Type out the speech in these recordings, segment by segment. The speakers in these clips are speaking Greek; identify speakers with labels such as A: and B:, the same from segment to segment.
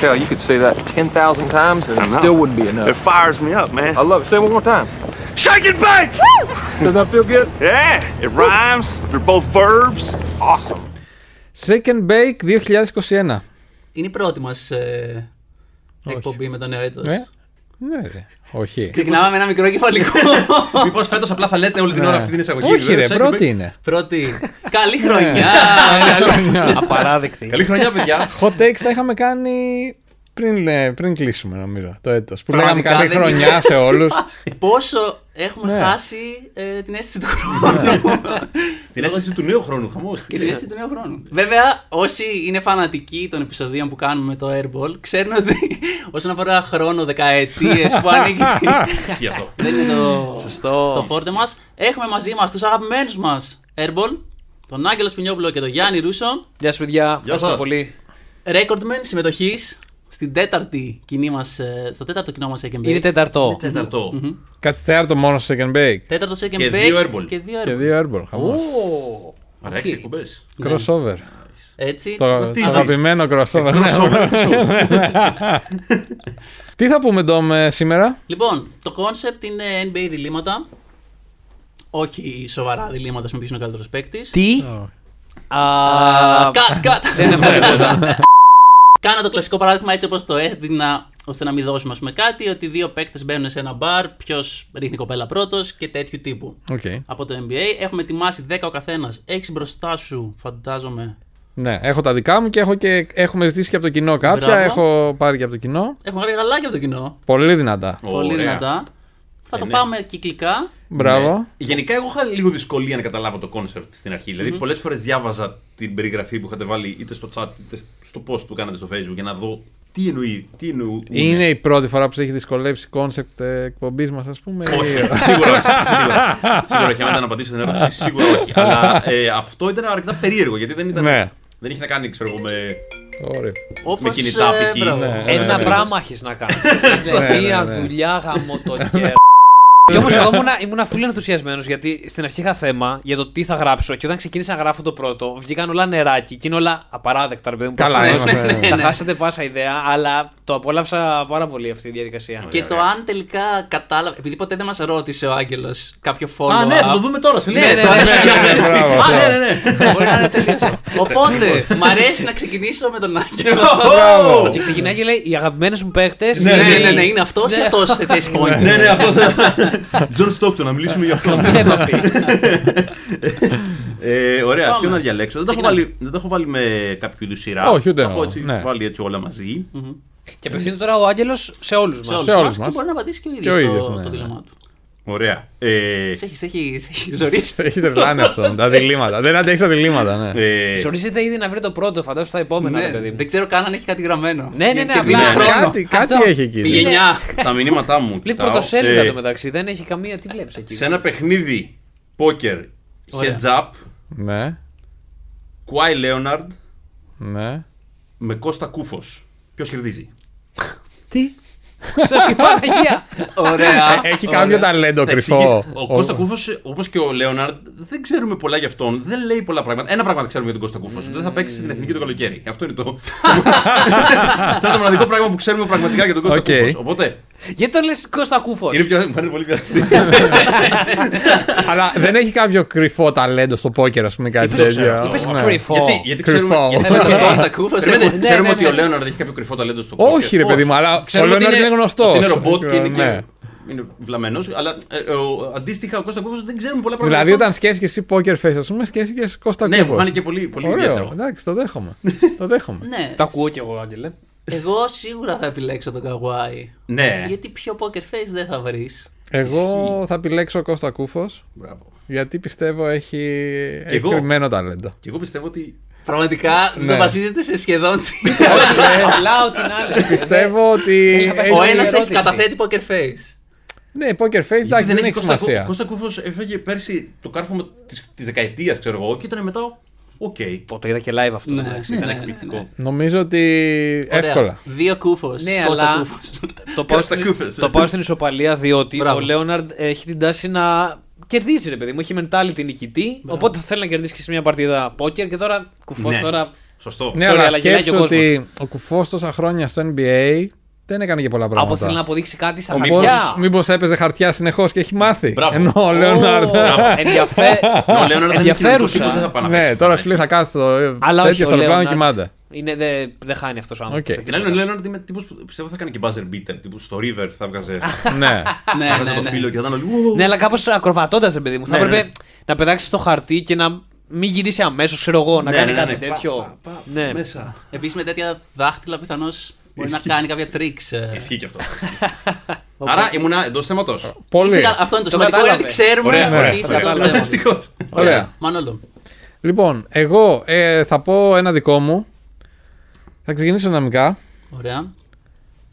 A: Hell, you could say that 10,000 times and
B: I
A: it
B: know.
A: still wouldn't be enough.
B: It fires me up, man.
A: I love it. Say it one more time.
B: Shake and bake!
A: Does that feel good?
B: Yeah, it rhymes. They're both verbs. It's awesome.
C: Shake and Bake 2021.
D: Είναι η πρώτη μας εκπομπή με το νέο έτο.
C: Ε, ναι, ρε. όχι.
D: Ξεκινάμε με ένα μικρό κεφαλικό.
E: Μήπως φέτος απλά θα λέτε όλη την ώρα αυτή την εισαγωγή.
C: Ναι. όχι, ρε,
E: Shake and
C: πρώτη
E: bake.
C: είναι. Ναι.
D: Πρώτη. Καλή χρονιά!
F: Απαράδεκτη.
E: Καλή χρονιά, παιδιά.
C: Hot takes τα είχαμε κάνει πριν, ε, πριν κλείσουμε, νομίζω, το έτος. Που λέγαμε
D: Πραγματικά
C: καλή
D: δεν είναι.
C: χρονιά σε όλους.
D: Πόσο έχουμε
C: Ναι.
D: χάσει ε, την αίσθηση του χρόνου.
E: την αίσθηση του νέου χρόνου, χαμός.
D: Και Ναι. την αίσθηση του νέου χρόνου. Βέβαια, όσοι είναι φανατικοί των επεισοδίων που κάνουμε με το Airball, ξέρουν ότι όσον αφορά χρόνο, δεκαετίες που ανήκει.
E: Ισχύει αυτό.
D: δεν είναι το,
F: Σωστό.
D: το φόρτε μας. Έχουμε μαζί μας τους αγαπημένους μας Airball, τον Άγγελο Σπινιόπουλο και τον Γιάννη Ρούσο.
F: Γεια σας, παιδιά. Ευχαριστώ
E: σας.
F: πολύ.
D: Ρέκορντμεν συμμετοχής στην τέταρτη κοινή μας, ε, στο τέταρτο κοινό μας Egg and Bake.
F: Είναι τεταρτό.
E: Τέταρτο.
C: Κάτι τέταρτο μόνο σε Second Bake.
D: τέταρτο Egg and
E: Και
D: Bake
E: δύο Airball.
D: Και δύο
C: Και
D: Airball.
C: δύο Airball. χαμός.
E: Άρα έξι εκπομπές.
C: Crossover.
D: Έτσι.
C: Το,
E: τι
C: το
E: ζεις.
C: αγαπημένο crossover. ναι. Τι θα πούμε, Ντόμ, ε, σήμερα.
D: Λοιπόν, το κόνσεπτ είναι NBA διλήμματα. Όχι σοβαρά διλήμματα με ποιο είναι ο καλύτερος παίκτης.
F: Τι.
D: Α,
F: Α,
D: Κατ, κατ.
E: Ναι,
D: Κάνω το κλασικό παράδειγμα έτσι όπως το έδινα, ώστε να μην δώσουμε ας πούμε, κάτι, ότι δύο παίκτες μπαίνουν σε ένα μπαρ, ποιος ρίχνει κοπέλα πρώτος και τέτοιου τύπου.
C: Οκ.
D: Από το NBA έχουμε ετοιμάσει 10 ο καθένας. Έχεις μπροστά σου, φαντάζομαι.
C: Ναι, έχω τα δικά μου και, έχω και έχουμε ζητήσει και από το κοινό κάποια.
D: Μπράβο.
C: Έχω πάρει και από το κοινό.
D: Έχουμε κάποια γαλάκια από το κοινό.
C: Πολύ δυνατά.
D: Πολύ
E: Ωραία.
D: δυνατά. Θα το
E: ναι.
D: πάμε κυκλικά.
C: Μπράβο.
E: Ναι. Γενικά, εγώ είχα λίγο δυσκολία να καταλάβω το κόνσεπτ στην αρχή. Δηλαδή, πολλές φορές διάβαζα την περιγραφή που είχατε βάλει είτε στο chat είτε στο post που κάνατε στο facebook για να δω τι εννοεί. Τι εννοούν.
C: Είναι η πρώτη φορά που σε έχει δυσκολέψει ε, κόνσεπτ εκπομπής μας, ας πούμε.
E: Όχι, σίγουρα όχι. Σίγουρα, σίγουρα όχι. Αν ήταν να απαντήσω στην ερώτηση, σίγουρα όχι. Αλλά ε, αυτό ήταν αρκετά περίεργο γιατί δεν ήταν.
C: Ναι.
E: Δεν είχε να κάνει, ξέρω εγώ, με.
C: Ωραία.
D: Όπως.
E: κινητά,
D: ε,
E: π.χ. Ναι.
F: Ένα
E: ναι.
F: πράγμα έχεις να κάνεις.
C: Ναι, ναι,
F: Μία
C: ναι.
F: δουλειά γαμωτοκέρα. Κι όμως εγώ ήμουν, ήμουν full ενθουσιασμένος γιατί στην αρχή είχα θέμα για το τι θα γράψω. Και όταν ξεκίνησα να γράφω το πρώτο, βγήκαν όλα νεράκι και είναι όλα απαράδεκτα, ρε παιδί μου.
C: Καλά,
F: προφανώς.
C: είμαστε, ναι.
F: Τα χάσατε πάσα ιδέα, αλλά το απόλαυσα πάρα πολύ αυτή η διαδικασία.
D: Και το αν τελικά κατάλαβε. Επειδή ποτέ δεν μας ρώτησε ο Άγγελος κάποιο follow-up.
E: Α, ναι, θα το δούμε τώρα σε λίγο.
F: Ναι, ναι, ναι,
C: ναι, μπράβο,
E: Α, ναι,
C: μπράβο.
E: ναι, ναι.
D: Μπορεί να είναι τελείως. Οπότε, μ' αρέσει να ξεκινήσω με τον Άγγελο.
E: Μπράβο.
F: Και ξεκινάει και λέει: Οι αγαπημένες μου παίκτες.
D: Ναι, ναι, ναι, ναι, είναι αυτός ή αυτός σε θέση
E: Ναι,
D: point.
E: ναι, αυτό θα. Τζον Στόκτον, να μιλήσουμε για αυτό. Ε, ωραία,
D: Πάμε.
E: ποιο να διαλέξω. Δεν τα, έχω
D: Ξεκινάμε.
E: βάλει, δεν τα έχω βάλει με κάποιο είδους σειρά.
C: Όχι, ούτε
E: Τα έχω
C: εγώ,
E: έτσι,
C: ναι.
E: βάλει έτσι όλα μαζί.
F: Και απευθύνεται τώρα ο Άγγελος σε όλους
D: Σε
F: μα.
D: όλους
C: Σε όλους
D: μας
C: μας.
D: Και μπορεί να απαντήσει και ο
C: Και ο
D: ίδιος
C: ίδιος, ναι,
D: το
C: ναι.
D: δίλημά του.
E: Ωραία. Ε,
D: Σε έχει- σε έχει σε έχει ζωρίσει.
C: Έχετε πλάνη αυτό. τα διλήμματα. Δεν αντέχεις τα διλήμματα, ναι.
E: ε,
F: Σωρίζεται ήδη να βρει το πρώτο, φαντάζομαι στα επόμενα,
D: Ναι,
F: ρε παιδί μου.
D: Δεν ξέρω καν αν έχει κάτι γραμμένο.
F: Ναι, ναι, ναι,
D: Γιατί
F: απλά
D: πήγε
C: Κάτι-
D: χρόνο.
C: Κάτι, κάτι
F: Αυτό.
C: έχει εκεί.
D: Πήγε
C: ναι.
D: εννιά.
E: τα μηνύματά μου.
F: Λέει
E: κοιτάω.
F: πρωτοσέλιδα
E: Ε,
F: το μεταξύ, δεν έχει καμία. Τι βλέπεις εκεί.
E: Σε ένα παιχνίδι πόκερ,
D: Ωραία.
E: heads up,
C: Ναι,
E: Κουάι Λέοναρντ
C: ναι.
E: με Κώστα Κούφος. Ποιος κερδίζει.
F: Τι. Σα Παναγία.
D: Ωραία.
C: Ε, Έχει κάποιο ταλέντο
E: Θα
C: κρυφό.
E: εξηγήσω. Ναι, Ο Κώστα Κούφος, όπως και ο Λέοναρντ, δεν ξέρουμε πολλά για αυτόν. Δεν λέει πολλά πράγματα. Ένα πράγμα ξέρουμε για τον Κώστα Κούφος. Δεν θα παίξει στην εθνική το καλοκαίρι. Αυτό είναι το. Αυτό είναι το μοναδικό πράγμα που ξέρουμε πραγματικά για τον Κώστα
C: Οκ.
E: Κούφος. Οπότε.
F: Γιατί το λες Κώστα Κούφος.
E: Είναι πιο. Μου αρέσει πολύ πιο αστείο.
C: Αλλά δεν έχει κάποιο κρυφό ταλέντο στο πόκερ, ας πούμε, κάτι
E: Είπες-
C: τέτοιο.
F: είπες
C: Ναι.
F: κρυφό.
E: Γιατί, γιατί ξέρουμε.
C: Κρυφό.
E: γιατί-
D: Ένα
F: Ναι,
D: τον Κώστα Κούφο.
E: Ξέρουμε,
D: ένα-
E: ξέρουμε
D: ναι,
E: ότι
D: ναι,
E: ο
D: ναι.
E: Λέοναρντ έχει κάποιο κρυφό ταλέντο στο πόκερ.
C: Όχι, ρε παιδί μου, αλλά ο
E: Ξέρουμε ότι
C: Λέοναρντ είναι Ναι. γνωστός.
E: ότι Είναι ρομπότ και είναι, και είναι βλαμμένος. Αλλά ε, ο, αντίστοιχα ο Κώστας Κούφο δεν ξέρουμε πολλά πράγματα.
C: Δηλαδή, όταν σκέφτηκες εσύ Poker Face, ας πούμε, σκέφτηκες Κώστα
E: Ναι, μου
C: Κούφο.
E: φάνηκε πολύ, πολύ
C: Ωραίο, Ναι.
E: ιδιαίτερο.
C: εντάξει, το δέχομαι. το δέχομαι.
D: Ναι,
F: Τα ακούω κι εγώ, Άγγελε.
D: εγώ σίγουρα θα επιλέξω τον Καουάι.
E: Ναι.
D: Γιατί πιο poker face δεν θα βρεις.
C: Εγώ θα επιλέξω Κώστα Κούφος,
E: Μπράβο.
C: γιατί πιστεύω έχει, έχει
E: εγώ.
C: κρυμμένο ταλέντο.
E: Και εγώ πιστεύω ότι.
D: Πραγματικά
C: Ναι.
D: δεν βασίζεται σε σχεδόν τι.
F: Απλά ότι να είναι.
C: πιστεύω ότι.
F: να πάει
C: έχει-
D: Ε, Ο
F: Είναι
D: ένας έχει
F: ερώτηση.
D: καταθέτει poker face.
C: Ναι, Poker Face, εντάξει, δεν έχει σημασία.
E: Κώστα Κούφος έφαγε πέρσι το κάρφωμα της δεκαετίας, ξέρω εγώ, και ήταν μετά. Οκ.
F: Πω, το είδα και live αυτό.
D: Ναι.
F: εντάξει.
E: Ήταν
D: ναι,
E: εκπληκτικό.
C: Νομίζω ότι.
D: Ωραία.
C: Εύκολα.
D: Δύο κούφος.
F: Ναι, αλλά- Το πάω
E: Κώστα
F: στην-
E: Κούφος.
F: Το πάω στην ισοπαλία διότι
D: Μπράβο.
F: ο Λέοναρντ έχει την τάση να κερδίζει, ρε παιδί μου. Έχει mentality νικητή. Οπότε θέλει να κερδίσει και σε μια παρτίδα πόκερ και τώρα κουφός
E: Ναι.
F: τώρα.
E: Σωστό.
C: Ναι,
F: Sorry,
C: αλλά
F: αλλά γελάει και ο
C: σκέψου ότι ο κουφός τόσα χρόνια στο NBA δεν έκανε και πολλά
F: Από
C: πράγματα.
F: θέλει να αποδείξει κάτι στα
C: Μήπως-
F: χαρτιά.
C: μήπως έπαιζε χαρτιά συνεχώς και έχει μάθει.
E: Μπράβο.
C: Ενώ ο Λέοναρντ.
F: Μπράβο. Ενδιαφέ-
E: Ο Λέοναρντ δεν είναι κοινωνικός τύπος, δεν θα
F: Ενδιαφέρουσα.
E: πάει να
C: Ναι,
E: παίξει.
C: τώρα σου λέει θα κάτσει το
F: Αλλά όχι,
C: τέτοιο
F: ο
C: στο αεροπλάνο και
F: Λέοναρντ
C: κοιμάται.
F: είναι- Δεν δεν χάνει αυτός ο
C: Οκ.
F: άνθρωπος. Ναι,
E: Την άλλη, ο Λέοναρντ είναι τύπος που πιστεύω θα κάνει και buzzer beater. Τύπου στο River θα βγάζει.
C: Ναι.
D: Ναι,
E: Θα
D: ναι,
E: το
D: ναι.
E: φίλο και θα ήταν όλοι. «Ου».
F: Ναι, αλλά κάπως ακροβατώντας, ρε παιδί μου. Θα
E: Ναι,
F: έπρεπε
E: ναι.
F: να πετάξεις το χαρτί και να μην γυρίσει αμέσως, ξέρω εγώ, να
E: Ναι,
F: κάνει
E: ναι, ναι,
F: κάτι
E: ναι.
F: τέτοιο.
E: Πα, πα, πα,
F: Ναι.
E: Μέσα.
D: Επίσης με τέτοια δάχτυλα πιθανώς μπορεί να κάνει κάποια τρίξ. ε.
E: Ισχύει και αυτό. Άρα ήμουνα εντός θέματος.
D: Είσαι
C: Πολύ.
D: κα- Αυτό είναι το
F: Το
D: σημαντικό, είναι
F: κατάλαβε.
D: ότι ξέρουμε ότι είσαι κατά θέμα.
C: Ωραία.
D: Μανώλο.
C: Ε, Λοιπόν, εγώ ε, θα πω ένα δικό μου. Θα ξεκινήσω δυναμικά.
D: Ωραία.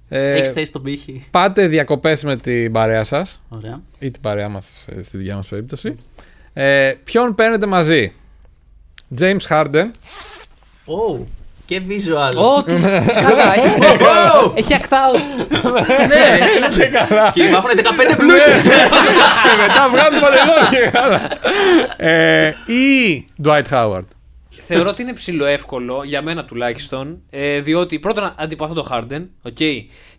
C: Ε,
D: Έχει θέση στον πύχη.
C: Πάτε διακοπές με την παρέα σας
D: Ωραία.
C: ή την παρέα μας ε, στη δικιά μας περίπτωση. Ε, ποιον παίρνετε μαζί. James Harden.
D: Oh. Και visual.
F: Ω, τη σκάτα, έχει- έχει act out.
E: Ναι,
D: Και υπάρχουν 15 πλούσιοι.
C: και μετά βγάλω το παντελόνι. ε, ή Dwight Howard.
F: Θεωρώ ότι είναι ψηλοεύκολο, για μένα τουλάχιστον, ε, διότι πρώτον αντιπαθώ τον Χάρντεν, οκ.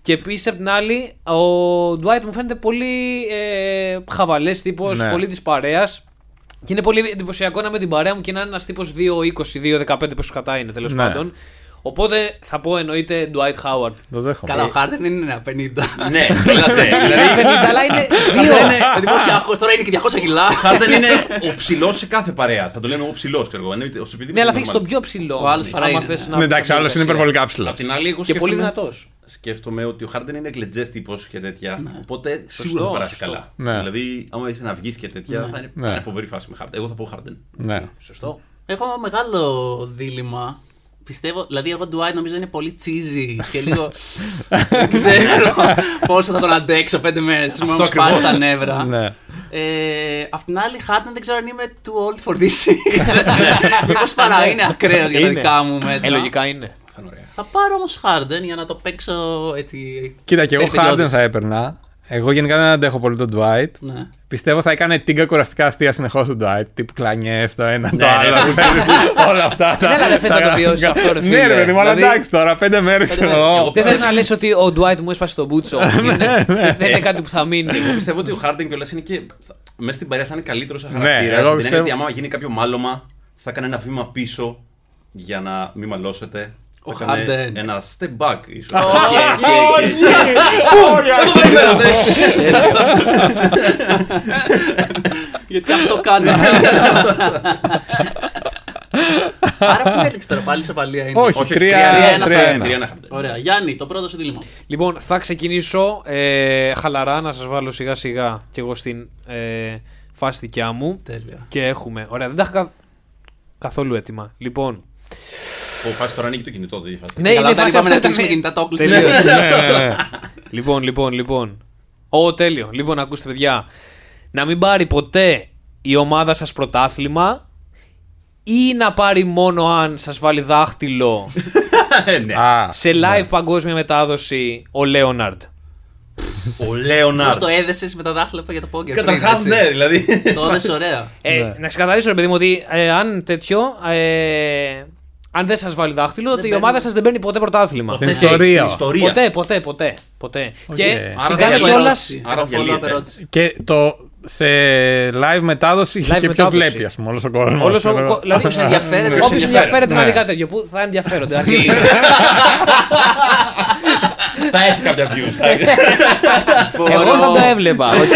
F: Και επίσης απ' την άλλη, ο Ντουάιτ μου φαίνεται πολύ ε, χαβαλές τύπος,
C: Ναι.
F: πολύ της παρέας. Και είναι πολύ εντυπωσιακό να είμαι την παρέα μου και να είναι ένας τύπος 2-20, 2-15 πόσο κατά είναι τέλος
C: Ναι.
F: πάντων. Οπότε θα πω εννοείται Ντουάιτ Χάουαρντ.
C: Το δέχομαι.
D: Καλά, ο Χάρντεν είναι ένα 50.
E: Ναι, έλατε. Δηλαδή,
F: Αλλά είναι δύο.
D: Ο δημοσιακό τώρα είναι και 200 κιλά.
E: Χάρτελ είναι ο ψηλός σε κάθε παρέα. Θα το λέμε ο ψηλός, ξέρω εγώ. Εννοείται, ως επειδή
F: Ναι, αλλά θα
E: είναι
F: έχεις τον
E: normal.
F: πιο ψηλό.
D: Ο άλλος παρά
F: άμα
D: είναι.
F: θες
C: Ναι,
F: να πεις
C: εντάξει, άλλο είναι
F: διαδικασία.
C: υπερβολικά ψηλός.
E: Απ' την άλλη, εγώ
F: Και πολύ
E: σκέφτομαι-
F: δυνατός.
E: Σκέφτομαι ότι ο Χάρντεν είναι εκλετζέ τύπος και τέτοια.
D: Ναι.
E: Οπότε σίγουρα θα περάσει
F: σωστό.
E: καλά.
C: Ναι.
E: Δηλαδή, άμα είσαι να βγεις και τέτοια, θα είναι-
C: Ναι.
E: θα είναι φοβερή φάση με Χάρντεν. Εγώ θα πω Χάρντεν.
C: Ναι.
F: Σωστό.
D: Έχω μεγάλο δίλημα. Πιστεύω, δηλαδή εγώ Dwight νομίζω είναι πολύ cheesy και λίγο δεν ξέρω πόσο θα τον αντέξω πέντε μέρες μου έχουν
E: ακριβώς.
D: σπάσει τα νεύρα.
C: Ναι.
D: Ε, απ' την άλλη, Harden δεν ξέρω αν είμαι too old for this. Μήπως παρά είναι ακραίος για τα
F: Είναι.
D: δικά μου μέτρα.
F: Ε, λογικά είναι.
E: Θα είναι ωραία.
D: Θα πάρω όμως Harden για να το παίξω έτσι.
C: Κοίτα, και εγώ Harden
D: τελειώδης.
C: θα έπαιρνα. Εγώ γενικά δεν αντέχω πολύ τον Dwight.
D: Ναι.
C: Πιστεύω θα έκανε τίγκα κουραστικά αστεία συνεχώς τον Dwight. Τύπου κλανιές το ένα, το
E: ναι,
C: άλλο. που θέλεις, Όλα αυτά. τα-
F: Ναι, αλλά δεν θες
C: τα
F: να το βιώσεις
C: γραφικά.
F: αυτό, ρε
C: Ναι,
F: φίλε.
C: ρε παιδί μου, αλλά
F: Δηλαδή-
C: εντάξει τώρα, πέντε μέρες ξέρω
D: μέρες.
C: εγώ.
F: Δεν θες να λες ότι ο Ντουάιτ μου έσπασε τον μπούτσο. Είναι- Δεν είναι κάτι που θα μείνει.
E: Εγώ πιστεύω ότι ο Χάρντεν κιόλας είναι και. θα- Μέσα στην παρέα θα είναι καλύτερος σαν
C: Ναι,
E: χαρακτήρα.
C: εγώ
E: Ναι,
C: πιστεύω-
E: ότι άμα γίνει κάποιο μάλωμα, θα κάνει ένα βήμα πίσω για να μην μαλώσετε.
D: Ο
E: θα κάνει
D: Harden.
E: Ένα step back, ίσως.
D: Γιατί αυτό κάνω. Άρα πού έλεξε τώρα, πάλι σοπαλία είναι.
C: Όχι,
E: όχι,
C: τρία-
D: τρία-ένα,
C: τρία-ένα.
E: Τρία ένα Χάρντεν.
D: Ωραία, Γιάννη, το πρώτο σου δίλημα.
F: Λοιπόν, θα ξεκινήσω ε, χαλαρά να σας βάλω σιγά σιγά κι εγώ στην ε, φάση δικιά μου.
D: Τέλεια.
F: Και έχουμε. Ωραία, δεν τα είχα καθ- καθόλου έτοιμα. Λοιπόν.
E: Ο Φάση τώρα ανοίγει το κινητό, δεν φάση.
F: Ναι, είναι η
D: όταν
F: φάση
D: είπαμε
F: αυτή
D: να
F: ήταν.
D: κλείσουμε κινητά, το κλείσαμε.
F: Τελείωσε.
C: Ναι, ναι, ναι.
F: Λοιπόν, λοιπόν, λοιπόν. Ω, τέλειο. Λοιπόν, ακούστε, παιδιά. Να μην πάρει ποτέ η ομάδα σας πρωτάθλημα ή να πάρει μόνο αν σας βάλει δάχτυλο
D: Ε, ναι.
F: ναι.
C: Α,
F: σε live παγκόσμια μετάδοση ο Λέοναρντ.
E: Ο
D: Πώς το
E: Λέοναρντ.
D: έδεσες με τα δάχτυλα που για το πόγκερ.
E: Καταρχά, ναι, δηλαδή.
D: Το έδεσες ωραία.
F: Ε, Να ξεκαθαρίσω, ρε παιδί μου, ότι ε, αν τέτοιο. Ε, αν δεν σας βάλει δάχτυλο, τότε η
D: παίρνει.
F: ομάδα σας δεν παίρνει ποτέ πρωτάθλημα.
C: Στην ιστορία.
E: ιστορία.
F: Ποτέ, ποτέ, ποτέ. ποτέ. Και
E: Άρα
F: την
E: δεν
F: κάνει
E: είναι
F: κιόλας.
E: Άρα
D: Άρα
E: διαλύεται.
C: Και το σε live μετάδοση
F: Live
C: και ποιος
F: μετάδοση.
C: βλέπει, ας πούμε, όλος ο κόσμος.
F: Όλος ο. κο- Δηλαδή, όποιος ενδιαφέρεται.
D: Ναι.
F: Όποιος ενδιαφέρεται
C: Ναι.
F: με κάτι τέτοιο, που θα ενδιαφέρονται.
E: Θα έχει κάποια views.
F: Εγώ θα το έβλεπα. οκ.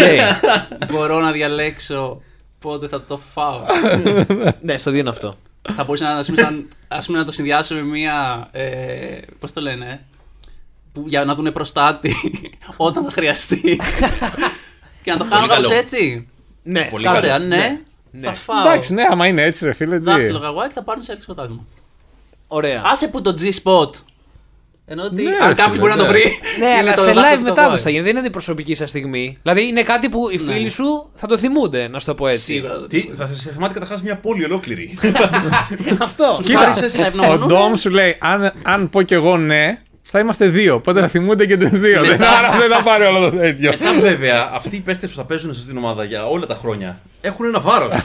D: Μπορώ να διαλέξω πότε θα το φάω.
F: Ναι, στο δίνω αυτό.
D: θα μπορούσε να, ας πούμε, σαν, ας πούμε, να το συνδυάσω με μία. Ε, Πώς το λένε, ε, που, για να δούνε προστάτη όταν θα χρειαστεί. και να το κάνω
E: καλό.
D: κάπω έτσι.
F: Ναι,
E: Πολύ
F: κάπου-
E: καλό.
D: Ωραία, ναι.
F: Ναι.
D: Θα φάω.
C: Εντάξει, ναι, άμα είναι έτσι, ρε φίλε. τι.
D: Δάχτυλο καγουάκι θα πάρουν σε έξι ποτάσμα.
F: Ωραία.
D: Άσε που το G-spot. Ενώ ότι
C: Ναι, ρε
D: αν κάποιος
C: φίλε,
D: μπορεί να το
C: ναι.
D: βρει.
F: Ναι,
D: είναι
F: αλλά
D: το
F: σε
D: δάχτυλο
F: live
D: του
F: μετάδοση θα
D: καγουάκι.
F: γίνει. Δεν είναι την προσωπική σας στιγμή. Δηλαδή είναι κάτι που οι φίλοι σου θα το θυμούνται, να σου το πω έτσι.
D: Σίγουρα. θα το
E: Τι,
D: βρει.
E: θα σε θυμάται καταρχάς μια πόλη ολόκληρη.
F: Αυτό.
D: Κοίτα, θα
C: Ο
D: ευνομονούμε.
C: Ντόμ σου λέει: αν, αν πω κι εγώ ναι, θα είμαστε δύο. Οπότε θα θυμούνται και τους δύο. Δεν- Άρα δεν θα πάρει όλο το τέτοιο.
E: Μετά βέβαια, αυτοί οι παίχτε που θα παίζουν σε αυτήν την ομάδα για όλα τα χρόνια έχουν ένα βάρος.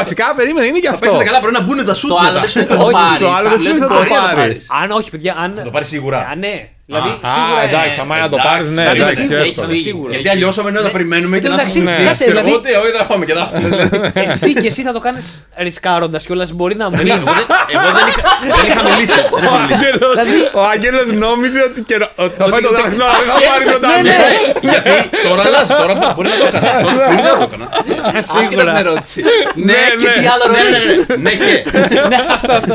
C: Βασικά περίμενε, είναι και αυτό.
E: Παίξτε καλά, πρέπει να μπουν τα σουτ.
D: Το άλλο δεν σου λέει θα το
C: Όχι, το
D: πάρεις.
C: άλλο δεν σου λέει θα το πάρεις.
F: Αν όχι, παιδιά, αν.
E: Το πάρεις
F: Α,
E: σίγουρα.
F: ναι. Δηλαδή,
C: Α,
F: σίγουρα.
C: εντάξει,
F: ε,
C: άμα να το
E: εντάξει,
C: πάρεις, ναι,
F: δηλαδή,
C: εντάξει,
F: σίγουρα έχει
C: εύκολα.
F: φύγει. σίγουρα.
E: Γιατί αλλιώς αμενό θα περιμένουμε και
F: εν τω
E: να
F: μεταξύ,
E: έχουμε-
F: κάτσε,
E: Ξέρω
F: δηλαδή-
E: εγώ τι, όχι, θα πάμε και θα
F: Εσύ και εσύ θα το κάνεις ρισκάροντας κιόλας. Μπορεί να μην.
E: Εγώ δεν είχα- δεν είχα μιλήσει. Δεν είχα μιλήσει.
C: Ο Άγγελος νόμιζε ότι και- Δηλαδή- ότι θα πάει το δάχτυλο, αλλά θα πάρει το
F: Ναι,
C: δάχτυλο.
F: ναι.
E: Τώρα αλλάζει, τώρα θα μπορεί να το έκανα. Τώρα Μπορεί να το έκανα.
D: Άσχετα την ερώτηση. Ναι, και
C: ναι. Ε,
D: τι άλλο ρώτησε.
E: Ναι, Ναι, και.
F: Ναι, αυτό, αυτό.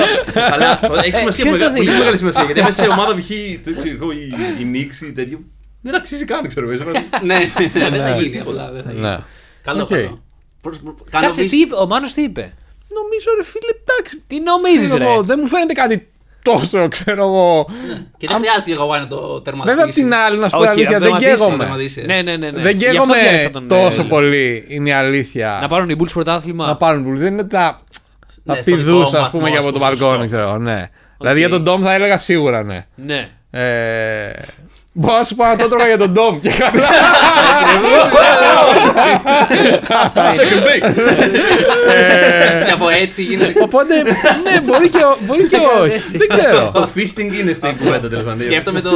E: Αλλά το- έχει σημασία.
F: ποιο είναι το
E: μεγάλη- Πολύ
F: δίλημα?
E: μεγάλη σημασία. Γιατί μέσα σε ομάδα π.χ. το- ξέρω εγώ, η- η Νίξη ή τέτοιο. Δεν αξίζει καν, ξέρω εγώ.
D: Ναι, ναι, ναι, δεν θα γίνει απλά. δεν θα
F: Ναι.
D: γίνει. Καλό,
C: Ναι. Οκ.
D: καλό. Προς- προς- κάνω
F: Κάτσε,
D: βίσ-
F: τι είπε, ο Μάνος τι είπε.
C: Νομίζω ρε φίλε, εντάξει.
F: Τι νομίζεις,
C: ξέρω
F: ρε.
C: εγώ, Δεν μου φαίνεται κάτι τόσο, ξέρω εγώ.
D: Και δεν χρειάζεται για να το τερματίσει.
C: Βέβαια απ' την άλλη, να σου πω
F: Όχι,
C: την αλήθεια,
F: να
C: δεν
F: τερματίσει, να
C: καίγομαι.
D: τερματίσει.
F: Ναι, ναι, ναι. ναι.
C: Δεν
F: Γι' αυτό διάλεξα
C: καίγομαι
F: τον, ε,
C: τόσο
F: Λίλο.
C: πολύ, είναι η αλήθεια.
F: Να πάρουν οι Bulls πρωτάθλημα.
C: Να πάρουν πολύ. Δεν είναι τα,
D: Ναι,
C: τα
D: στο δικό
C: πηδούσα, α
D: βαθμό,
C: πούμε, για από
D: ας
C: το
D: πούμε,
C: μπαλκόνι,
D: σωστό.
C: ξέρω εγώ, ναι. Δηλαδή για τον Ντόμ θα έλεγα σίγουρα ναι.
F: Ναι.
C: Ε, Μπορώ να σου πω να το τρώγα για τον Ντόμ και καλά.
E: Second bait.
D: Και από έτσι γίνεται.
C: Οπότε, ναι, μπορεί και, ο- μπορεί και όχι. Δεν ξέρω.
E: Το fisting είναι στην κουβέντα τέλος
C: Ε.
E: πάντων.
D: Σκέφτομαι το,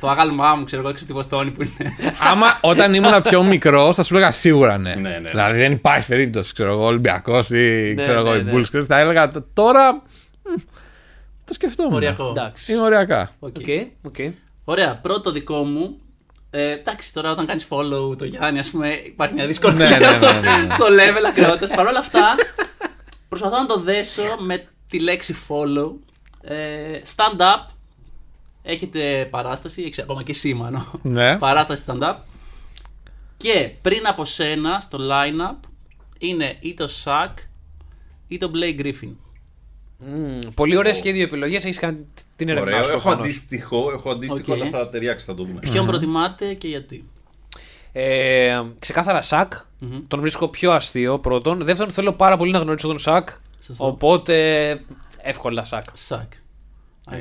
D: το άγαλμά μου, ξέρω εγώ, έξω από τη Βοστόνη που είναι.
C: Άμα όταν ήμουν πιο μικρό, θα σου έλεγα σίγουρα ναι.
E: Ναι, ναι, ναι.
C: Δηλαδή δεν υπάρχει περίπτωση, ξέρω εγώ, Ολυμπιακός ή ξέρω εγώ,
F: ναι,
C: οι
F: ναι.
C: Bulls. ξέρεις, Θα έλεγα τ- τώρα. μ, Το σκεφτόμουν.
D: Οριακό.
F: Εντάξει.
C: Είναι οριακά.
D: Οκ.
F: Οκ, οκ.
D: Ωραία, πρώτο δικό μου. Ε, εντάξει, τώρα όταν κάνεις follow το Γιάννη, ας πούμε, υπάρχει μια δυσκολία
C: Ναι, ναι, ναι,
D: στο,
C: ναι,
D: στο level ακρότητα. Παρ' όλα αυτά, προσπαθώ να το δέσω με τη λέξη follow. Ε, stand up. Έχετε παράσταση, έχει ακόμα και εσύ μάλλον.
C: Ναι.
D: Παράσταση stand up. Και πριν από σένα στο line-up είναι ή το Σακ ή το Blake Griffin.
F: Μμμ, Πολύ ωραίε και οι δύο επιλογέ. Έχεις κάνει την έρευνά σου.
E: Ωραίο, έχω
F: προφανώς.
E: αντίστοιχο, έχω αντίστοιχο,
D: Οκ.
E: αλλά θα ταιριάξει, θα το δούμε.
D: Ποιον προτιμάτε και γιατί.
F: Ε, ξεκάθαρα Σακ. Τον βρίσκω πιο αστείο πρώτον. Δεύτερον, θέλω πάρα πολύ να γνωρίσω τον Σακ.
D: Σωστό.
F: Οπότε εύκολα Σακ.
D: Σακ.
E: Ε,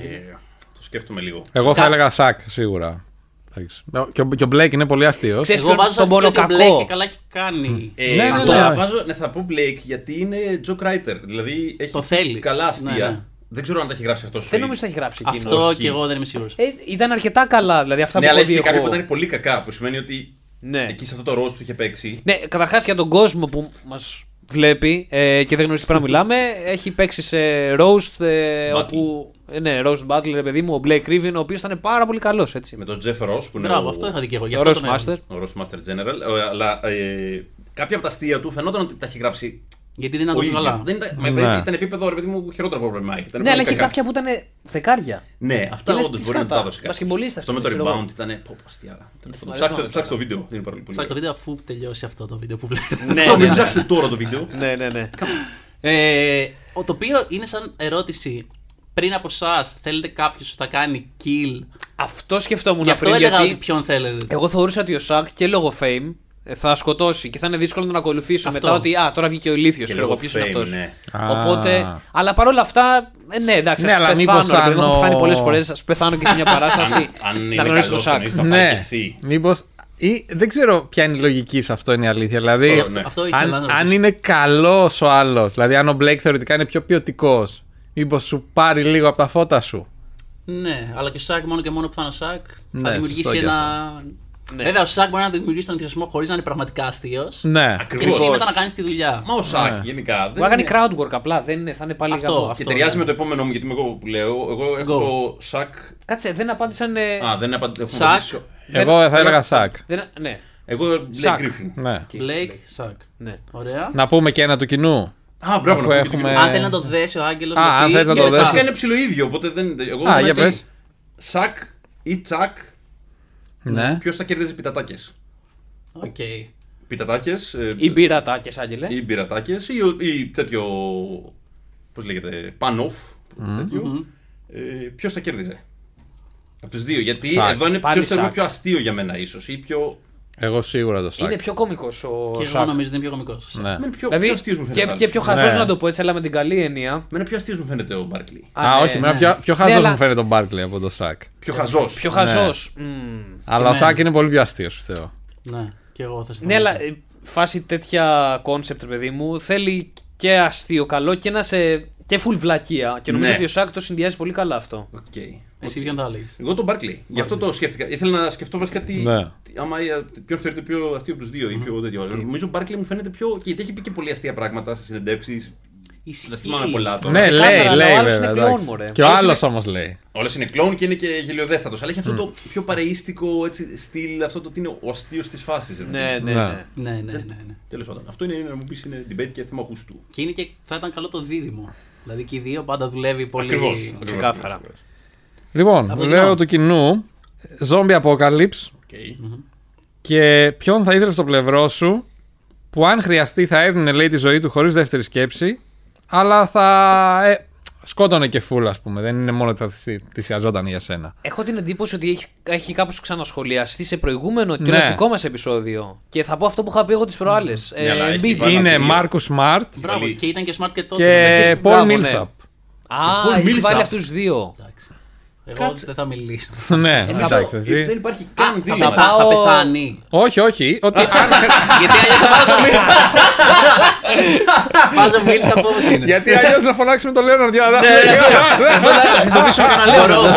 E: Το σκέφτομαι λίγο.
C: Εγώ θα
D: Κα-
C: έλεγα σακ σίγουρα. Εντάξει. Και ο- Και ο Μπλέκ είναι πολύ αστείος.
F: Ξέρεις
D: Εγώ
F: ποιον-
D: βάζω
F: τον
D: τον
F: Πονοκακό.
D: Μπλε και καλά έχει κάνει.
E: Ε,
C: Ναι, ναι,
E: το
C: ναι.
E: βάζω, ναι, θα πω Blake γιατί είναι Joe Writer. Δηλαδή έχει
D: Το θέλει.
E: καλά αστεία.
D: Ναι, ναι.
E: Δεν ξέρω αν τα έχει γράψει αυτό.
F: Δεν νομίζω ότι έχει γράψει εκείνος.
D: Αυτό
E: όχι.
D: και εγώ δεν είμαι σίγουρος.
F: Ε, ήταν αρκετά καλά. Δηλαδή αυτά
E: Ναι,
F: που
E: αλλά
F: έχω δει
E: έχει κάποια
F: εγώ.
E: που ήταν πολύ κακά. Που σημαίνει ότι
F: Ναι.
E: εκεί σε αυτό το ρόλο που είχε παίξει.
F: Ναι, καταρχάς για τον κόσμο που μας βλέπει ε, και δεν γνωρίζει τι πέρα μιλάμε, έχει παίξει σε Roast. Ε, όπου, ε, ναι, Roast Battle, ρε παιδί μου, ο Blake Riven, ο οποίος ήταν πάρα πολύ καλός.
D: Ναι,
F: έτσι.
E: Με τον Jeff Ross που είναι
D: Μπράβο,
E: ο,
D: αυτό είχα δει και εγώ. Γι'
F: Ο
D: αυτό
F: Roast
D: τον έβαλα.
F: Master.
E: ο Ross Master General. ε, Αλλά ε, κάποια από τα αστεία του φαινόταν ότι τα έχει γράψει.
D: Γιατί δεν ήταν
E: Ο
D: τόσο
E: ίδιος.
D: καλά.
E: Δεν ήταν, μα,
C: Ναι.
E: ήταν επίπεδο ρε παιδί μου χειρότερο από Mike. Ήταν
F: Ναι, αλλά
E: πολύ
F: είχε
E: κακά.
F: κάποια που ήταν δεκάρια.
E: Ναι,
F: Και
E: αυτά
F: λες,
E: όντως
F: τι
E: μπορεί να
F: σκάτα,
E: τα δώσεις κάποιος.
F: μπασκετμπολίστας
E: Αυτό με το
F: είναι, ξέρω εγώ.
E: rebound ήταν πω, πω, αστεία. Ψάξτε- Ψάξτε το βίντεο. Δεν είναι πάρα πολύ.
D: Ψάξτε το βίντεο αφού τελειώσει αυτό το βίντεο που βλέπετε.
E: Ναι, ναι, ναι. Ψάξτε τώρα το βίντεο.
F: Ναι, ναι, ναι.
D: Ε, ο- το οποίο είναι σαν ερώτηση. Πριν από εσάς, θέλετε κάποιος που θα κάνει kill.
F: Αυτό
D: Γι'
F: σκεφτόμουν
D: αυτό
F: πριν.
D: έλεγα ότι
F: Γιατί
D: ποιον θέλετε.
F: εγώ θεωρούσα ότι ο Σακ και λόγω fame ε, θα σκοτώσει και θα είναι δύσκολο να τον ακολουθήσω
D: Αυτό.
F: μετά ότι α, τώρα βγήκε ο ηλίθιος. Ξέρω εγώ
E: λόγω
F: ποιος
E: fame,
F: είναι αυτός.
E: ναι.
F: Οπότε. Αλλά παρόλα αυτά. ε, ναι, εντάξει,
C: Ναι,
F: ας
C: αλλά
F: πεθάνω.
C: μήπως
F: ρε παιδί μου,
C: αν
F: έχω πεθάνει
C: ο-
F: πολλές φορές. Ας πεθάνω και σε μια παράσταση.
E: Αν είναι
F: να γνωρίσω τον
E: καλός
F: Σακ.
E: τονίστας, θα πάει
C: Ναι.
E: και εσύ.
C: Μήπως. Ή, δεν ξέρω ποια είναι η λογική σε αυτό είναι η αλήθεια. Δηλαδή,
E: Αυτό- ναι.
D: αυτό ήθελα
C: αν,
D: να ρωτήσω.
C: αν είναι καλός ο άλλος, δηλαδή αν ο Μπλέκ θεωρητικά είναι πιο ποιοτικός, μήπως σου πάρει λίγο από τα φώτα σου.
D: Ναι, αλλά και ο Σάκ μόνο και μόνο που θα είναι ο Σάκ
C: Ναι,
D: θα δημιουργήσει
C: σωστό και
D: ένα. Βέβαια, ο Σάκ μπορεί να δημιουργήσει τον ενθουσιασμό χωρίς να είναι πραγματικά αστείος.
C: Ναι.
D: Και
E: Ακριβώς.
D: εσύ μετά να κάνει τη δουλειά.
E: Μα ο
F: Ναι.
E: Σάκ γενικά.
F: Μου
E: Δεν
F: έκανε
E: είναι-
F: crowd work απλά. Δεν είναι, θα είναι πάλι
D: Αυτό,
F: γαμό.
D: αυτό.
E: Και ταιριάζει
D: ναι.
E: με το επόμενο μου, γιατί είμαι εγώ που λέω. Εγώ έχω το Σάκ.
F: Κάτσε, δεν απάντησαν. ε,
E: Α, δεν απαντήσω.
D: Σακ.
C: Εγώ θα έλεγα σακ.
F: δεν- ναι.
E: Εγώ Blake
F: Σακ.
E: Griffin.
C: Ναι.
D: Blake, Σάκ.
F: Ναι.
D: Ωραία.
C: Να πούμε και ένα του κοινού.
E: Α, μπράβο.
C: Αφού
E: να πούμε
C: έχουμε-
E: και το κοινό.
D: Αν θέλει να το δέσει ο Άγγελος.
C: Ε, Α, αν θέλει να το δέσει.
E: Βασικά είναι ψηλό ίδιο, οπότε δεν. Εγώ
C: Α,
E: ήμουν
C: για
E: τι-
C: πες.
E: Σακ ή Τσακ,
C: Ναι.
E: ποιος θα κερδίζει πιτατάκες.
D: Οκ.
E: Πιτατάκες
F: Ή μπύρα τάκε, Άγγελε.
E: ε, ή μπυρατάκε ή, ο- ή τέτοιο. Πώς λέγεται, pan-off. τέτοιο. Ε, ποιος θα κέρδιζε. Από τους δύο. Γιατί
C: Σακ.
E: εδώ είναι
F: Πάλι
E: ποιος
F: σακ.
E: πιο αστείο για μένα, ίσως. Ή πιο.
C: Εγώ σίγουρα το Σάκ.
F: Είναι πιο κωμικός ο
D: Και εγώ
F: Σάκ.
D: νομίζω ότι είναι πιο κωμικός.
C: Ναι.
E: είναι πιο, πιο
F: Δηλαδή
E: αστείος μου
F: και,
E: φαίνεται.
F: και πιο χαζός
C: Ναι.
F: να το πω έτσι, αλλά με την καλή έννοια.
E: Εμένα πιο αστείος μου φαίνεται ο Μπάρκλι.
C: Α,
F: ναι,
C: όχι,
F: ναι.
C: εμένα πιο, πιο
F: Ναι,
C: χαζός
F: αλλά
C: μου φαίνεται τον Barkley από το Σάκ.
E: Πιο χαζός.
F: Ε, Πιο χαζός.
C: Αλλά ο Σάκ είναι πολύ πιο αστείος, πιστεύω.
D: Ναι, και εγώ θα συμφωνήσω.
F: Ναι, αλλά ε, φάση τέτοια κόνσεπτ, παιδί μου, θέλει και αστείο καλό και να σε. και full βλακεία. Και νομίζω
E: Ναι.
F: ότι ο Σάκ το συνδυάζει πολύ καλά αυτό.
E: Οκ.
D: Εσύ ποιον το έλεγες.
E: Εγώ τον Barkley. Γι' αυτό το σκέφτηκα. Ήθελα να σκεφτώ βασικά τι.
C: Ναι.
E: τι- Άμα ε, ποιον θεωρείται πιο αστείο από τους δύο ή πιο τέτοιο. Αλλά Νομίζω ο Barkley μου φαίνεται πιο. και γιατί έχει πει και πολύ αστεία πράγματα σε συνεντεύξεις. Δεν θυμάμαι πολλά τώρα.
C: Ναι,
F: Ξεκάθαρα,
C: λέει,
F: αλλά ο
C: λέει.
F: άλλος
C: βέβαια,
F: είναι κλόν,
C: εντάξει.
F: μωρέ.
C: Και ο
E: Άλλος
C: άλλο
E: είναι-
C: όμως λέει.
E: Όλο είναι κλόν και είναι και γελιοδέστατος. Αλλά έχει αυτό το πιο παρείστικο έτσι, στυλ, αυτό το ότι είναι ο αστείος της φάσης.
F: Ναι, ναι,
C: Ναι.
F: ναι.
D: Ναι, ναι, ναι, ναι.
E: Τέλος πάντων. Αυτό είναι να μου πεις είναι debate και θέμα γούστου.
D: Και, είναι και θα ήταν καλό το δίδυμο. Δηλαδή και οι δύο πάντα δουλεύει πολύ.
E: Ακριβώς.
F: Ε, ξεκάθαρα.
C: Λοιπόν,
D: κοινό.
C: λέω του κοινού. Zombie Apocalypse. Και ποιον θα ήθελε στο πλευρό σου που αν χρειαστεί θα έδινε λέει τη ζωή του χωρίς δεύτερη σκέψη αλλά θα ε, σκότωνε και φούλα ας πούμε δεν είναι μόνο ότι θα θυσι- θυσιαζόταν για σένα
F: Έχω την εντύπωση ότι έχει, έχει κάπως ξανασχολιαστεί σε προηγούμενο
C: Ναι.
F: τηλεοπτικό μας επεισόδιο. Και θα πω αυτό που είχα πει εγώ τις προάλλες.
E: Ναι, αλλά έχει
F: Embiid.
E: βάλει-
C: είναι
E: δύο.
C: Μάρκου Σμαρτ
D: Μπράβο, και ήταν και smart και τότε.
C: και
F: έχεις-
C: Πολ
F: μπράβο, ναι.
C: Μίλσαπ
F: Α,
E: Ο Paul
F: έχει
E: Millsap.
F: βάλει αυτούς τους δύο.
D: Εντάξει. Εγώ δεν θα μιλήσω.
C: ναι
F: Ε, θα
C: εντάξει
F: πω-
C: εσύ.
E: Ε, Δεν υπάρχει καν
D: θα,
E: δίλημα.
F: πάω-
D: θα πεθάνει.
C: όχι όχι ότι αν-
D: Γιατί αλλιώς θα πάρω το μήνυμα. Βάζω μίλησα από όπως είναι.
C: γιατί
E: Ναι.
C: αλλιώς να φωνάξουμε τον Λέοναρντ για
F: Ναι,
C: να Ναι.
D: Μπορώ, μπορώ.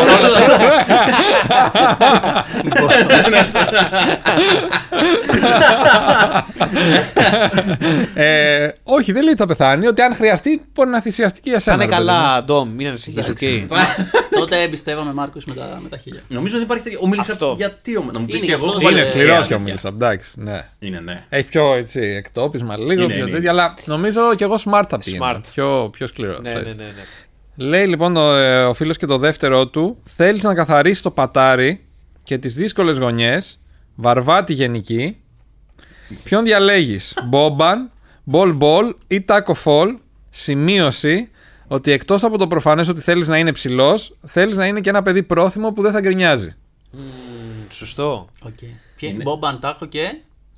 C: Ε, όχι δεν λέει ότι θα πεθάνει ότι αν χρειαστεί μπορεί να θυσιαστεί και για
F: Θα
C: σένα ρε
F: είναι
C: παιδί μου.
F: καλά, Ντόμ, μην ανησυχείς. οκ.
D: Τότε εμπιστεύαμε Μάρκος με, τα- με τα χίλια.
E: Νομίζω δεν υπάρχει τέτοιο. Ο Μίλισσα
F: Αυτό.
E: γιατί ο Να μου πεις
D: Είναι
E: και εγώ.
D: αυτό,
C: είναι
D: ε,
C: σκληρός
D: ε,
C: και ο Μίλσαπ εντάξει ναι
E: Είναι, ναι.
C: Έχει πιο έτσι, εκτόπισμα, λίγο
E: Είναι,
C: πιο
E: είναι.
C: τέτοια, αλλά νομίζω και εγώ smart θα πήγαινα.
F: Smart.
C: Πιο, πιο σκληρός.
F: Ναι,
C: θα
F: ναι,
C: ήταν.
F: ναι. ναι.
C: Λέει λοιπόν ο, ε, ο φίλος και το δεύτερο του, θέλεις να καθαρίσεις το πατάρι και τις δύσκολες γωνιές, βαρβάτη γενική. Ποιον διαλέγεις, Μπόμπαν, Μπολ Μπολ ή Τάκο Φολ, σημείωση ότι εκτός από το προφανές ότι θέλεις να είναι ψηλός, θέλεις να είναι και ένα παιδί πρόθυμο που δεν θα γκρινιάζει.
F: Σωστό.
D: Οκ. Ποια είναι. Μπομπαν Τάκο και.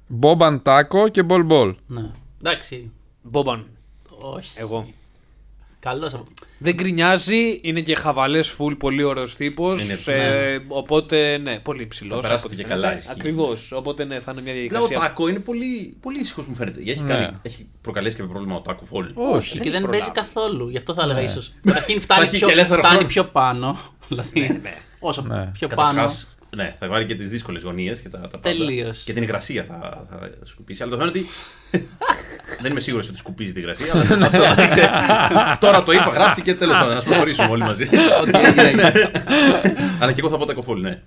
C: Μπόμπαν Τάκο και Μπολ Μπολ.
D: Ναι. Εντάξει.
F: Μπόμπαν,
D: Όχι.
C: Ε,
F: εγώ.
D: Καλός.
F: Δεν γκρινιάζει, είναι και χαβαλές φουλ, πολύ ωραίος τύπος.
E: Είναι,
F: Οπότε ναι, πολύ ψηλός.
E: Θα περάσει και καλά, ισχύει.
F: Ακριβώς. Οπότε ναι, θα είναι μια
E: Απλά ο
F: διαδικασία.
E: Τάκο είναι πολύ, πολύ ήσυχος μου φαίνεται. Έχει, κάνει, έχει προκαλέσει και πρόβλημα ο Τάκο Φόλ.
C: Όχι. Ναι.
D: Και δεν παίζει καθόλου. Γι' αυτό θα έλεγα ίσως. Καταρχήν φτάνει,
E: Υπάρχει
D: πιο,
E: και ελεύθερο
D: φτάνει
E: χρόνο.
D: πιο πάνω.
C: Ναι,
D: Δηλαδή, όσο πιο πάνω.
E: Καταρχάς, Ναι, θα βάλει και τις δύσκολες γωνίες και τα, τα πάντα.
D: Τελείως.
E: Και την υγρασία θα, θα σκουπίσει. Αλλά το θέμα είναι ότι. δεν είμαι σίγουρος ότι σκουπίζει την υγρασία. Αλλά αυτό, δεν ξέρω. Τώρα το είπα, γράφτηκε τέλος πάντων. Α προχωρήσουμε όλοι μαζί. Ναι. αλλά και εγώ θα πω τα κοφόλ, ναι.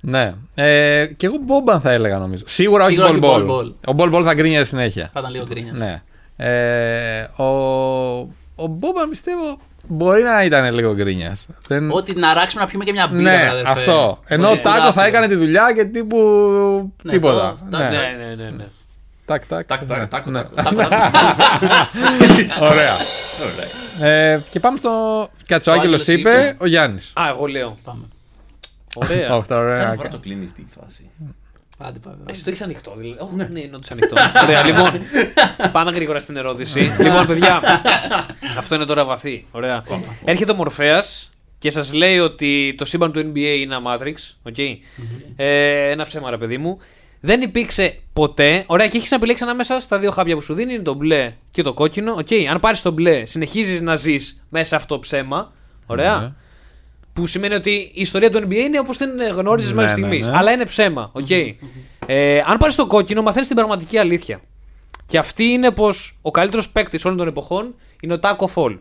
C: Ναι. Ε, και εγώ Μπόμπαν θα έλεγα νομίζω. Σίγουρα,
D: Σίγουρα
C: όχι
D: όχι
C: Μπολ
D: Μπολ
C: Μπολ. Ο Μπολ Μπολ θα γκρίνιαζε συνέχεια.
D: Θα ήταν λίγο γκρίνιας.
C: Ναι. Ε, ο ο Μπόμπαν πιστεύω μπορεί να ήταν λίγο γκρίνιας. Δεν...
D: Ότι να ράξουμε να πιούμε και μια μπύρα,
C: ναι,
D: αδερφέ.
C: αυτό. Ενώ ο
D: Πολύ
C: Τάκο θα
D: κουλάθλο.
C: έκανε τη δουλειά και τύπου.
D: Ναι,
C: τίποτα.
D: αυτό,
C: ναι.
D: τάκο,
F: Ναι, ναι, ναι. ναι.
C: Τάκ, τάκ.
E: Τάκ,
C: ναι,
E: τάκ, τάκ,
C: ναι.
E: τάκ.
C: Ωραία.
E: Ωραία.
C: Ε, και πάμε στο. Κάτσε, ο
D: Ο
C: Άγγελος
D: Άγγελος
C: είπε,
D: είπε.
C: ο Γιάννης.
F: Α, εγώ λέω.
D: Πάμε.
F: Ωραία.
C: Όχι, τα ωραία.
E: Κάθε φορά το κλείνεις τη φάση.
D: Άντε, πάμε.
F: Εσύ το έχεις ανοιχτό, δηλαδή. Όχι, ναι, είναι όντως ανοιχτό. Ωραία, λοιπόν. Πάμε γρήγορα στην ερώτηση. λοιπόν, παιδιά, αυτό είναι τώρα βαθύ. Ωραία. Έρχεται ο Μορφέας και σας λέει ότι το σύμπαν του NBA είναι Matrix. Okay. Ε, ένα ψέμα, ρε παιδί μου. Δεν υπήρξε ποτέ. Ωραία, και έχεις να επιλέξεις ανάμεσα στα δύο χάπια που σου δίνει, είναι το μπλε και το κόκκινο. Okay. Αν πάρεις το μπλε, συνεχίζεις να ζεις μέσα σε αυτό το ψέμα. Ωραία.
C: Ναι.
F: Που σημαίνει ότι η ιστορία του NBA είναι όπως την γνώριζε
C: Ναι,
F: μέχρι
C: ναι,
F: στιγμής.
C: ναι.
F: Αλλά είναι ψέμα. οκ. Ε, αν πάρεις το κόκκινο, μαθαίνεις την πραγματική αλήθεια. Και αυτή είναι πως ο καλύτερος παίκτης όλων των εποχών είναι ο Τάκο Φολ.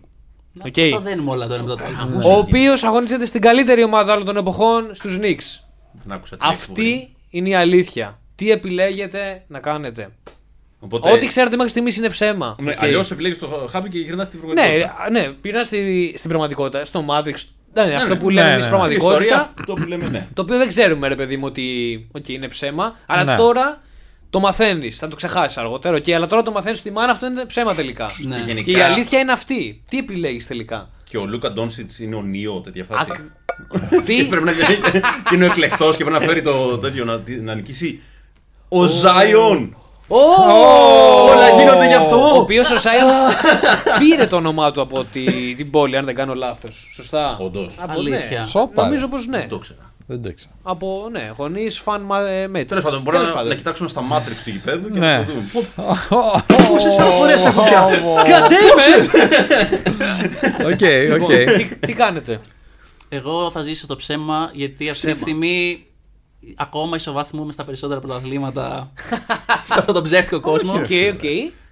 F: Οκ.
D: Αυτό δεν είναι όλα τώρα μετά το άλλο.
C: Ναι.
F: Ο οποίος αγωνίζεται στην καλύτερη ομάδα όλων των εποχών στους
C: Ναι,
F: Knicks.
E: Δεν άκουσα τι λέει.
F: Αυτή είναι η αλήθεια. Τι επιλέγετε να κάνετε.
E: Οπότε,
F: Ό,τι ξέρετε μέχρι στιγμής είναι ψέμα.
E: Ναι,
F: Οκ.
E: Αλλιώς επιλέγεις το χάπι και γυρνάς στην
F: ναι,
E: πραγματικότητα.
F: ναι πειράς στη, στην πραγματικότητα, στο Matrix. Ναι, αυτό που
C: ναι,
F: λέμε
C: ναι,
F: εμείς
C: ναι.
E: Η
F: πραγματικότητα.
E: ιστορία, το που λέμε, ναι.
F: Το οποίο δεν ξέρουμε, ρε παιδί μου, ότι okay, είναι ψέμα. Αλλά
C: Ναι.
F: τώρα το μαθαίνεις. Θα το ξεχάσεις αργότερα. Okay, αλλά τώρα το μαθαίνεις ότι μάνα αυτό είναι ψέμα τελικά.
D: Ναι.
E: Και γενικά-
F: Και η αλήθεια είναι αυτή. Τι επιλέγεις τελικά.
E: Και ο Λούκα Ντόνσιτ είναι ο Νίο, τέτοια φάση.
F: Ακ- Τι.
E: Και πρέπει να και είναι ο εκλεκτός και πρέπει να φέρει το τέτοιο να, να νικήσει. Ο Ζάιον.
F: Όλα
E: Όλα γίνονται γι' αυτό.
F: Ο οποίος ο Σάιον πήρε το όνομά του από τη- την πόλη, αν δεν κάνω λάθος. Σωστά.
E: Όντως.
F: Από,
D: Αλήθεια.
F: ναι.
C: Σόπα,
F: Νομίζω
C: ρε.
F: πως ναι.
E: Το ξέρα.
C: Δεν το ήξερα.
F: Από ναι, γονείς φαν μα- ε, μέτρης.
E: Τέλος πάντων,
F: Τέλος
E: μπορούμε να, Ναι.
F: πάντων.
E: να κοιτάξουμε στα Matrix του γηπέδου και
C: Ναι.
E: να το δούμε. Πω,
C: Πόσε αναφορέ έχω
F: God damn it!
C: Οκ, οκ.
F: Τι- Τι κάνετε.
D: Εγώ θα ζήσω στο ψέμα γιατί αυτή τη στιγμή ακόμα ισοβαθμούμε στα περισσότερα πρωταθλήματα σε αυτόν τον ψεύτικο κόσμο.
F: Οκ,
D: Και,
F: οκ.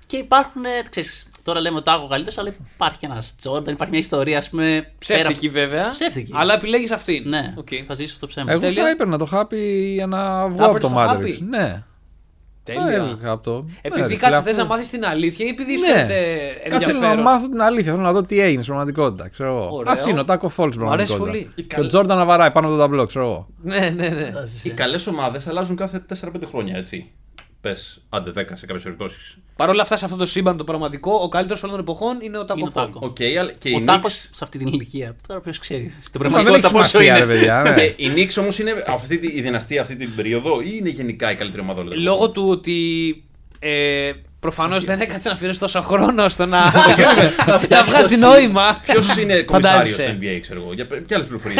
D: και υπάρχουν, ε, ξέρεις, τώρα λέμε ότι ο Τάκο καλύτερος, αλλά υπάρχει και ένας Τζόρνταν, υπάρχει μια ιστορία, ας πούμε.
F: Ψεύτικη
D: πέρα-
F: βέβαια.
D: Ψεύτικη.
F: Αλλά επιλέγεις αυτήν.
D: Ναι,
F: Οκ.
D: θα ζήσω στο ψέμα.
C: Εγώ
F: Τέλεια.
C: θα έπαιρνα το χάπι για να βγω
F: Θα
C: από το
F: έπαιρνες το
C: Matrix.
F: χάπι?
C: Ναι. Θα
F: Τέλεια.
C: έβγα από το. Ναι,
F: Επειδή
C: ρε,
F: κάτσε
C: φίλε,
F: θες να
C: αφού-
F: μάθεις την αλήθεια ή επειδή σου
C: Ναι.
F: φαίνεται
C: Κάτσε
F: ενδιαφέρον.
C: θέλω να μάθω την αλήθεια. Θέλω να δω τι έγινε στην πραγματικότητα. Ξέρω εγώ.
F: Ωραίο.
C: Ας είναι ο Τάκο Φόλτ στην
F: Μ' αρέσει
C: πραγματικότητα.
F: πολύ.
C: Και ο Τζόρνταν να βαράει πάνω από το ταμπλό, ξέρω εγώ.
F: Ναι, ναι, ναι.
D: ε.
E: Οι καλές ομάδες αλλάζουν κάθε 4-5 χρόνια, έτσι. Πες, άντε 10 σε κάποιες περιπτώσεις.
F: Παρ' όλα αυτά, σε αυτό το σύμπαν το πραγματικό, ο καλύτερος όλων των εποχών είναι ο
D: Είναι ο
F: Τάκο Φόλ.
D: Τάκο.
E: Οκ, αλλά και
D: Ο
E: η
D: Τάκος
E: Νίξ.
D: σε αυτή την ηλικία. Τώρα ποιος ξέρει. Στην
C: Αυτό δεν έχει
D: πραγματικότητα πόσο
C: σημασία, ρε
D: είναι.
C: παιδιά. ναι.
E: Και η Νίξ όμως είναι αυτή τη- η δυναστεία αυτή την περίοδο ή είναι γενικά η καλύτερη ομάδα όλων των εποχών?
F: Λόγω του ότι ε, προφανώς δεν έκατσε να αφιερώσει τόσο χρόνο στο να,
C: Ναι.
F: να βγάζει
D: το
F: νόημα.
E: Ποιος είναι κομισάριο
F: Φαντάζεσαι.
E: στο NBA, ξέρω εγώ. Για ποια άλλες πληροφορίες.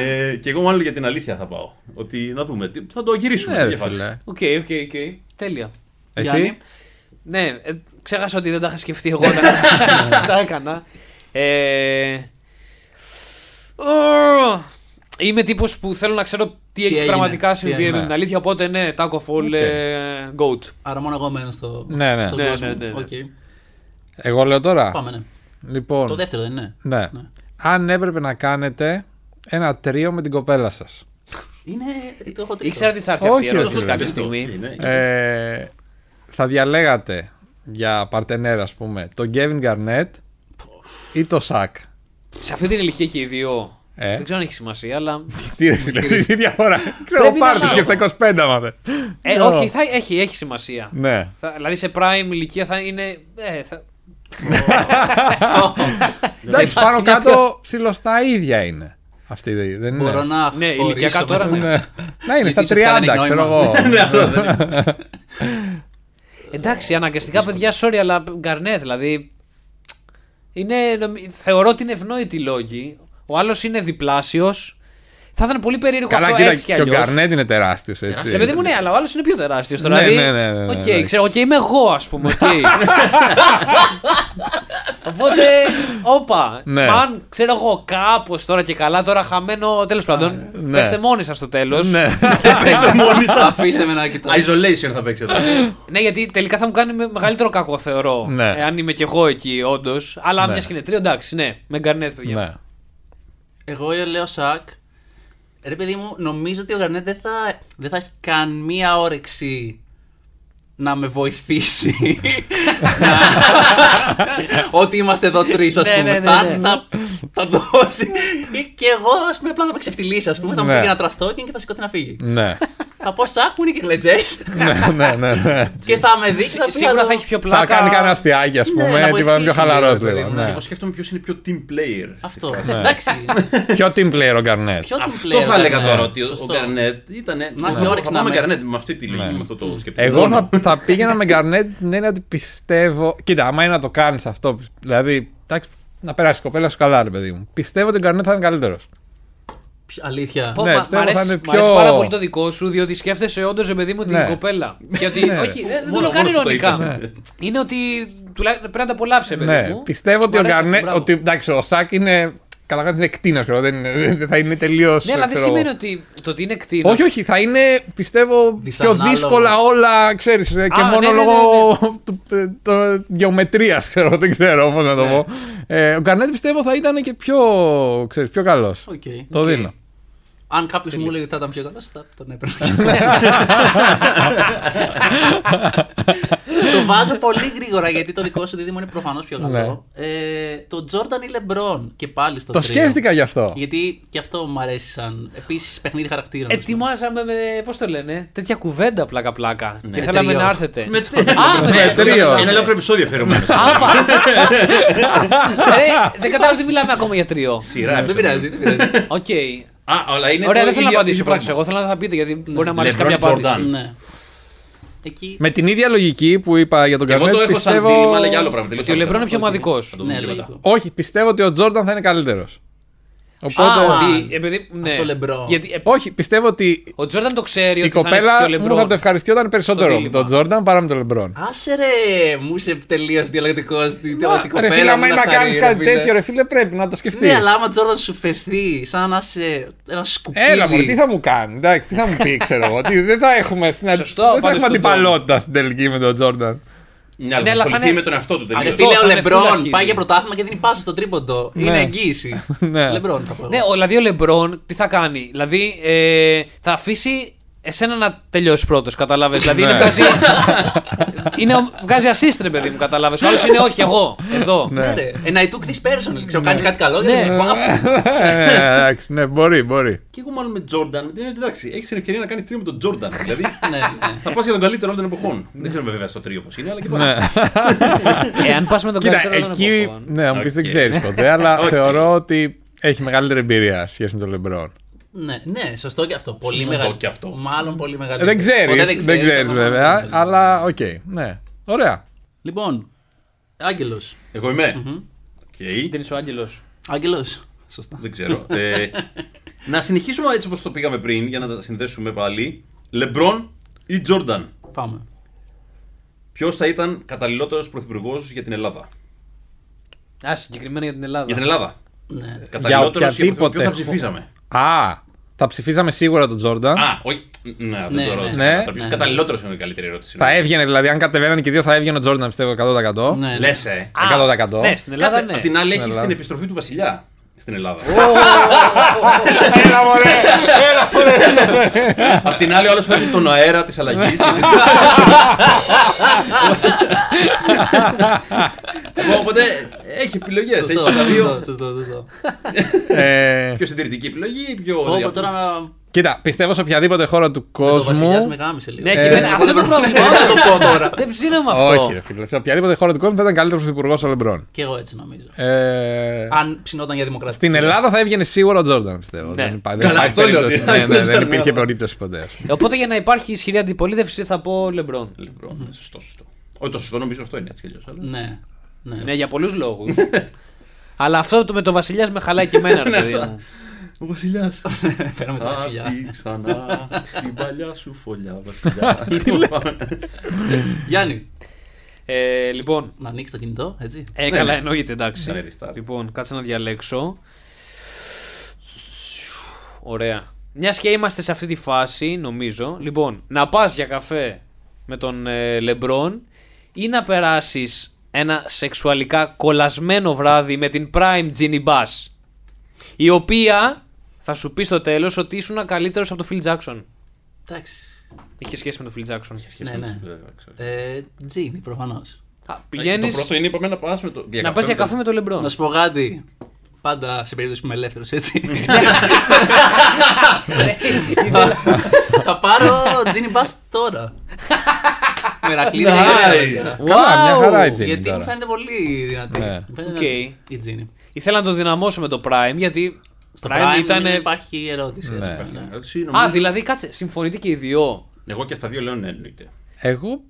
E: ε, και εγώ μάλλον για την αλήθεια θα πάω. Ότι να δούμε. τι- Θα το γυρίσουμε.
C: Ναι,
E: σε
C: ρε
E: διαφάση.
C: φίλε.
F: Οκ, οκ, οκ. Τέλεια.
C: Εσύ.
F: Ναι, ε, ξέχασα ότι δεν τα είχα σκεφτεί εγώ. τα- τα έκανα. Ε, ω, είμαι τύπος που θέλω να ξέρω τι, έχει
D: έγινε,
F: πραγματικά
D: τι
F: συμβεί
D: έγινε.
F: με την αλήθεια. Οπότε ναι, Taco Fall ε, Goat.
D: Άρα μόνο εγώ μένω στο.
C: Ναι, ναι.
D: στον
F: Ναι,
D: κόσμο.
F: ναι, ναι, ναι.
D: Οκ.
C: Εγώ λέω τώρα.
D: Πάμε, ναι. Το
C: Λοιπόν,
D: δεύτερο δεν είναι.
C: ναι. Αν έπρεπε να κάνετε ένα τρίο με την κοπέλα σας.
D: Είναι. Το έχω τρίτο.
F: Ήξερα ότι θα έρθει αυτή η
C: Όχι,
F: ερώτηση
C: όχι,
F: κάποια
E: Είναι το-
F: στιγμή.
E: είναι-
C: Ε, θα διαλέγατε για παρτενέρα, ας πούμε, τον Kevin Garnett ή το Σακ.
F: Σε αυτή την ηλικία και οι δύο.
C: Ε.
F: Δεν ξέρω αν έχει σημασία, αλλά.
C: Τι ρε φίλε, τι διαφορά. Ξέρω,
F: Πρέπει να
C: πάρτε
F: κάνω.
C: και τα 25 μάθε.
F: Ε, όχι, θα, έχει, έχει σημασία.
C: Ναι.
F: Θα- δηλαδή σε prime ηλικία θα είναι. Ε, θα...
C: Εντάξει, πάνω κάτω ψηλό τα ίδια είναι. Αυτή δεν είναι.
D: Μπορώ να.
F: Ναι, ηλικιακά
D: χωρίσω
F: τώρα
D: μετά.
F: ναι.
C: Ναι. Να είναι στα
D: Γιατί ουσιαστικά δεν
C: 30,
D: έχει
C: ξέρω
D: νόημα. Ναι,
C: εγώ. Ε,
F: Εντάξει, αναγκαστικά παιδιά, sorry, αλλά γκαρνέ, δηλαδή. Είναι, νομι- θεωρώ ότι είναι ευνόητοι οι λόγοι. Ο άλλος είναι διπλάσιος. Θα ήταν πολύ περίεργο
C: Καλά,
F: αυτό
C: κοίτα,
F: έτσι κι
C: και ο
F: αλλιώς.
C: Garnett είναι τεράστιος,
D: Ε,
C: έτσι.
F: Ρε παιδί μου, ναι, αλλά ο άλλος είναι πιο τεράστιος.
C: Ναι,
F: Δηλαδή.
C: ναι, ναι, ναι, ναι,
F: Οκ,
C: ναι.
F: ξέρω, οκ, είμαι εγώ, ας πούμε. οκ. Οπότε, όπα.
C: Ναι.
F: Μα Αν ξέρω εγώ κάπως τώρα και καλά, τώρα χαμένο. Τέλος πάντων.
C: ναι.
F: Παίξτε μόνοι σας το τέλος.
C: Ναι.
D: Αφήστε με να κοιτάξω.
E: Isolation θα παίξει εδώ.
F: Ναι, γιατί τελικά θα μου κάνει με- μεγαλύτερο κακό, θεωρώ.
C: Ναι.
F: Εάν είμαι κι εγώ εκεί, όντως. Αλλά
C: Ναι.
F: μιας και είναι τρία, εντάξει, ναι. Με γκαρνέτ, παιδιά.
C: Ναι.
D: Εγώ λέω Σακ. Ρε παιδί μου, νομίζω ότι ο Γκαρνέτ δεν θα, δεν θα έχει καν μία όρεξη να με βοηθήσει. να... ότι είμαστε εδώ τρεις, ας
F: Ναι,
D: πούμε.
F: ναι, ναι,
D: θα,
F: ναι.
D: θα, θα δώσει. και εγώ, ας πούμε, απλά θα με ξεφτυλίσει, ας πούμε. Θα μου
C: Ναι.
D: πήγε ένα τραστόκιν και θα σηκωθεί να φύγει.
C: Ναι.
D: θα πω Σακ που είναι και γλετζέ.
C: Ναι, ναι, ναι, ναι.
D: και θα με δει και θα πει.
F: Σίγουρα
D: «Εδώ».
F: θα έχει πιο
C: Θα
F: πλάκα. Ναι,
C: κάνει κανένα αστιάκι, ας πούμε, έτσι
D: να
C: να είναι πιο
D: βοηθήσει
C: χαλαρός
D: λίγο,
C: λίγο. ναι.
E: Εγώ σκέφτομαι ποιος είναι πιο team player.
D: Αυτό. Εντάξει.
C: Ποιο team player ο Garnett.
D: Ποιο την
E: Το
D: πλέον. ναι.
E: θα έλεγα
F: ναι.
E: τώρα ότι ο
D: Σωστό.
E: Γκαρνέτ ήταν. Να
D: έχει όρεξη να
E: με
D: με-
E: Γκαρνέτ με αυτή τη λογική, με αυτό το σκεπτικό.
C: Ναι.
E: Ναι,
C: Εγώ
E: Μόνο.
C: θα, θα πήγαινα με Garnett την έννοια ότι πιστεύω. Κοίτα, άμα είναι να το κάνεις αυτό. Δηλαδή, εντάξει, να περάσεις η κοπέλα σου καλά, ρε παιδί μου. Πιστεύω ότι ο Garnett θα είναι καλύτερος.
D: Ποιο- Αλήθεια.
F: Πω,
C: Ναι,
F: μα- μ'
C: πιστεύω θα
F: αρέσει,
C: είναι
F: μ' αρέσει
C: πιο-
F: πάρα πολύ το δικό σου, διότι σκέφτεσαι όντως, ρε παιδί μου, την
C: Ναι.
F: κοπέλα. Γιατί.
C: Ναι.
F: όχι, δεν- δεν το
E: Μόνο-
F: λέω καν
E: μόνο αυτό το
F: ηρωνικά.
E: είπα,
F: Είναι ότι τουλάχιστον πρέπει να τα απολαύσει, ρε παιδί
C: Ναι,
F: μου.
C: πιστεύω ότι
F: Μ'
C: ο
F: αρέσει αυτό,
C: Garnett.
F: μπράβο.
C: Ότι, εντάξει, ο Σάκ είναι. Καταρχά είναι κτήνα, δεν, είναι- δεν θα είναι τελείως.
F: Ναι, αλλά δεν σημαίνει ότι το ότι είναι κτίνο.
C: Όχι, όχι, θα είναι πιστεύω πιο
D: Δυσανάλογος.
C: δύσκολα όλα, ξέρεις. Και
F: Α,
C: μόνο
F: ναι, ναι, ναι,
C: λόγω του- ε, το- γεωμετρίας, ξέρω, δεν ξέρω πώς να
F: Ναι.
C: το πω. Ε, ο Γκαρνέτ πιστεύω θα ήταν και πιο, ξέρεις, πιο καλός.
D: Οκ.
C: Το
D: Οκ.
C: δίνω.
D: Αν κάποιος μου έλεγε ότι θα ήταν πιο καλός, θα τον έπαιρνα. το βάζω πολύ γρήγορα γιατί το δικό σου δίδυμο είναι προφανώς πιο καλό. ε, το Jordan ή LeBron και πάλι στο
C: Το
D: τρίο.
C: σκέφτηκα γι' αυτό.
D: Γιατί και αυτό μου αρέσει σαν επίσης παιχνίδι χαρακτήρων. ας πούμε.
F: Ετοιμάζαμε με. Πώς το λένε, τέτοια κουβέντα πλάκα-πλάκα. και θέλαμε
D: Τριό.
F: να έρθετε.
E: Ναι, Με
F: Α, με-
C: Με τρίο.
E: Ένα ολόκληρο επεισόδιο αφιερωμένο.
F: Ναι. Άπα. Ρε, Ε, δεν κατάλαβα τι μιλάμε ακόμα για τριό.
E: Σειρά.
D: Δεν πειράζει, δεν πειράζει.
F: Οκ.
E: Α, αλλά είναι.
F: Ωραία,
E: το
F: δεν θέλω να
E: ίδιο-
F: απαντήσω
E: ίδιο
F: πρώτο. Εγώ
E: πράγμα.
F: θέλω να θα πείτε γιατί μπορεί να μου αρέσει
E: LeBron
F: κάποια
E: Jordan.
F: απάντηση.
D: Ναι. Εκεί.
C: Με την ίδια λογική που είπα για τον
E: Και εγώ
C: Καρνέτ,
E: το έχω σαν
C: πιστεύω...
E: δίλημα, αλλά για άλλο πράγμα.
F: Ότι ο Λεμπρόν είναι πιο ομαδικό.
D: Ναι,
E: λίγο.
D: λογικό.
C: Όχι, πιστεύω ότι ο Τζόρνταν θα είναι καλύτερος. Οπότε.
F: Α,
D: Οπότε-
F: ότι. Επειδή. Ναι.
D: το LeBron.
F: Γιατί, ε,
C: Όχι, πιστεύω ότι
F: ο Τζόρνταν το ξέρει
C: η
F: ότι θα είναι
C: κοπέλα
F: και ο
C: μου θα
F: LeBron.
C: το ευχαριστιόταν περισσότερο με
F: δίλημα.
C: τον Τζόρνταν παρά με τον Λεμπρόν.
D: Άσε ρε, μου είσαι τελείως διαλλακτικός στην
C: Μα, Ρε
D: τελική
C: φίλε,
D: κοπέλα.
C: άμα
D: μου
C: είναι να
D: χαρεί,
C: κάνει
D: ρε,
C: κάτι
D: φίλε.
C: τέτοιο, ρε φίλε, πρέπει να το σκεφτείς.
D: Ναι, αλλά άμα Τζόρνταν σου φερθεί, σαν να είσαι ένα σκουπίδι.
C: Έλα μου, τι θα μου κάνει, εντάξει, τι θα μου πει, ξέρω εγώ. τι- Δεν θα έχουμε, στην...
F: Σωστό,
C: δεν θα έχουμε
F: απάντηση του Ντόμ.
C: αντιπαλότητα στην τελική με τον Τζόρνταν.
E: Ναι, αλλά
F: Ναι,
E: θα
F: αλλά θα
E: ασχοληθεί
F: είναι-
E: με τον εαυτό του
D: Ρε
E: τελείως.
F: Αυτό
D: φίλε,
F: θα
D: ο
F: είναι
D: Λεμπρόν
F: φουλαχίδι.
D: πάει για πρωτάθλημα και δίνει πάσα στον τρίποντο. Είναι εγγύηση.
C: Ναι.
D: Λεμπρόν θα πω.
F: Ναι, ο, δηλαδή ο Λεμπρόν τι θα κάνει. Δηλαδή ε, θα αφήσει εσένα να τελειώσεις πρώτος, κατάλαβε. δηλαδή είναι,
C: Ναι.
F: βγάζει, είναι, ο- βγάζει assist, ρε παιδί μου, κατάλαβε. Ο άλλος είναι όχι, εγώ. Εδώ.
D: Ναι, ρε. And I took this personally. Ξέρω, κάνεις κάτι καλό. και
F: Ναι.
D: να πω, «Α,
C: Ε, Εντάξει, ναι, μπορεί, μπορεί.
E: Και εγώ μάλλον με Τζόρνταν, με την έννοια ότι, εντάξει, έχεις την ευκαιρία να κάνεις τρίο με τον Τζόρνταν. Δηλαδή
D: Ναι, ναι.
E: θα πας για τον καλύτερο όλων των εποχών. Δεν ξέρουμε βέβαια στο τρίο πώς είναι, αλλά και
C: Ναι.
E: πάλι.
F: Εάν πας Ε, με τον
C: Κοίτα,
F: καλύτερο των
C: εκεί.
F: εποχών.
C: Ναι, μου πει δεν
E: Οκ.
C: ξέρεις ποτέ, αλλά
E: Οκ.
C: θεωρώ ότι έχει μεγαλύτερη εμπειρία σε σχέση με τον Λεμπρόν.
D: Ναι, ναι, σωστό και αυτό. Πολύ
E: Σωστό
D: μεγάλο.
E: και αυτό.
D: Μάλλον πολύ μεγάλο.
C: Δεν ξέρεις,
D: Ποτέ
C: δεν
D: ξέρεις,
C: ξέρεις
D: αλλά πολύ
C: βέβαια,
D: μεγάλη.
C: αλλά οκ, ναι. Ωραία.
D: Λοιπόν, Άγγελος.
E: Εγώ είμαι. Οκ.
F: Δεν είσαι ο Άγγελος.
D: Άγγελος. Σωστά.
E: Δεν ξέρω. Ε, να συνεχίσουμε έτσι όπως το πήγαμε πριν για να τα συνδέσουμε πάλι. Λεμπρόν ή Τζόρνταν.
D: Πάμε.
E: Ποιος θα ήταν καταλληλότερος πρωθυπουργός για την Ελλάδα.
F: Α, συγκεκριμένα για την
E: Για την
F: Ελλάδα.
E: Ελλάδα.
D: Ναι.
E: Καταλληλότερος και
C: οποιαδήποτε
E: ποιον θα
C: χώρα.
E: ψηφίζαμε.
C: Α, θα ψηφίζαμε σίγουρα τον Τζόρνταν.
E: Α, όχι. Ναι, δεν
D: Ναι, ναι.
E: το ρώτησα.
C: Ναι.
E: Κατά-
D: Ναι, ναι.
E: Καταλληλότερος είναι η καλύτερη ερώτηση.
C: Θα έβγαινε δηλαδή, αν κατεβαίνανε και οι δύο, θα έβγαινε ο Τζόρνταν πιστεύω 100%.
D: Ναι, ναι.
E: Λες, ε.
C: 100%.
F: Ναι, στην Ελλάδα
E: Κάτσε,
F: ναι.
E: Απ' την άλλη, έχεις
C: Ελλάδα.
E: την επιστροφή του Βασιλιά στην Ελλάδα.
C: Έλα, μωρέ!
E: Απ' την άλλη, ο άλλος φέρνει τον αέρα της αλλαγής. Λοιπόν, Οπότε έχει επιλογές. Έχει
D: Σωστό,
E: και τα δύο.
D: σωστό, σωστό, σωστό.
C: Ε,
E: Πιο συντηρητική επιλογή, πιο.
D: Όπω τώρα
C: Κοίτα, πιστεύω σε οποιαδήποτε χώρα του
D: το Βασιλιά
C: κόσμου.
D: με γάμισε λίγο.
F: Ναι,
C: Ε.
F: και εμένα- αυτό είναι το πρόβλημα.
D: Δεν το πω τώρα.
F: Δεν ψήναμε αυτό.
C: Όχι, ρε φίλε. Σε οποιαδήποτε χώρα του κόσμου θα ήταν καλύτερος πρωθυπουργό ο Λεμπρόν.
D: Και εγώ έτσι νομίζω.
C: Ε,
D: Αν ψινόταν για δημοκρατία.
C: στην Ελλάδα θα έβγαινε σίγουρα ο Τζόρνταν, πιστεύω.
F: Ναι.
C: Δεν υπά- δεν
E: Καλά,
C: υπάρχει
E: αυτό λέω ότι-
C: περίπτωση. Ναι, ναι, δεν
E: Στην
C: υπήρχε
E: Ελλάδα.
C: περίπτωση ποτέ. ας πούμε.
F: Οπότε για να υπάρχει ισχυρή αντιπολίτευση θα πω Λεμπρόν.
E: Λοιπόν, ναι, σωστό, σωστό. Όχι, το σωστό νομίζω αυτό είναι έτσι κι αλλιώς, αλλά-
D: Ναι. Ναι.
F: Ναι, για πολλούς λόγους. Αλλά αυτό το με το Βασιλιάς με χαλάει και εμένα, ρε παιδί μου.
E: Ο Βασιλιάς.
D: Φέραμε τα βασιλιά.
E: Άντι ξανά στην παλιά σου φωλιά, Βασιλιά. Λοιπόν,
D: Γιάννη,
F: Ε, λοιπόν.
D: να ανοίξεις το κινητό, έτσι.
F: Ε, καλά, εννοείται, εντάξει.
E: Ναι, ρε, restart.
F: λοιπόν, κάτσε να διαλέξω. Ωραία. Μια και είμαστε σε αυτή τη φάση, νομίζω. Λοιπόν, να πας για καφέ με τον ε, Λεμπρόν ή να περάσεις ένα σεξουαλικά κολλασμένο βράδυ με την Prime Genie Bass. Η οποία θα σου πεις στο τέλος ότι ήσουν καλύτερος από τον Phil Jackson.
D: Εντάξει.
F: Είχε σχέση με τον Phil Jackson.
D: Ναι, ναι. Ε, Τζίνι, προφανώς.
F: Α, πηγαίνεις
E: Το πρώτο είναι είπαμε να πας με το.
F: να πα Ε, για καφέ με τον Λεμπρόν.
D: Να σου πω κάτι. Πάντα σε περίπτωση που είμαι ελεύθερος, έτσι. Θα- Θα πάρω Τζίνι Μπα τώρα.
F: ναι.
D: Μερακλείδη για γερά.
C: Καλά, μια χαρά η Τζίνι
D: Γιατί μου
C: τώρα.
D: φαίνεται πολύ δυνατή.
C: Ναι.
D: Μου φαίνεται
F: Οκ.
D: δυνατή Η Τζίνι.
F: Ήθελα να το δυναμώσω με το Prime γιατί.
D: Στο
F: Prime
D: Prime
F: ήτανε-
D: δεν υπάρχει ερώτηση. έτσι,
C: Ναι.
D: ναι.
F: Α, δηλαδή κάτσε, συμφωνείτε και οι δύο.
E: Εγώ και στα δύο λέω ναι, εννοείται.
C: Εγώ.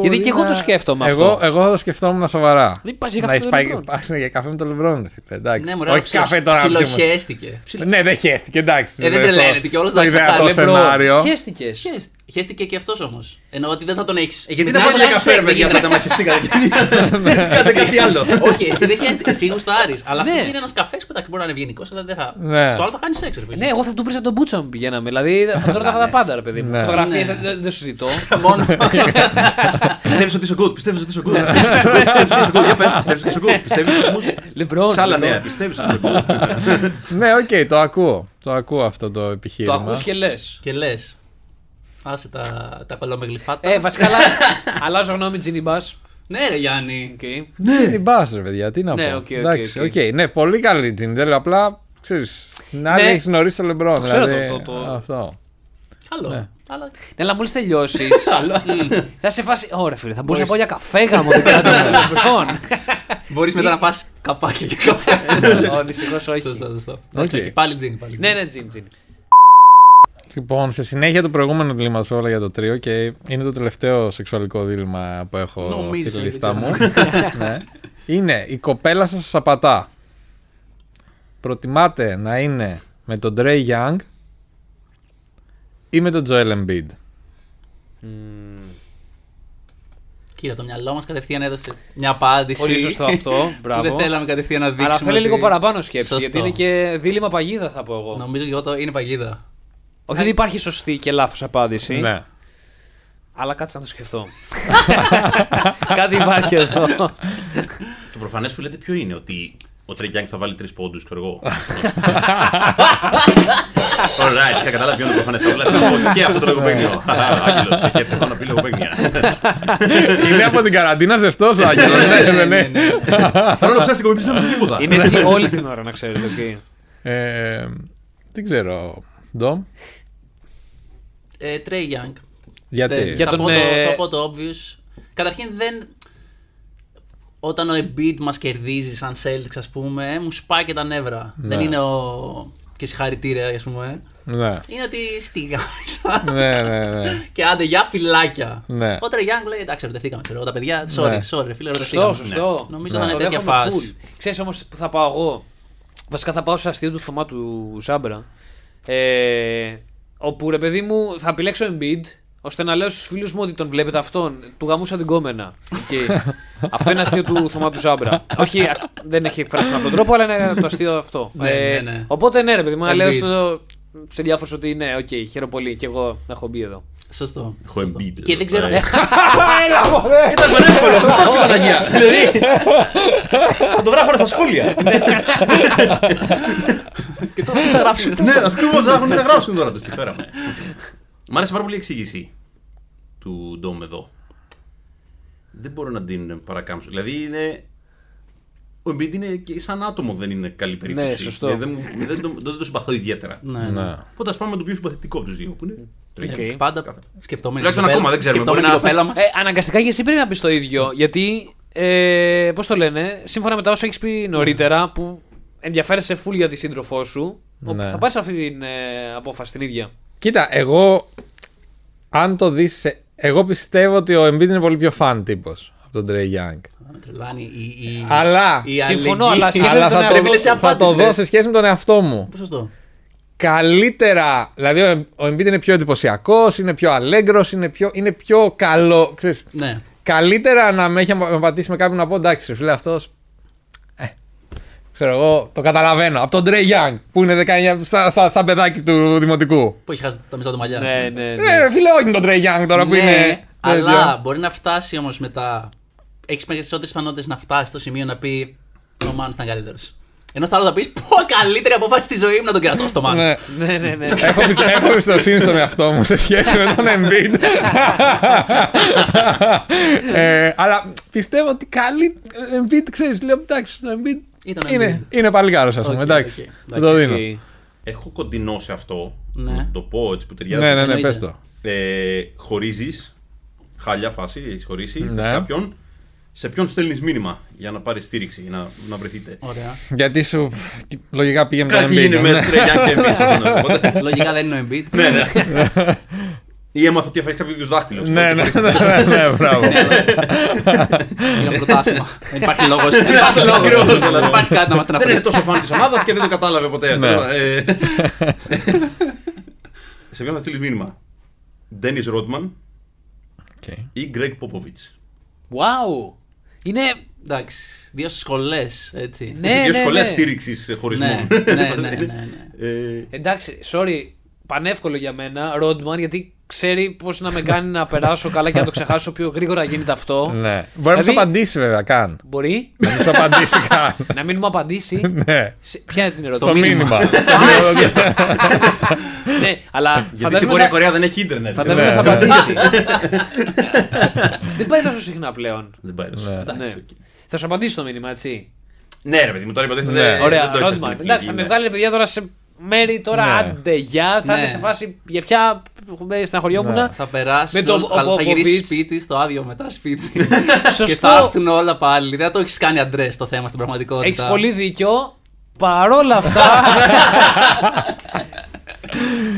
F: και εγώ το σκέφτομαι
C: εγώ,
F: αυτό.
C: Εγώ θα το σκεφτόμουν σοβαρά.
F: Δεν πας για
C: Να
F: καφέ
C: έχεις
F: με τον
C: πάει-
F: Λεμπρόν.
C: πας για καφέ με τον Λεμπρόν. ρε φίλε, εντάξει.
D: Ναι, μου
C: Όχι καφέ τώρα. να πιούμε.
D: Ψιλοχέστηκε.
C: Ναι, δεν χαίστηκε, εντάξει.
D: Ε, δεν
C: το-
D: τρελαίνεται κιόλας,
C: Ε, το
D: εντάξει,
C: ιδεατό
D: τα λέμε,
C: σενάριο.
F: Χαίστηκε.
D: Χαίστηκε. Χαίστηκε και αυτός όμως. Εννοώ ότι δεν θα τον
C: Ε,
F: Ε,
D: έχει.
E: Γιατί να πάω για καφέ, ρε παιδιά, τα μαχιστήκατε. Κάτσε κάτι άλλο.
D: Όχι, εσύ δεν χαίρεσαι, εσύ γουστάρει. Αλλά αυτό
F: Ναι.
D: είναι ένας καφές που εντάξει, μπορεί να είναι ευγενικός, αλλά δεν θα.
C: Ναι.
D: Στο άλλο θα κάνεις σεξ, ρε
F: Ναι,
D: φίλε.
F: εγώ θα του πρίσα τον Μπούτσα μου πηγαίναμε. Δηλαδή θα τώρα τα είχα τα πάντα, ρε παιδί μου.
C: Ναι.
F: Φωτογραφίες
D: Ναι.
F: δεν δεν σου ζητώ.
D: Μόνο.
E: Πιστεύεις ότι είσαι good, πιστεύεις ότι είσαι
F: Ναι.
E: good. Πιστεύεις ότι είσαι good. Για πες, πιστεύεις ότι είσαι good. Πιστεύεις όμω.
F: Λεμπρόν.
E: Σ' άλλα
F: Λεμπρόν.
E: νέα, πιστεύεις ότι είσαι good.
C: Ναι, οκ, το ακούω. Το ακούω αυτό το
F: Το
C: επιχείρημα. Ναι.
F: ακούς και λες.
D: Και λες. Άσε τα, τα παλαιομεγλυφάτα.
F: Ε, βασικά αλλά- αλλάζω γνώμη, Τζίνι Μπα.
D: Ναι, ρε Γιάννη.
F: Okay.
C: Ναι, μπας ρε παιδιά, τι να
F: Ναι,
C: πω.
F: οκ, οκ,
C: Εντάξει,
F: οκ.
C: οκ, Ναι, πολύ καλή η Τζίνι. Τέλο, απλά ξέρεις. Να
F: Ναι.
C: έχεις γνωρίσει τον Λεμπρόν.
F: Το ξέρω
C: δηλαδή,
F: το- το- το-
C: Αυτό.
D: Καλό. Αλλά
F: Ναι, αλλά μόλις τελειώσεις. θα σε φάσει. Ωραία, φίλε, θα μπορούσα να πάω για καφέ γάμο. δεν ξέρω τι να κάνω. Λοιπόν.
D: Μπορείς μετά να πα καπάκι και καφέ.
F: Ω, δυστυχώς όχι.
D: Σωστά, σωστά.
C: Οκ.
D: Okay. Πάλι τζιν, πάλι τζιν.
F: Ναι, ναι, τζιν, τζιν.
C: Λοιπόν, σε συνέχεια του προηγούμενου διλήμματο που έβαλα για το τρίο και είναι το τελευταίο σεξουαλικό δίλημα που έχω
D: Νομίζω,
C: στη
D: δεν
C: λίστα μου.
D: ξέρω.
C: ναι. Είναι η κοπέλα σας σας απατά. Προτιμάτε να είναι με τον Trey Young ή με τον Joel Embiid.
D: Κοίτα, το μυαλό μας κατευθείαν έδωσε μια απάντηση.
F: Πολύ σωστό αυτό.
D: που δεν
F: Μπράβο.
D: θέλαμε κατευθείαν να δείξουμε.
F: Αλλά θέλει
D: ότι-
F: λίγο παραπάνω σκέψη.
D: Σωστό.
F: Γιατί είναι και δίλημα παγίδα, θα πω εγώ.
D: Νομίζω και εγώ το είναι παγίδα.
F: Όχι, δεν υπάρχει σωστή και λάθος απάντηση.
C: Ναι.
F: Αλλά κάτσε να το σκεφτώ. Κάτι υπάρχει εδώ.
E: Το προφανές που λέτε ποιο είναι, ότι ο Τρέγκιάνγκ θα βάλει τρεις πόντους, ξέρω εγώ. Ωραία, είχα καταλάβει ποιο είναι το προφανές. Θα βλέπω και αυτό το λογοπαίγνιο. Άγγελο, έχει έρθει εδώ να πει λογοπαίγνια.
C: είναι από την καραντίνα ζεστός, Άγγελος. ναι, ναι, ναι.
E: Θέλω να ψάξει και μην πιστεύω τίποτα.
F: Είναι έτσι όλη την ώρα, να ξέρετε. οκ.
C: Ε, δεν ξέρω, Ντόμ.
D: Τρέι Ε, Young.
C: Γιατί.
D: Δεν-
F: Για
D: θα,
F: τον,
D: πω το,
F: ε,
D: θα πω το obvious. Καταρχήν δεν. Όταν ο Embiid μας κερδίζει σαν Celtics ας πούμε, ε, μου σπάει και τα νεύρα.
F: Ναι.
D: Δεν είναι ο... και συγχαρητήρια ας πούμε. ε.
C: Ναι.
D: Είναι ότι στη γάμισα.
C: ναι, ναι, ναι.
D: και άντε για φυλάκια.
C: Ναι.
D: Ο Τρέι Young λέει εντάξει ερωτευτήκαμε ξέρω εγώ, τα παιδιά. Sorry,
C: Ναι.
D: sorry φίλε
F: Σωστό,
D: ερωτευτήκαμε.
F: σωστό. Ναι.
D: Νομίζω ήταν
F: Το
D: τέτοια
F: δέχομαι
D: φάση.
F: full. Ξέρεις όμως που θα πάω εγώ. Βασικά θα πάω στο αστείο του Θωμά του Ζάμπρα. Ε, όπου ρε παιδί μου θα επιλέξω Embiid ώστε να λέω στους φίλους μου ότι τον βλέπετε αυτόν. Του γαμούσα την κόμενα. Εκεί. αυτό είναι αστείο του Θωμά του Ζάμπρα. Όχι, α- δεν έχει εκφράσει με αυτόν τον τρόπο, αλλά είναι το αστείο αυτό.
D: Ναι, ναι, ναι.
F: Οπότε ναι, ρε παιδί μου, να λέω
D: Embiid.
F: στο, σε διάφορους ότι ναι, οκ, χαίρομαι πολύ και εγώ να έχω μπει εδώ.
D: Σωστό.
E: Έχω
D: σωστό.
E: Embiid
D: Και
E: εδώ
D: δεν ξέρω.
E: πέρα. Θα το γράφω στα σχόλια.
D: Και τώρα θα γράψουμε.
E: Ναι, ακριβώ γράφουν να γράψουν τώρα του. Τι φέραμε. ε. Μ' άρεσε πάρα πολύ η εξήγηση του Ντόμ εδώ. Δεν μπορώ να την παρακάμψω. Δηλαδή είναι. Ο Embiid είναι και σαν άτομο δεν είναι καλή περίπτωση.
F: Ναι, σωστό.
E: Δηλαδή, Δεν, μου- δεν, το- δεν το συμπαθώ ιδιαίτερα.
D: Ναι, ναι.
E: Οπότε ας πάμε με το πιο συμπαθητικό από τους δύο που είναι.
D: Έτσι, Πάντα σκεπτόμενοι.
E: Τουλάχιστον
D: την
E: ακόμα,
D: κοπέλα-
E: δεν ξέρουμε,
D: σκεπτόμενοι
E: μπορεί να-
D: την κοπέλα μας.
F: Ε, αναγκαστικά και εσύ πρέπει να πεις το ίδιο. Γιατί. Ε, Πώς το λένε, σύμφωνα με τα όσα έχεις πει
C: Ναι.
F: νωρίτερα, που ενδιαφέρεσαι full για τη σύντροφό σου, όπου
C: Ναι.
F: θα πάρεις αυτή την ε, απόφαση την ίδια.
C: Κοίτα, εγώ. Αν το δεις. Εγώ πιστεύω ότι ο Embiid είναι πολύ πιο fan τύπος από τον Trey Young.
D: Με τρελάνει η. η...
C: Αλλά.
D: η
F: Συμφωνώ,
D: αλληλεγγύη.
F: αλλά σκέφτεται
C: Αλλά
F: τον
C: θα το,
F: εαυτό
D: φίλε,
F: του.
D: σε
C: δω- θα το
D: απάντησε.
C: δω σε σχέση με τον εαυτό μου.
D: Σωστό.
C: Καλύτερα. Δηλαδή, ο Em- ο Embiid είναι πιο εντυπωσιακός, είναι πιο αλέγκρος, είναι πιο, είναι πιο καλό. Ξέρεις,
D: Ναι.
C: καλύτερα να με έχει απα- με πατήσει με κάποιον να πω εντάξει, ρε φίλε, αυτός. Ε, ξέρω εγώ, το καταλαβαίνω. Από τον Τρέι Young που είναι 19, στα, στα, στα παιδάκι του δημοτικού.
D: Που έχει χάσει τα μισά του μαλλιά. ας πούμε.
F: Ναι, ναι, ναι.
C: Ναι, ρε φίλε, όχι με τον Τρέι Young τώρα που
D: Ναι,
C: είναι.
D: αλλά
C: τέτοιο.
D: μπορεί να φτάσει όμως μετά. Έχεις περισσότερε πιθανότητες να φτάσει στο σημείο να πει Ο Μάνο ήταν καλύτερος. Ενώ στα άλλα θα πεις Πω καλύτερη αποφάση στη ζωή μου να τον κρατώ στο Μάνο.
C: Ναι.
F: ναι, ναι, ναι.
C: έχω, πιστε, έχω εμπιστοσύνη στον εαυτό μου σε σχέση με τον Embiid. ε, αλλά πιστεύω ότι καλή. Embiid, ξέρεις, λέω εντάξει, το Embiid.
D: Ήταν ο
C: είναι, είναι πάλι καλό, ας πούμε.
D: Οκ,
C: εντάξει,
D: οκ,
C: θα το δίνω.
F: Ε,
E: Έχω κοντινό σε αυτό.
D: Ναι.
E: Να το πω έτσι που ταιριάζει.
C: Ναι, ναι, ναι,
D: Εννοείται.
C: πες το.
E: Ε, χωρίζεις. Χάλια φάση, έχεις χωρίσει.
C: Ναι.
E: Ναι. Κάποιον. Σε ποιον στέλνεις μήνυμα για να πάρεις στήριξη, να, να βρεθείτε.
D: Ωραία.
C: Γιατί σου. Λογικά πήγε με τον
E: Κάτι
C: Embiid.
E: γίνει με
C: ναι.
E: τρέγια και μήνυμα.
D: Λογικά δεν είναι ο Embiid.
E: Ναι, ναι. Ή έμαθα ότι έφαγες κάποιο δάχτυλο.
C: Ναι, ναι, ναι, ναι, ναι, μπράβο.
D: Είναι πρωτάθλημα. Δεν υπάρχει λόγος. Δεν υπάρχει λόγος. Δεν υπάρχει κάτι να μας
E: Δεν είναι
D: τραφεί.
E: τόσο φαν της ομάδας και δεν το κατάλαβε ποτέ.
C: Ναι.
E: Ε, Σε ποιον θα στείλεις μήνυμα. Ντένι Ρότμαν
C: Οκ.
E: ή Γκρέγκ Πόποβιτ.
F: Wow. Είναι.
D: Εντάξει. Δύο σχολές. Έτσι.
F: Ναι,
E: Δύο
F: ναι,
E: σχολές
F: ναι.
E: στήριξης
D: ναι,
E: χωρισμού.
D: ναι, ναι, ναι, ναι.
E: Ε,
F: Εντάξει, sorry. Πανεύκολο για μένα, Rodman, γιατί ξέρει πώς να με κάνει να περάσω καλά και να το ξεχάσω πιο γρήγορα γίνεται αυτό.
C: Ναι. Μπορεί να
F: Δηλαδή-
C: σου απαντήσει βέβαια καν.
F: Μπορεί
C: Να μην σου απαντήσει καν.
F: να μην μου απαντήσει.
C: Ναι.
F: Σε- Ποια είναι την ερώτηση.
C: Το μήνυμα.
F: ναι, αλλά
E: Γιατί στην
F: φαντάζομαι
E: Βόρεια
F: θα,
E: Κορέα δεν έχει ίντερνετ.
F: φαντάζομαι
C: Ναι.
F: θα απαντήσει. Δεν πάει τόσο συχνά πλέον.
E: Δεν πάει. τόσο.
C: Ναι.
E: Εντάξει,
F: Ναι.
E: οκ.
F: Θα σου απαντήσει το μήνυμα, έτσι.
E: Ναι, ρε παιδί μου, τώρα
C: Ναι.
E: υποτίθεται.
F: Ωραία,
E: δεν το έχεις αυτή
F: Ρόντμαν.
E: την
F: Εντάξει, θα
E: πληγή,
F: με
E: ναι.
F: βγάλει ρε παιδιά τώρα σε μέρη τώρα
C: Ναι.
F: άντε γεια. Θα
D: Ναι.
F: είναι σε φάση για ποια με στεναχωριόμουν.
D: Θα περάσει.
F: Με το
D: όλα- αλλά θα γυρίσει
F: Popovich.
D: σπίτι, στο άδειο μετά σπίτι. και θα
F: Σωστό.
D: έρθουν όλα πάλι. Δεν θα το έχεις κάνει αντρέ το θέμα στην πραγματικότητα.
F: Έχεις πολύ δίκιο. Παρόλα αυτά.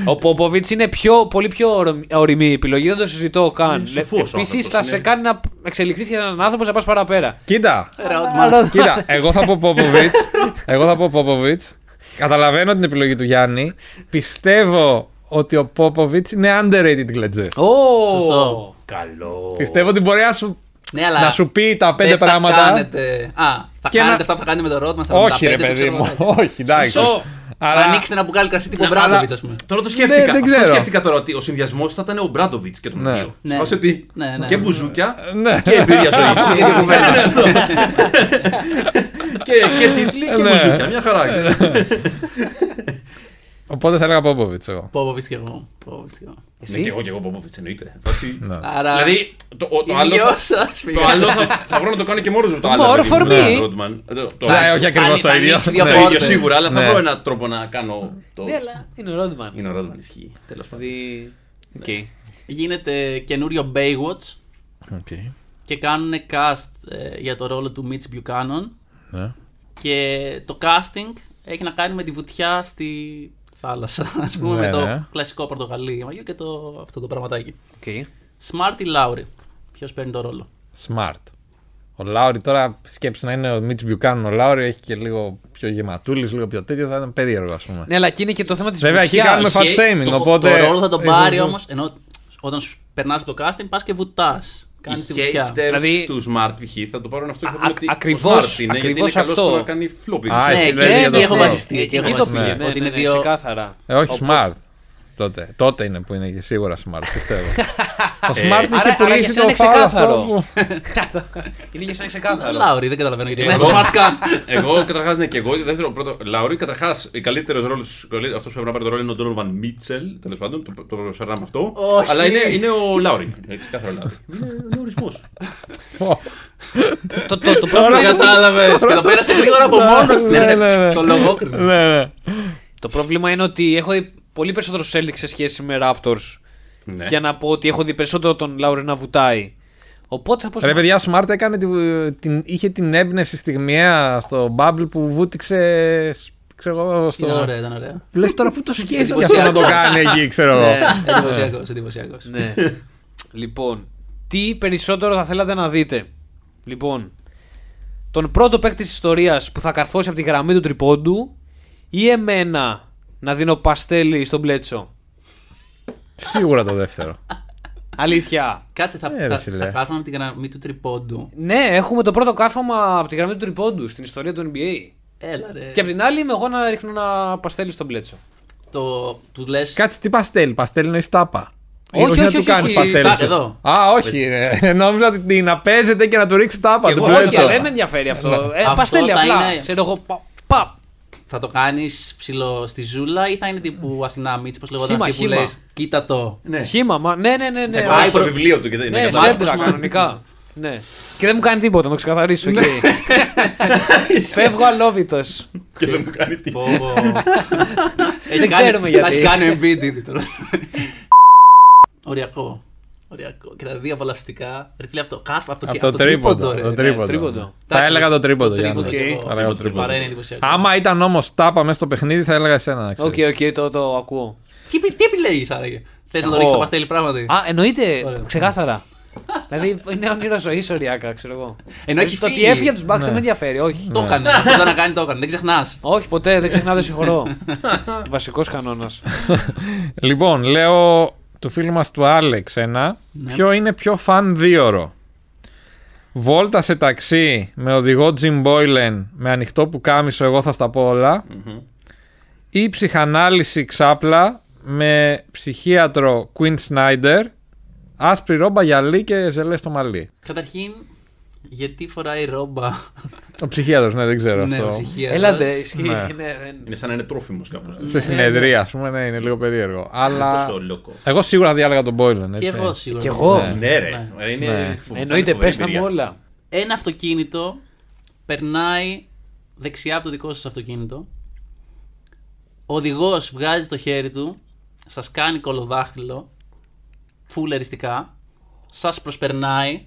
F: ο Πόποβιτ είναι πιο, πολύ πιο ορεμ- ορειμή επιλογή, δεν το συζητώ καν.
E: σοφός ο
F: Επίσης θα
E: άνθρωπος,
F: σε
E: ναι.
F: κάνει να εξελιχθείς και να έναν άνθρωπος να πας παραπέρα.
C: Κοίτα,
D: Ρε, ό,τι μάθα.
C: Κοίτα, εγώ θα πω Πόποβιτ. εγώ θα πω Πόποβιτ. Καταλαβαίνω την επιλογή του Γιάννη. Πιστεύω ότι ο Πόποβιτ είναι underrated γκλετζέ.
F: Ω!
D: Σωστό.
C: Πιστεύω ότι μπορεί να σου,
D: Ναι, αλλά
C: να σου πει τα πέντε
D: δεν θα
C: πράγματα.
D: Κάνετε... Α, θα
C: Και
D: κάνετε
C: να-
D: αυτά που θα κάνετε με το Ρότμαν στα
C: Όχι,
D: 75,
C: ρε
D: δεν
C: παιδί
D: ξέρω,
C: μου.
D: εντάξει.
C: Όχι, εντάξει.
E: Σωστό.
D: Να
C: Αλλά
D: ανοίξετε ένα μπουκάλι κρασί τύπου
E: Ναι,
D: Μπράντοβιτ,
E: αλλά-
D: ας πούμε.
E: Τώρα το σκέφτηκα.
C: Ναι, δεν
E: Αυτό
C: ξέρω.
E: σκέφτηκα τώρα ότι ο συνδυασμός θα ήταν ο Μπράντοβιτ και το
C: Ναι.
E: βιβλίο.
D: Ναι.
E: Φάσε τι.
D: Ναι, ναι.
E: Και μπουζούκια.
C: Ναι.
E: Και εμπειρία ζωής. Και και τίτλοι και
C: Ναι.
E: μπουζούκια. Μια χαρά.
C: Οπότε θα έλεγα Πόποβιτ εγώ.
D: Πόποβιτ και εγώ. Πόποβιτς και εγώ.
E: Ναι, και εγώ και εγώ Ποπόβιτ εννοείται. Θα ότι-
C: Ναι.
D: Άρα.
E: Δηλαδή το, ο- το άλλο.
D: Ηλιός
E: θα-
D: σα
E: Το άλλο θα, θα βρω να το κάνω και μόνος μου το άλλο.
F: More
E: παιδί μου.
F: for me.
E: Ναι, Rodman. Ε, το- το-
C: Ναι, όχι ακριβώς το ίδιο.
E: Το
C: Ναι.
E: ίδιο
D: πόρτες.
E: σίγουρα, αλλά θα
C: Ναι.
E: βρω έναν τρόπο να κάνω το.
F: Ναι, αλλά είναι ρόντμαν.
E: Είναι ο Rodman ισχύει. Τέλος πάντων.
F: Δηλαδή. Οκ.
D: Γίνεται καινούριο Baywatch και κάνουν cast ε, για το ρόλο του Mitch Buchanan.
C: Ναι.
D: Και το casting έχει να κάνει με τη βουτιά στη θάλασσα. Ας πούμε
C: Ναι,
D: με το
C: ναι.
D: κλασικό Πορτογαλί μαγιό και το, αυτό το πραγματάκι.
F: Οκ.
D: Smarty Lowry. Ποιος παίρνει το ρόλο.
C: Smart. Ο Λάουρι τώρα σκέψου να είναι ο Μίτς Μπιουκάνων. Ο Λάουρι έχει και λίγο πιο γεματούλης, λίγο πιο τέτοιο. Θα ήταν περίεργο, ας πούμε.
F: Ναι, αλλά και είναι και το θέμα της
C: Βέβαια, εκεί κάνουμε fat
D: Και
C: shaming.
D: το,
C: οπότε...
D: το ρόλο θα τον
C: ίσως-
D: πάρει όμως. Ενώ όταν σου περνάς από το casting, πας και βουτάς. Κάνει τη
E: Οι
D: βουτιά.
E: haters
F: Δηλαδή-
E: του Smart π.χ. θα το πάρουν αυτό και θα
F: Α-
E: πούνε ότι
F: ακριβώς-
E: ο Smart είναι, γιατί είναι
F: ακριβώς
E: καλός
F: αυτό.
E: στο να κάνει flopping.
C: Α,
D: Ναι,
C: εσύ
D: εκεί,
C: λες για
D: εκεί
C: το
D: έχω
C: flow.
D: βασιστεί. Εκεί
F: Εκεί
D: έχω
F: το
D: βασιστεί.
F: πήγε. Ναι,
D: Ότι είναι
F: ναι, ναι,
D: δύο.
F: ξεκάθαρα.
C: Ε, όχι smart. Τότε. τότε είναι που είναι και σίγουρα smart, πιστεύω. το smart
F: άρα- άρα
C: είχε πουλήσει
F: για
C: το
F: σένα είναι
C: φάουλ αυτό.
F: ξεκάθαρο.
C: που-
F: Είναι και σαν ξεκάθαρο.
D: Λάουρι, δεν καταλαβαίνω γιατί. Δεν έχω smart καν.
E: Εγώ καταρχάς, ναι, και εγώ. Δεύτερο, πρώτο, Λαουρί, καταρχά, ο καλύτερο ρόλο. Αυτός που έπρεπε να πάρει το ρόλο είναι ο Ντόνοβαν Μίτσελ. Τέλος πάντων, το, το προσφέραμε αυτό.
D: Όχι.
E: Αλλά είναι, είναι ο Λαουρί. Έτσι, κάθε Λαουρί. Είναι ο ορισμό.
F: Το- Το το
D: Το
F: πρόβλημα είναι ότι-
D: κατάλαβε. Και το πέρασε γρήγορα από μόνο του.
C: Ναι, ναι, ναι.
D: Το λογόκρινο.
C: ναι, ναι.
F: Το πρόβλημα είναι ότι έχω δει πολύ περισσότερο Celtics σε σχέση με Raptors.
E: Ναι.
F: Για να πω ότι έχω δει περισσότερο τον Λάουρε να βουτάει. Οπότε θα πω.
C: Ρε παιδιά, smart έκανε τη- την, είχε την έμπνευση στιγμιαία στο bubble που βούτυξε. σ- Ξέρω εγώ.
D: Ήταν
C: Στο...
D: ωραία, ήταν ωραία.
C: Λες τώρα που το σκέφτηκες αυτό να το κάνει εκεί, ξέρω εγώ.
D: Εντυπωσιακός, εντυπωσιακός.
F: Ναι. λοιπόν, τι περισσότερο θα θέλατε να δείτε. Λοιπόν, τον πρώτο παίκτη της ιστορίας που θα καρφώσει από τη γραμμή του τριπώντου ή εμένα να δίνω παστέλι στον πλέτσο.
C: Σίγουρα το δεύτερο.
F: Αλήθεια.
D: Κάτσε, θα,
C: Ε, ρε
D: θα,
C: φίλε.
D: θα κάθομαι με την γραμμή του τρυπόντου.
F: Ναι, έχουμε το πρώτο κάρφωμα από τη γραμμή του τριπώντου στην ιστορία του NBA.
D: Έλα ρε.
F: Και απ' την άλλη είμαι εγώ να ρίχνω ένα παστέλι στον πλέτσο.
D: Το, του λες...
C: Κάτσε τι παστέλ, παστέλ είναι τάπα. όχι,
F: Όχι, όχι,
C: να
F: όχι,
C: του κάνεις
F: όχι,
C: παστέλ.
D: τα-
C: στο-
D: εδώ.
C: Α, όχι. ρε. Νόμιζα ότι να παίζεται και να του ρίξει τάπα.
E: Και
C: του
E: εγώ,
F: Όχι,
C: Μπλέτσο.
F: αλλά δεν με ενδιαφέρει αυτό. Ε,
D: Αυτό
F: παστέλι
D: θα
F: απλά.
D: είναι-
F: Ξέρω εγώ. Πα, πα.
D: Θα το κάνεις ψηλό στη ζούλα ή θα είναι τύπου Αθηνά Μίτση, πως λεγόταν
F: Χύμα,
D: αυτή που
F: χύμα.
D: λες κοίτα το.
E: Ναι.
F: Χήμα, μα. Ναι, ναι, ναι. ναι.
E: Πάει
F: όχι.
E: στο βιβλίο του και δεν
F: Ναι,
E: είναι
F: σέντρα
D: Μάρκος
F: κανονικά. Ναι. Και δεν μου κάνει τίποτα, να το ξεκαθαρίσω.
D: Ναι.
F: οκ. Φεύγω αλόβητος.
D: Ναι.
E: Και δεν μου κάνει τίποτα.
D: Πω, πω. Έχει κάνει-
F: ξέρουμε
D: θα
F: γιατί.
D: Έχει κάνει εμπίτη τώρα. Οριακό. Οριακό. Και τα δύο απολαυστικά. Ρε φίλε, από το κάρφ, από το,
C: Από το τρίποντο. Το τρίποντο.
F: τρίποντο.
C: Θα έλεγα το τρίποντο.
D: Το τρίποντο
C: Γιάννη.
D: και εγώ.
C: Θα έλεγα το
D: Παρά
C: τρίποντο.
D: είναι εντυπωσιακό.
C: Άμα ήταν όμως τάπα μέσα στο παιχνίδι, θα έλεγα εσένα να
F: Οκ,
C: ξέρεις.
F: οκ, το, το ακούω.
D: Τι, επι- τι επιλέγεις άραγε. Θες να το
F: Εγώ.
D: ρίξεις το παστέλι πράγματι.
F: Α, εννοείται
D: Ναι. Ωραία.
F: ξεκάθαρα. δηλαδή είναι όνειρο ζωή οριακά, ξέρω εγώ. Ε,
D: Ενώ έχει
F: το ότι
D: φύγει. Ναι.
F: έφυγε από τους Bucks δεν με ενδιαφέρει, όχι. Ναι.
D: Το έκανε. Αυτό ήταν να κάνει, το έκανε. Δεν ξεχνάς.
F: Όχι, ποτέ δεν ξεχνάω, δεν συγχωρώ. Βασικός κανόνας.
C: Λοιπόν, λέω του φίλου μας του Άλεξ ένα. Ποιο είναι πιο φαν δίωρο. Βόλτα σε ταξί με οδηγό Jim Boylan με ανοιχτό που κάμισο, εγώ θα στα πω όλα. Ή ψυχανάλυση ξάπλα με ψυχίατρο Quinn Snyder, άσπρη ρόμπα γυαλί και ζελές στο μαλλί.
D: Καταρχήν, γιατί φοράει ρόμπα.
C: Ο ψυχίατρος, ναι, δεν ξέρω
D: Ναι,
C: αυτό.
D: ο ψυχίατρος.
F: Έλατε, ισχύει.
C: Ναι.
F: είναι- δεν-
E: Είναι σαν να είναι τρόφιμος κάπως.
C: Σε συνεδρία, ας πούμε, ναι, είναι λίγο περίεργο. Αλλά.
E: Τόσο λόκο.
C: Εγώ σίγουρα θα διάλεγα τον Boylan.
D: Και
C: Έτσι.
D: εγώ σίγουρα.
F: Κι ε, εγώ.
E: Ναι, ρε. Είναι
C: Ναι.
E: φοβερή
F: Εννοείται, πες τα
E: εμπειρία.
F: μου όλα.
D: Ένα αυτοκίνητο περνάει δεξιά από το δικό σας αυτοκίνητο. Ο οδηγός βγάζει το χέρι του, σας κάνει κολοδάχτυλο φουλεριστικά, σας προσπερνάει,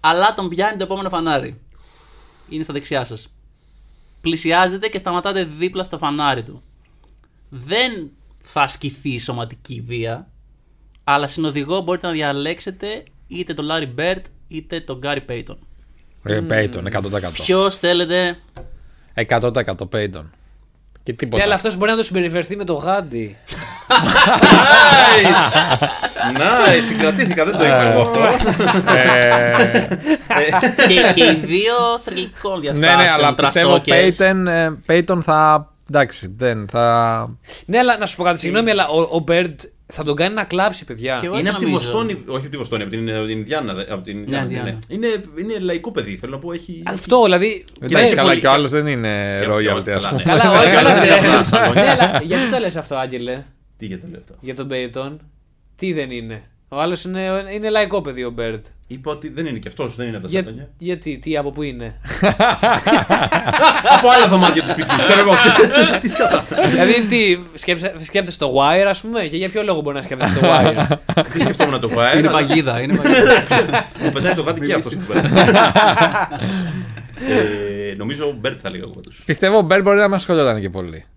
D: αλλά τον πιάνει το επόμενο φανάρι. Είναι στα δεξιά σας. Πλησιάζετε και σταματάτε δίπλα στο φανάρι του. Δεν θα ασκηθεί η σωματική βία, αλλά συνοδηγό μπορείτε να διαλέξετε είτε τον Larry Bird είτε τον Gary Payton.
C: Ε, Payton, 100%.
D: Ποιος θέλετε
C: 100% Payton. Και
F: Ναι,
C: τίποτα.
F: αλλά αυτός μπορεί να το συμπεριφερθεί με το γάντι.
E: Να, ε, συγκρατήθηκα, δεν το είπα εγώ αυτό. Ε,
D: και, και οι δύο θρηλυκών
C: ναι,
D: διαστάσεων.
C: ναι, αλλά πιστεύω
D: τραστόκες.
C: Payton, ε, Payton θα. Εντάξει, δεν θα.
F: Ναι, αλλά να σου πω κάτι, συγγνώμη, αλλά ο, ο Bird θα τον κάνει να κλάψει, παιδιά.
D: Και εγώ
E: Είναι
D: έτσι
E: από τη
D: νομίζω.
E: Βοστόνη, όχι από τη Βοστόνη, από την, από την Ινδιάνα. δε- Από την Ινδιάνα,
D: Ινδιάνα.
E: ναι. Είναι, είναι λαϊκό παιδί, θέλω να πω. Έχει.
F: Αυτό, δηλαδή.
C: Εντάξει,
E: είναι
C: καλά,
E: πολύ-
C: και ο άλλος δεν είναι
E: Και-
C: royalty,
E: και-
C: α πούμε.
D: ναι.
E: καλά,
F: Καλά, ο άλλος-
E: Καλά,
F: άλλος-
E: καλά, καλά, καλά.
F: Ναι, αλλά γιατί το λες αυτό, Άγγελε,
E: Τι για τα λέω αυτά.
F: για τον Payton. Τι δεν είναι. Ο άλλος είναι, είναι λαϊκό παιδί ο Bird.
E: Είπα ότι δεν είναι και αυτός, δεν είναι από τα
F: Για-
E: σατανιά.
F: γιατί, τι, από πού είναι.
E: Από άλλα δωμάτια του σπιτιού, ξέρω εγώ. Τι σκατά.
F: δηλαδή, τι, σκέψε- σκέφτεσαι το Wire, ας πούμε, και για ποιο λόγο μπορεί να σκέφτεσαι το Wire.
E: Δεν σκεφτόμουν να το πω. ε,
D: Είναι
E: αλλά-
D: παγίδα, είναι παγίδα.
E: Μου πετάει το γάτι και αυτός που Ε, Νομίζω Μπέρτ θα λέγαμε πάντως.
C: Πιστεύω ο Μπέρ μπορεί να μας σχολιόταν και πολύ.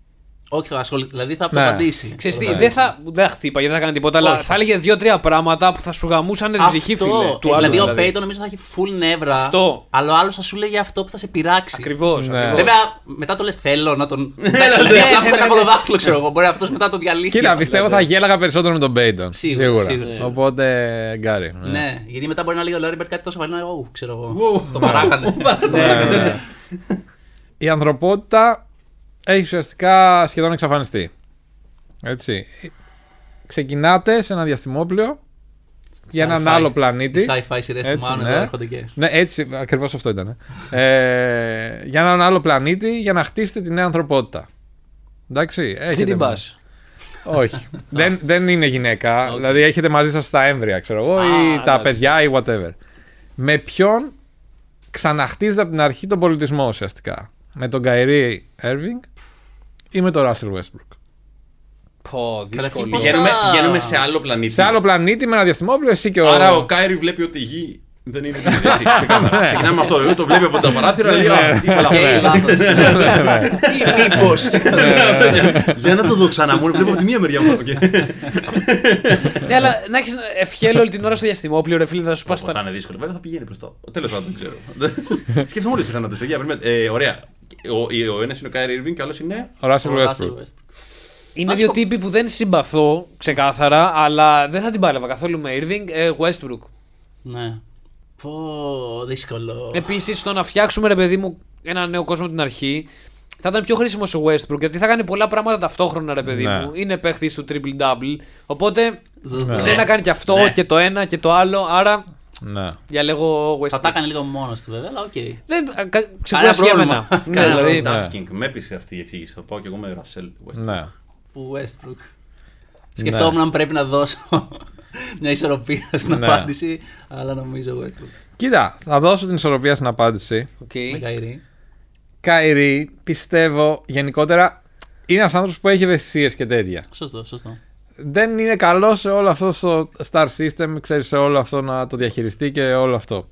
D: Όχι, θα ασχοληθεί. Δηλαδή θα
C: Ναι.
D: απαντήσει.
F: Ξέρεις τι, δεν θα, δεν θα χτύπα γιατί δεν θα κάνει τίποτα, αλλά
D: Όχι.
F: θα έλεγε δύο-τρία πράγματα που θα σου γαμούσαν την ψυχή, φίλε.
D: Αυτό.
F: Του άλλου,
D: δηλαδή, ο
F: δηλαδή.
D: Πέιτον νομίζω θα έχει full νεύρα.
F: Αυτό.
D: Αλλά ο άλλος θα σου λέγει αυτό που θα σε πειράξει. Ε,
F: Ακριβώς.
C: Ναι.
D: Βέβαια, μετά το λες, θέλω να τον. Εντάξει, δηλαδή,
E: ναι,
D: να βγάλω ένα κολοδάχτυλο, ξέρω εγώ. Μπορεί αυτός μετά να το διαλύσει.
C: Κοίτα, πιστεύω θα γέλαγα περισσότερο με τον Payton.
D: δηλαδή. Σίγουρα, σίγουρα, ναι. σίγουρα.
C: Οπότε γκάρι. ναι.
D: Ναι, γιατί μετά μπορεί να λέει ο Λόριμπερτ κάτι τόσο βαρύ να λέει, «Ου, ξέρω εγώ. Το παράγανε.
C: Ναι.
D: Ναι,
C: Ε, η ανθρωπότητα έχει ουσιαστικά σχεδόν εξαφανιστεί. Έτσι. Ξεκινάτε σε ένα διαστημόπλαιο για έναν
D: Sci-fi.
C: άλλο πλανήτη.
D: Οι Sci-fi σειρέ του
C: Έτσι,
D: Μάνου
C: ναι.
D: εδώ έρχονται και.
C: Ναι, έτσι ακριβώς αυτό ήταν. Ε, για έναν άλλο πλανήτη για να χτίσετε τη νέα ανθρωπότητα. Εντάξει. έχετε
F: City
C: μαζί-
F: bus.
C: Όχι. δεν, δεν είναι γυναίκα. Δηλαδή έχετε μαζί σας τα έμβρια, ξέρω εγώ, ή τα παιδιά ή whatever. Με ποιον ξαναχτίζετε από την αρχή τον πολιτισμό ουσιαστικά. Με τον Καϊρή Έρβινγκ ή με τον Ράσελ Westbrook.
F: Πω, δύσκολο.
D: πώς-
E: Βγαίνουμε,
D: Αυτά.
E: βγαίνουμε σε άλλο πλανήτη.
C: Σε άλλο πλανήτη με ένα διαστημόπλαιο, εσύ και Ναι. ο.
E: Άρα ο Κάιρι βλέπει ότι η γη δεν είναι την ίδια, έτσι, ξεκάθαρα. Ξεκινάμε με αυτό. Εγώ το βλέπει από τα παράθυρα. λέει, «Α,
D: Ναι.
E: τι καλά». Ναι.
D: Οκ, λάθος.
E: Για να το δω ξανά, μόνο βλέπω από τη μία μεριά μόνο. Και-
F: Ναι, αλλά να έχεις ευχέλω όλη την ώρα στο διαστημόπλαιο, ρε φίλε, θα σου πα
E: Θα
F: τα.
E: είναι δύσκολο. Βέβαια θα πηγαίνει προς το. Τέλος πάντων, δεν ξέρω. Σκέφτομαι όλε τι πιθανότητε. Παιδιά, περιμένετε. Ε, Ωραία. Ο, ο ένας είναι ο Κάιρι Ιρβίν και ο άλλος είναι.
C: Ο Ράσελ
D: Russell
C: Westbrook.
D: Westbrook.
F: Είναι δύο τύποι που δεν συμπαθώ ξεκάθαρα, αλλά δεν θα την πάλευα καθόλου με Irving. Ε, Westbrook.
D: Ναι. Πω, δύσκολο.
F: Επίσης, το να φτιάξουμε, ρε παιδί μου, ένα νέο κόσμο από την αρχή. Θα ήταν πιο χρήσιμο ο Westbrook γιατί θα κάνει πολλά πράγματα ταυτόχρονα, ρε παιδί
C: Ναι.
F: μου. Είναι παίχτη του triple double. Οπότε
D: Ζωσδέ.
F: ξέρει να κάνει και αυτό
D: Ναι.
F: και το ένα και το άλλο. Άρα
C: Ναι.
F: διαλέγω Westbrook.
D: Θα τα έκανε λίγο μόνος του βέβαια, αλλά οκ.
F: Δεν α, κα- ξεκούρασε για
D: πρόβλημα.
F: μένα. Ναι,
D: Κανένα
F: δηλαδή,
E: Tasking. Με έπεισε αυτή η εξήγηση. Θα πάω και εγώ με Ρασέλ. Westbrook.
C: ναι.
D: Που Westbrook. Σκεφτόμουν αν πρέπει να δώσω μια ισορροπία στην
C: Ναι.
D: απάντηση, αλλά νομίζω Westbrook.
C: Κοίτα, θα δώσω την ισορροπία στην απάντηση.
F: οκ.
D: Με Καϊρή.
C: Καϊρή, πιστεύω γενικότερα, είναι ένας άνθρωπος που έχει ευαισθησίες και τέτοια.
D: Σωστό, σωστό.
C: δεν είναι καλό σε όλο αυτό το star system, ξέρεις σε όλο αυτό να το διαχειριστεί και όλο αυτό.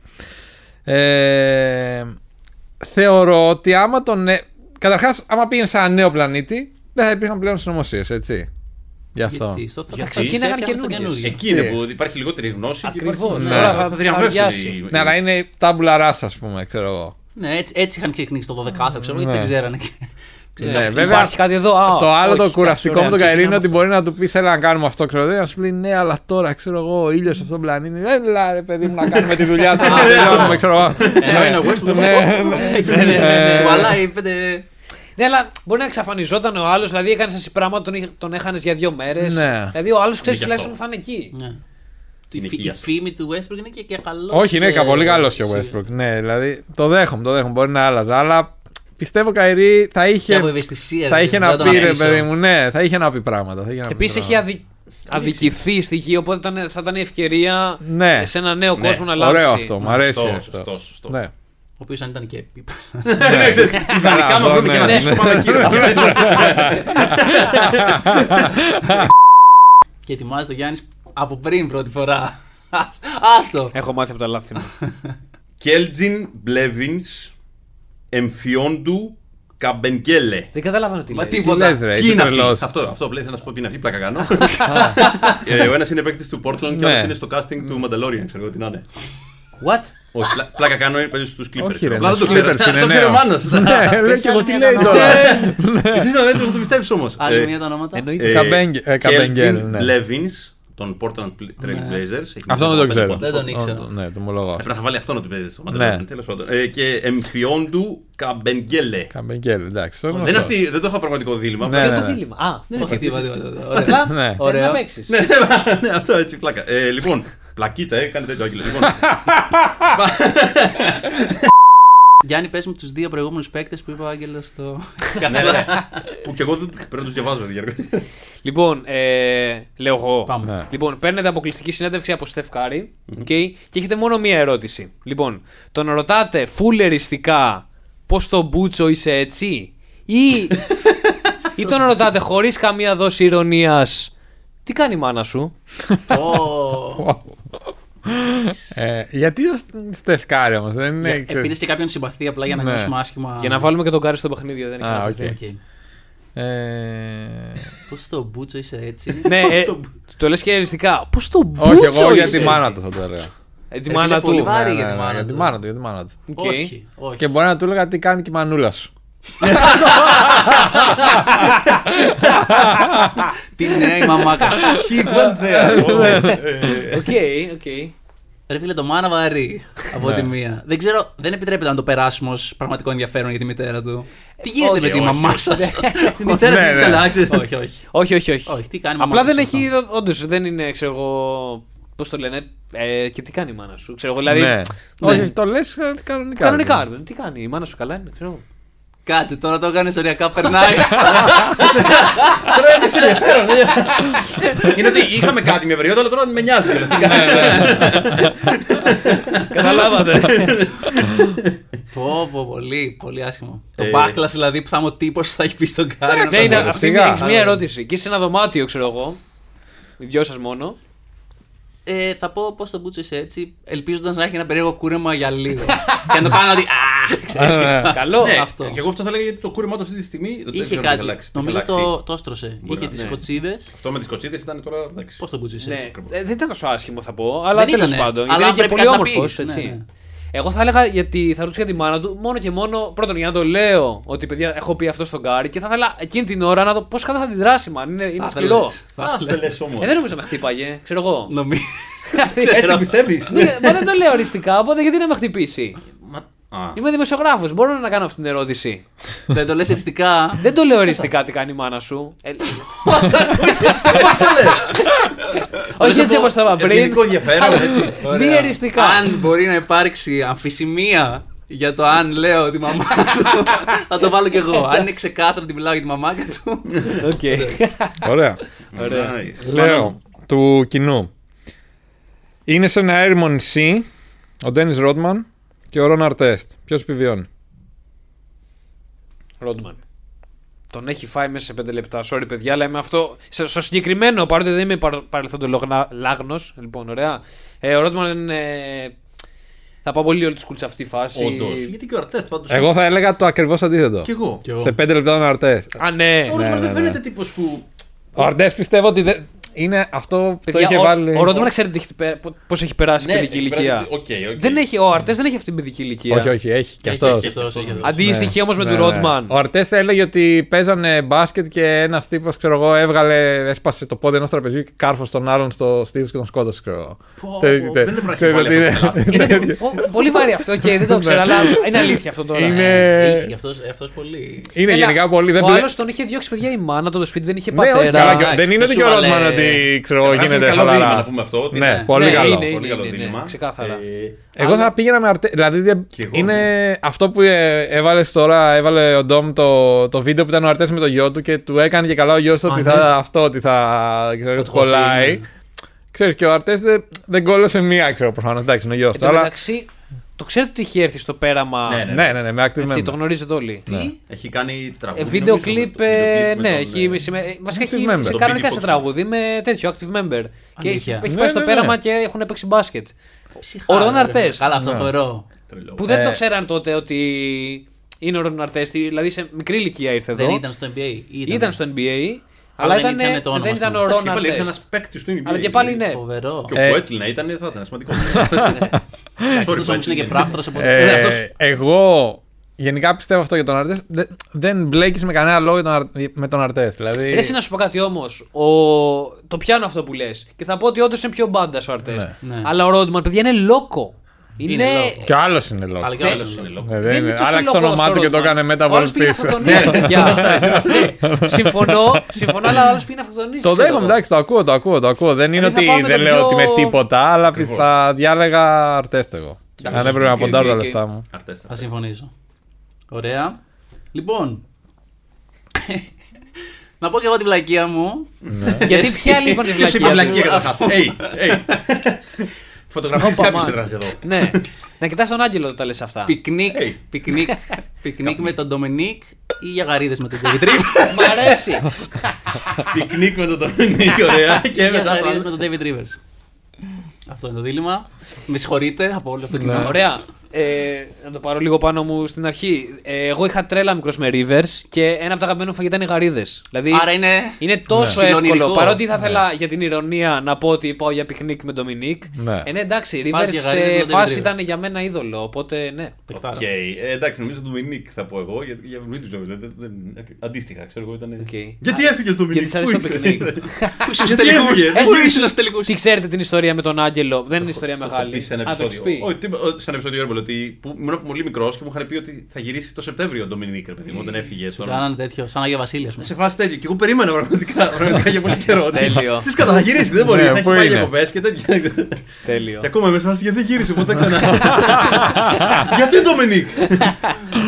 C: Ε, θεωρώ ότι άμα τον. ε- Καταρχάς, άμα πήγαινε σε ένα νέο πλανήτη, δεν θα υπήρχαν πλέον συνωμοσίες, έτσι. Γι' αυτό.
D: Γιατί στο θα
E: Γιατί
D: ξεκίναγαν
F: σε
D: καινούργιες.
F: καινούργιες.
E: Εκεί είναι
C: Ε.
E: που υπάρχει λιγότερη γνώση. και
F: Ακριβώς.
E: υπάρχει-
C: Ναι.
E: Τώρα
F: Θα-
E: Θα
F: θα
E: διαβάσει.
F: αδειάσει.
C: Ναι, αλλά είναι τάμπουλα ράσα, ας πούμε, ξέρω εγώ.
D: Ναι, έτσι, έτσι είχαν ξεκινήσει το 12ο, ξέρω, γιατί
C: Ναι.
D: δεν ξέρανε. και-
C: Ναι,
D: Ξέρετε,
C: βέβαια.
F: Υπάρχει κάτι εδώ. Α,
C: το άλλο
F: όχι,
C: το
F: εντάξει,
C: κουραστικό
F: ωραία,
C: με τον Καϊρή
F: ξεκινάμε
C: είναι ότι
F: αυτό.
C: μπορεί να του πεις: Έλα να κάνουμε αυτό, ξέρω εγώ. Να σου πει: Ναι, αλλά τώρα ξέρω εγώ, ο ήλιος αυτόν τον πλανήτη. Έλα ρε παιδί μου να κάνουμε τη δουλειά του. Να τελειώνουμε, ξέρω εγώ.
D: Ενώ είναι ο Westbrook. Ναι, ναι, ναι. Κουβαλάει πέντε.
F: Ναι, αλλά μπορεί να εξαφανιζόταν ο άλλος, δηλαδή έκανες εσύ πράγμα, τον, είχε- τον έχανες για δύο μέρες.
C: Ναι.
F: Δηλαδή ο άλλος ξέρεις
E: γι'
F: τουλάχιστον
E: αυτό.
F: θα είναι εκεί.
D: Ναι. Η
E: Είναι
D: φη-
E: εκεί
D: η
E: αυτό.
D: φήμη του Westbrook είναι και- και ε, καλό.
C: Όχι, είναι πολύ καλός και ο Westbrook. Ναι, δηλαδή το δέχομαι, το δέχομαι. Μπορεί να άλλαζα, αλλά πιστεύω Καϊρή θα είχε.
D: από ευαισθησία,
C: θα
D: ρε,
C: είχε
D: δεν
C: να
D: τον
C: πει, ρε
D: αφήσω.
C: παιδί μου, ναι, θα είχε να πει πράγματα. Θα είχε να πει
F: Επίσης έχει
C: πράγματα.
F: αδι... αδικηθεί στη γη, οπότε ήταν- θα ήταν η ευκαιρία
C: Ναι.
F: σε ένα νέο κόσμο να λάβει.
C: Ωραίο αυτό, μου αρέσει
E: Σωστό,
C: αυτό.
E: σωστό, σωστό.
C: Ναι.
D: Ο οποίος αν ήταν και επίπεδο.
E: Ιδανικά μου βρούμε και ένα
C: Ναι.
E: δίσκο πάμε εκεί.
D: Και ετοιμάζει το Γιάννης από πριν πρώτη φορά. Ας- Άστο.
F: Έχω μάθει από τα λάθη μου.
E: Κέλτζιν Μπλέβιν Εμφιόντου Καμπενκέλε.
F: Δεν καταλαβαίνω τι
D: Μα
F: λέει.
C: Τι
D: τίποτα.
C: λες Ναι, ρε,
E: Ποιοι
C: είσαι
E: είναι αυτοί?
C: τρελός.
E: Αυτό, αυτό πλέον θέλω να σου πω ποιοι είναι αυτοί, πλάκα κάνω. Ε, ο ένας είναι παίκτης του Portland και ο
C: Ναι.
E: άλλο είναι στο casting του Mandalorian, ξέρω εγώ τι να είναι.
F: What?
E: Όχι, πλα- πλάκα κάνω, είναι παίζεις στους Clippers.
C: Όχι ρε, ναι,
E: Απλά δεν το
C: στους
E: ξέρω.
C: Clippers είναι
E: Το ξέρω
C: νέο.
E: μάνος.
C: Ναι, λέει και εγώ τι λέει τώρα.
E: Εσύ είσαι αδέντρο, θα το πιστέψει όμως.
D: Άλλη μία τα ονόματα.
F: Εννοείται.
E: Ε,
C: Καμπέγγε- ε, Καμπέγγελ,
E: Kelvin
C: ναι.
E: Blevins των Portland Trail Blazers.
C: Αυτό δεν το ξέρω.
D: Ναι. Δεν τον ήξερα.
C: Όντω, Ναι, το ομολογώ.
E: Πρέπει να είχα βάλει αυτό να του παίζει στο
C: Ναι.
E: Mandalorian. Τέλος πάντων. Ε, Και Εμφιόντου Καμπενγκέλε.
C: Καμπεγγέλ, εντάξει. το
E: Δεν, είναι
C: γνωστό.
E: αυτή, δεν το είχα πραγματικό δίλημα.
C: Ναι.
F: Ποιο είναι το δίλημα. Α, δεν
D: Όχι,
F: είναι
D: τίποτα, τίποτα, τίποτα. Ωραία.
F: Απλά
C: Ναι.
F: θες
D: Ωραίο.
F: να παίξεις.
E: ναι, αυτό έτσι, πλάκα. Ε, λοιπόν, πλακίτσα, ε, κάνε τέτοιο άγγελο. Λοιπόν,
D: Γιάννη, πες μου τους δύο προηγούμενους παίκτες που είπε ο Άγγελος στο...
E: Ναι, που κι εγώ δεν, πρέπει να τους διαβάζω. Γιώργο.
F: Λοιπόν, ε, λέω εγώ.
D: Πάμε.
C: Ναι.
F: Λοιπόν, παίρνετε αποκλειστική συνέντευξη από Στεφ Κάρη, οκ, και έχετε μόνο μία ερώτηση. Λοιπόν, τον ρωτάτε φουλεριστικά πώς το Μπούτσο είσαι έτσι, ή, ή τον ρωτάτε χωρίς καμία δόση ηρωνίας. Τι κάνει η μάνα σου.
D: Ω.
C: Ε, γιατί ο Στεφκάρη όμως, δεν είναι.
D: Ε,
C: Ναι, ξέρεις-
D: Πήρες και κάποιον συμπαθή απλά για να
C: Ναι.
D: νιώσουμε άσχημα.
F: Για να βάλουμε και τον Κάρη στο παιχνίδι, δεν έχει
C: Α,
F: να
C: οκ.
D: Οκ.
C: Ε,
D: Πώς το μπούτσο είσαι έτσι.
F: Ναι, ε, το λες και αριστικά. Πώς το Μπούτσο
C: Όχι, εγώ για
F: είσαι
C: τη
F: έτσι?
C: μάνα του θα το έλεγα.
F: Ε,
D: Επειδή
F: τη
D: είναι
F: μάνα του.
D: πολύ
F: ναι.
D: βάρη.
C: Ναι,
D: για τη
C: ναι, ναι,
D: μάνα
C: για τη
D: του.
C: μάνα του, για τη μάνα του.
F: Οκ.
D: Όχι, όχι.
C: Και μπορεί να του έλεγα τι κάνει και η μανούλα σου.
D: Τι νέα η μαμάκα.
F: Οκ, οκ.
D: Ρε φίλε, το μάνα βαρύ από τη μία. Δεν ξέρω, δεν επιτρέπεται να το περάσουμε ως πραγματικό ενδιαφέρον για τη μητέρα του. Τι γίνεται με τη μαμά σας. Τη μητέρα
C: Ναι, ναι.
D: Όχι, όχι.
F: Όχι, όχι, όχι.
D: Όχι, τι κάνει η μαμά
F: Απλά δεν
D: σου
F: έχει. Όντως δεν είναι, ξέρω εγώ. Πώς το λένε. Ε, και τι κάνει η μάνα σου. Ξέρω εγώ, δηλαδή.
C: Ναι. Όχι, το λες κανονικά.
F: Κανονικά, ρε παιδί μου, τι κάνει η μάνα σου, καλά είναι, ξέρω εγώ.
D: Κάτσε, τώρα το έκανες οριακά, περνάει.
E: είναι ότι είχαμε κάτι μια περίοδο, αλλά τώρα δεν με νοιάζει. δηλαδή.
F: Καταλάβατε.
D: Πω, πω, πολύ, πολύ άσχημο. Το
E: Ε.
D: backlash δηλαδή που θα είμαι ο τύπος που θα έχει πεις στον Κάρι. να
F: ναι, είναι
D: τον-
F: αυτή.
C: σιγά.
F: Έχεις μία ερώτηση. Και είσαι σε ένα δωμάτιο, ξέρω εγώ. Οι δυο σας μόνο.
D: Ε, θα πω πώς τον μπούτσο είσαι έτσι, ελπίζοντας να έχει ένα περίεργο κούρεμα για λίγο. και να το κάνω ότι. Α, ξέρεις τι.
C: Ναι, ναι.
F: Καλό
E: Ναι,
F: αυτό.
E: Και εγώ αυτό θα έλεγα γιατί το κούρεμά του αυτή τη στιγμή δεν
D: Είχε
E: ξέρω αν έχει
D: κάτι.
E: αλλάξει.
D: Νομίζω
E: Έχει αλλάξει.
D: το, το έστρωσε.
E: Μπορεί
D: Είχε
E: να-
D: τις
E: ναι.
D: κοτσίδες.
E: Αυτό με τις κοτσίδες ήταν τώρα. εντάξει.
D: Πώς τον μπούτσο είσαι
F: Ναι.
D: έτσι.
F: Ε, δεν ήταν τόσο άσχημο, θα πω. Αλλά
D: Δεν
F: τέλο
D: ήτανε.
F: πάντων.
D: Αλλά
F: Γιατί είναι
D: πρέπει
F: και πολύ
D: κάτι να
F: όμορφος.
D: πεις, ναι, ναι.
F: Εγώ θα έλεγα γιατί θα ρωτήσω για τη μάνα του μόνο και μόνο πρώτον για να το λέω ότι παιδιά έχω πει αυτό στον Κάρι και θα ήθελα εκείνη την ώρα να δω πώς κατά θα αντιδράσει. Μαν είναι, είναι σκληρό.
E: Α, δεν λε όμως.
F: Ε, δεν νομίζω να με χτύπαγε, ξέρω εγώ.
D: Νομίζω.
E: Έτσι πιστεύεις.
F: Ναι, Μα δεν το λέω οριστικά, οπότε γιατί να με χτυπήσει. Είμαι δημοσιογράφος, μπορώ να κάνω αυτή την ερώτηση.
D: Δεν το λες εριστικά.
F: Δεν το λέω οριστικά τι κάνει η μάνα σου. Ε, Όχι έτσι όπω τα είπα πριν.
E: Γενικό ενδιαφέρον. έτσι.
F: Μη εριστικά.
D: Αν μπορεί να υπάρξει αμφισημία για το αν λέω τη μαμά του, θα το βάλω κι εγώ. Αν είναι ξεκάθαρο ότι μιλάω για τη μαμάκα του.
F: Οκ.
C: Ωραία.
E: Nice.
C: Λέω του κοινού. Είναι σε ένα έρημο νησί ο Ντένι Ρότμαν και ο Ρον Αρτέστ. Ποιος επιβιώνει.
F: Ρόντμαν. Τον έχει φάει μέσα σε 5 λεπτά. Sorry, παιδιά, αλλά είμαι αυτό. σε- Στο συγκεκριμένο, παρότι δεν είμαι παρ- παρελθόντο λάγνος. Λοιπόν, ωραία. Ε, ο Ρόντμαν είναι. Θα πάω πολύ όλη τη σε αυτή τη φάση.
E: Όντως. Γιατί και ο Αρτέστ πάντως.
C: Εγώ θα έλεγα το ακριβώς αντίθετο.
E: Κι εγώ.
C: Σε πέντε λεπτά τον Αρτέστ.
F: Α, ναι.
E: Ο Ρότμαν δεν
C: ναι, ναι.
E: φαίνεται τύπος που.
C: Ο Αρτέ πιστεύω ότι δεν- είναι αυτό που το
F: Παιδιά,
C: είχε
F: ο,
C: βάλει.
F: ο Ρόντμαν ξέρετε πώς έχει περάσει η παιδική
E: Ναι, έχει
F: ηλικία.
E: περάσει- οκ, Ε, οκ.
F: Δεν έχει, ο Αρτές δεν έχει αυτή την παιδική ηλικία.
C: Όχι, όχι, Ναι, έχει και αυτός.
F: Αντί η στοιχεία όμως με του Ρόντμαν.
C: Ο Αρτές έλεγε ότι παίζανε μπάσκετ και ένας τύπος, ξέρω εγώ, έβγαλε, έσπασε το πόδι ενός τραπεζιού και κάρφωσε τον άλλον στο στήθος και τον σκότωσε, ξέρω εγώ. Τε- τε-
E: δεν είναι
C: ξέρεις ότι
E: βραχυπόλεμο αυτό το λάθος.
C: είναι-
F: Ο- Πολύ βαρύ αυτό, οκ, δεν το ξέρω, αλλά είναι αλήθεια αυτό τώρα.
C: Ναι.
E: Ε,
D: Ε,
C: Είναι.
D: Αυτός πολύ.
C: Είναι
F: Έλα,
C: γενικά πολύ. Δεν
F: Ο
C: μπλε-
F: άλλος τον είχε διώξει παιδιά η μάνα, το σπίτι δεν είχε
C: Ναι, όχι,
F: πατέρα.
C: καλά, και- δεν είναι ότι και ο
D: σου
C: Ρότμαν
D: βάλε-
C: ότι ξέρω εγώ,
E: Καταρχάς,
C: γίνεται
E: είναι καλό δίλημα,
C: χαλαρά.
E: Να πούμε αυτό. ότι
C: Ναι,
E: είναι-
C: πολύ
F: Ναι,
C: καλό.
F: είναι.
E: Πολύ καλό
F: ναι,
E: δίλημα.
F: ξεκάθαρα.
E: Ε,
C: Εγώ θα πήγαινα με αρτέ. Δηλαδή δεν-
E: Κι εγώ, ναι.
C: είναι αυτό που ε, έβαλες τώρα, έβαλε ο Ντόμ το, το βίντεο που ήταν ο Αρτές με το γιο του και του έκανε και καλά ο γιος ότι
E: ναι.
C: θα, αυτό, ότι θα ξέρω, του κολλάει. Ξέρεις, και ο Αρτές δεν, δεν κόλλωσε μία, ξέρω προφανώς. Εντάξει, είναι ο γιος
F: Εν
C: του.
F: τω
C: Αλλά
F: μεταξύ, Το ξέρετε ότι είχε έρθει στο πέραμα.
E: Ναι, ναι.
C: Ναι, ναι, ναι, με active
F: Έτσι,
C: member.
F: το γνωρίζετε όλοι.
C: Ναι.
E: Έχει κάνει τραγούδι.
F: Ε, βίντεο
E: νομίζω,
F: κλιπ,
E: με το- βίντεο
F: ε,
E: κλιπ με
F: ναι,
E: τον,
F: έχει,
E: ε,
F: με- με- βασικά
C: Active
F: έχει
C: member.
F: σε
E: Το
F: κάνει
E: Biggie
F: κάτι
E: Box.
F: τραγούδι με τέτοιο active member. Και έχει,
D: Αλήθεια.
F: έχει
C: Ναι,
F: πάει στο
C: ναι,
F: πέραμα
C: ναι.
F: και έχουν παίξει μπάσκετ.
D: Ψυχάρα,
F: Ο Ρον
D: ρε.
F: Αρτές.
D: Καλά, αυτό φοβερό.
E: τρελό.
F: Που δεν
C: Ε.
F: το ξέραν τότε ότι είναι ο Ρον Αρτές, δηλαδή σε μικρή ηλικία ήρθε εδώ.
D: Δεν ήταν στο NBA. Ήταν,
F: Ήταν στο NBA, αλλά
D: δεν
F: ήταν,
D: ήταν το όνομα
F: δεν
D: του.
F: ήταν ο Ρον
E: Εντάξει, και πάλι
F: Αρτές.
E: ήρθε ένα παίκτη του NBA.
F: Αλλά και πάλι ναι.
D: Φοβερό.
E: Και ο Πουέτλ να ήταν, θα ήταν σημαντικό. Sorry,
D: Εκτός όμως είναι
E: Πουέτλ.
D: και πράκτορας από Ναι,
C: Ε,
F: Ναι,
C: εγώ γενικά πιστεύω αυτό για τον Αρτές. Δεν μπλέκεις με κανένα λόγο για τον Αρ- με τον Αρτές. Δηλαδή...
F: Ρε, εσύ να σου πω κάτι όμως. Ο... Το πιάνω αυτό που λες. Και θα πω ότι όντως είναι πιο μπάντας ο Αρτές.
D: Ναι. Ναι.
F: Αλλά ο Ρόντμαν, παιδιά, είναι λόκο. Είναι.
D: Είναι loco.
C: Κι άλλος είναι λόγος.
D: Αλλά και
E: Ο
D: ο
E: άλλος
D: άλλος.
E: είναι λόγος.
C: Ναι,
F: Δεν
C: δεν
F: είναι
C: είναι.
F: τόσο
C: Άλλαξε το
F: λογός
C: όνομά
F: ο
C: του και το
F: Ρόντμαν.
C: έκανε μετά
F: Ο
C: από Ναι.
F: άλλος πήγε να
C: πίσω.
F: αυτοκτονήσει, παιδιά. Ναι, Συμφωνώ, συμφωνώ, αλλά ο άλλος πήγε να αυτοκτονήσει.
C: Το
F: ξέρω
C: δέχομαι,
F: εγώ.
C: εντάξει, το ακούω, το ακούω, το ακούω. Δεν είναι
F: Δηλαδή, θα
C: ότι
F: πάμε με
C: δεν
F: το
C: λέω
F: πιο-
C: ότι είμαι τίποτα, αλλά θα διάλεγα αρτέστε εγώ. Αν έπρεπε να
F: οκ,
C: ποντάρω τα
F: οκ, οκ.
C: λεφτά μου.
E: Αρτέστα.
D: Θα συμφωνήσω. Ωραία. Λοιπόν. να πω και εγώ την πλακία μου.
F: Γιατί ποια λοιπόν τη
E: Ποιος είπε
F: βλακία.
E: βλακία
F: του.
E: καταρχάς. Ει, ει. Φωτογραφίες
F: Όπα,
E: κάποιους
F: μάνα.
E: καταρχάς εδώ.
F: Ναι. Να κοιτάς τον Άγγελο όταν λες αυτά.
D: Πικνίκ,
E: Hey.
D: πικνίκ, πικνίκ με τον Ντομινίκ ή για γαρίδες με τον David Rivers.
F: Μ' αρέσει.
E: Πικνίκ με τον Τονίκη, ωραία. Και
D: Ή για
E: μετά
D: γαρίδες
E: πάμε.
D: με τον David Rivers. Αυτό είναι το δίλημα. Με συγχωρείτε από όλο
F: Ναι.
C: Ναι.
D: αυτό το κοινό.
F: Ωραία. Ε, να το πάρω λίγο πάνω μου στην αρχή. Ε, εγώ είχα τρέλα μικρός με rivers και ένα από τα αγαπημένα μου φαγητά είναι γαρίδες. Δηλαδή
D: Άρα είναι.
F: είναι τόσο
D: Ναι.
F: εύκολο.
D: Συλλονικό.
F: Παρότι θα ήθελα για την ηρωνία να πω ότι πάω για πικνίκ με Ντομινίκ.
C: Ναι.
F: Ε, ναι, εντάξει,
D: Πας
F: rivers
D: για
F: σε
D: γαρίδες με τον
F: φάση
D: Rivers.
F: ήταν για μένα είδωλο. Οπότε ναι.
E: Οκ, ε, εντάξει, νομίζω τον Ντομινίκ θα πω εγώ. Γιατί για μην τους νομίζω. δεν- δεν- Αντίστοιχα, ξέρω εγώ ήταν.
F: Οκ.
E: Γιατί έφυγε τον Ντομινίκ.
F: Γιατί σ' άρεσε το πικνίκ.
D: Πού ήσουν στους
E: Γιατί
D: τελικούς.
E: έβγαινε, δεν
D: Πού ήσουν στους τελικούς.
F: Τι ξέρετε την ιστορία με τον Άγγελο. Δεν είναι ιστορία
E: Θα πει
F: Ε, μεγάλη.
E: σε ένα
F: Α, το έχεις πει.
E: επεισόδιο. Όχι, τίπο- όχι, σε ένα επεισόδιο Έρμπελ, ότι που ήμουν πολύ μικρός και μου είχαν πει ότι θα γυρίσει το Σεπτέμβριο ο Ντομινίκ, ρε παιδί μου, όταν έφυγε. στον-
D: Κάνανε τέτοιο, σαν Άγιο Βασίλειο. ας πούμε.
E: Σε φάση τέτοιο. Και εγώ περίμενα πραγματικά, πραγματικά για πολύ καιρό.
F: Τέλειο.
E: Τι κατά, θα γυρίσει, δεν μπορεί.
C: Ναι,
E: θα έχει
C: πού
E: πάει
C: είναι?
E: διακοπές και τέτοια.
F: Τέλειο.
E: Και ακόμα μέσα γιατί δεν γύρισε, οπότε ξανά. Γιατί Ντομινίκ.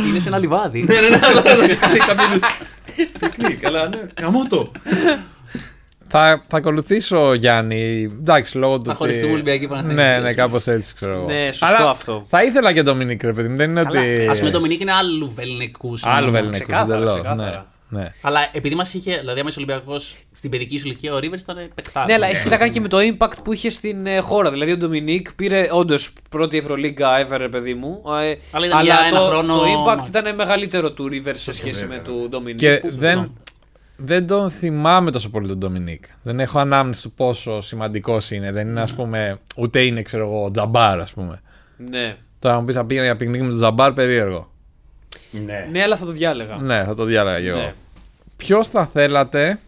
D: Είναι σε ένα λιβάδι.
E: Ναι, ναι, ναι, αλλά κάποιο. Πικνίκ, αλλά ναι, γαμώτο.
C: Θα, θα ακολουθήσω Γιάννη. Εντάξει, λόγω του.
D: Θα
C: ότι-
D: χωριστούμε Ολυμπιακή Παναθηναϊκή.
C: Ναι, ναι, κάπως έτσι ξέρω εγώ.
F: Ναι, σωστό
C: Αλλά
F: αυτό.
C: Θα ήθελα και τον Μινίκ, ρε παιδί μου. Δεν είναι ότι.
D: Ας πούμε, το Μινίκ είναι άλλου βελνικούς.
C: Άλλο βελνικού.
F: Ναι, Ξεκάθαρα, ξεκάθαρα.
C: Ναι.
D: Αλλά επειδή μας είχε, δηλαδή, άμα είσαι Ολυμπιακός στην παιδική σου ηλικία, ο Ρίβερ ήταν παικτάρα.
F: Ναι, αλλά έχει να κάνει και με το impact που είχε στην ε, χώρα. Δηλαδή, ο Ντομινίκ πήρε όντως πρώτη Ευρωλίγκα ever, ρε παιδί μου. Ε,
D: Αλλά ήταν για ένα
F: το,
D: χρόνο
F: το impact
D: match.
F: ήταν μεγαλύτερο του Rivers σε σχέση με του Ντομινίκ. ναι.
C: Και
F: που-
C: δεν, δεν τον θυμάμαι τόσο πολύ τον Ντομινίκ. Δεν έχω ανάμνηση του πόσο σημαντικός είναι. Δεν είναι, ας πούμε, ούτε είναι, ξέρω εγώ, ο Τζαμπάρ, ας πούμε.
F: Ναι.
C: Τώρα μου πεις να πήγαινε για πικνίκ με τον Τζαμπάρ, περίεργο.
D: Ε.
E: Ναι.
F: ναι, αλλά θα το διάλεγα.
C: Ναι, θα το διάλεγα και εγώ.
F: Ναι.
C: Ποιος θα θέλατε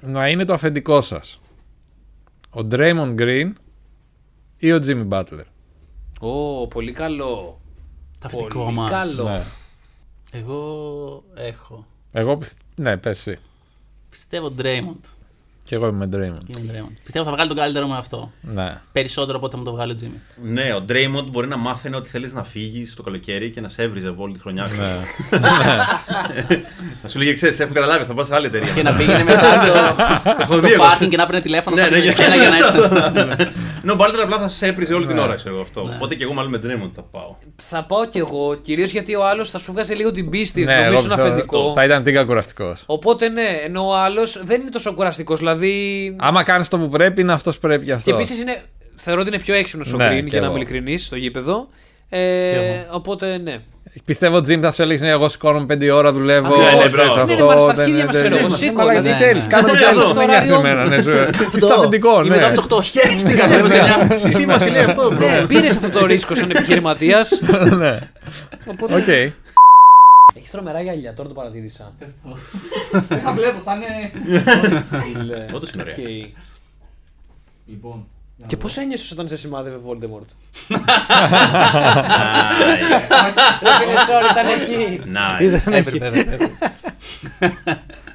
C: να είναι το αφεντικό σας, ο Ντρέιμον Γκριν ή ο Τζίμι Μπάτλερ.
F: Ω, πολύ καλό.
D: ταυτικό
F: Πολύ
D: μας.
F: καλό.
C: Ναι.
D: Εγώ έχω.
C: Εγώ πιστε- Ναι, πες εσύ.
D: Πιστεύω Ντρέιμοντ.
C: Και εγώ είμαι Ντρέιμον.
D: Είμαι Ντρέιμοντ. Πιστεύω θα βγάλει τον καλύτερο με αυτό.
C: Ναι.
D: Περισσότερο από ό,τι θα μου το βγάλει ο Τζίμι.
E: Ναι, ο Ντρέιμοντ μπορεί να μάθαινε ότι θέλεις να φύγεις το καλοκαίρι και να σε έβριζε από όλη τη χρονιά. Να σου λέγε, ξέρεις, έχω καταλάβει, θα πάω σε άλλη
D: Και
E: εταιρεία.
D: να πήγαινε μετά στο, στο
E: δει εγώ.
D: πάρκινγκ και να παίρνει τηλέφωνο.
E: Ναι,
D: Ναι,
E: ναι,
D: για
E: για
D: σένα για να έρθει.
E: Ενώ ο Μπάλτερ απλά θα σε έπριζε όλη την ώρα, ξέρω εγώ αυτό. Οπότε και εγώ μάλλον με Ντρέιμοντ θα πάω.
F: Θα πάω κι εγώ, κυρίως γιατί ο άλλος θα σου βγάζει λίγο την πίστη.
C: Ναι, εγώ
F: νομίζω είναι
C: πιστεύω
F: αφεντικό.
C: Θα ήταν τίγκα κουραστικός.
F: Οπότε ναι, ενώ ο άλλος δεν είναι τόσο κουραστικός. Δηλαδή.
C: Άμα κάνεις το που πρέπει, είναι αυτός πρέπει και
F: Και
C: αυτό.
F: επίσης είναι. Θεωρώ ότι είναι πιο έξυπνο ο
C: Ναι,
F: Green,
C: κι
F: για να
C: εγώ.
F: είμαι ειλικρινής, στο γήπεδο. Ε, οπότε ναι.
C: Πιστεύω, Τζιμ, θα σου έλεγε ναι, εγώ σηκώνομαι πέντε ώρα, δουλεύω.
E: ναι,
C: εγώ
E: ναι,
C: στρέφω
E: μπράβο.
F: Ναι, μάλιστα,
C: δεν
F: στα αρχίδια
C: είναι
F: μας
C: τέτοιο.
F: ξέρω,
C: Ναι,
F: σήκω,
C: μα, καλά,
F: ναι,
C: τι
F: ναι,
C: θέλει,
F: ναι.
C: κάνω τι
E: Ναι,
C: θέλεις.
E: εδώ,
C: Δεν νοιάζει
F: στο
C: εμένα, ναι,
F: ωράριό
C: σου. Είσαι αφεντικό,
D: Ή μετά
C: ναι.
D: από τι 8 χέρι στην καθένα ζωνιά.
E: Εσύ μα λέει αυτό,
F: Ναι,
E: μπρο.
F: πήρες αυτό το ρίσκο σαν επιχειρηματίας. Οπότε.
C: Ναι. Οκ.
F: Έχεις τρομερά γυαλιά, τώρα το παρατήρησα.
D: Θα βλέπω, θα είναι.
E: Όντως είναι ωραία.
G: Λοιπόν,
F: Και πώς ένιωσες όταν σε σημάδευε Voldemort. Ε, ήταν εκεί.
E: Να,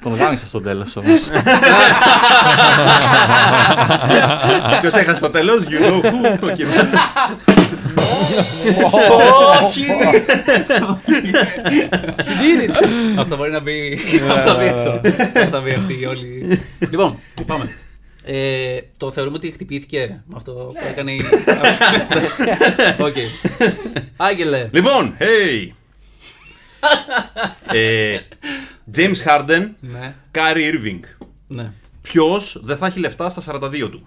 G: τον γάμισα στο τέλος όμως.
E: ποιος έχασε το τέλος, you know who. Ο Κιμ.
C: Ναι.
D: Ναι. Αυτό μπορεί να μπει. Αυτό θα μπει αυτό. Θα μπει αυτή η όλη. Λοιπόν, πάμε. Ε, το θεωρούμε ότι χτυπήθηκε με αυτό που έκανε η. Οκ. Άγγελε.
E: Λοιπόν, hey! ε, James Harden,
D: Ναι,
E: Kyrie Irving.
D: ναι.
E: Ποιος δεν θα έχει λεφτά στα 42 του.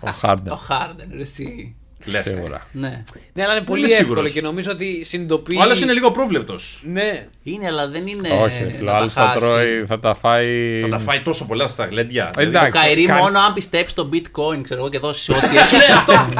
C: Ο Χάρντερ.
D: Ο Χάρντεν, ρε, εσύ.
E: Λες.
C: Σίγουρα.
D: Ναι.
F: Ναι, αλλά είναι πολύ
E: είμαι
F: εύκολο
E: σίγουρος.
F: και νομίζω ότι συνειδητοποιεί.
E: Ο άλλος είναι λίγο πρόβλεπτος.
F: Ναι.
D: Είναι, αλλά δεν είναι.
F: Ε,
C: Όχι, ρε φίλε. Ο
D: να τα
C: άλλος θα
D: χάσει.
C: τρώει, θα τα φάει.
E: Θα τα φάει τόσο πολλά στα γλέντια. Δηλαδή,
C: Εντάξει.
D: Καϊρή,
C: Κα-
D: μόνο αν πιστέψει στο bitcoin, ξέρω εγώ, και δώσει ό,τι έχει.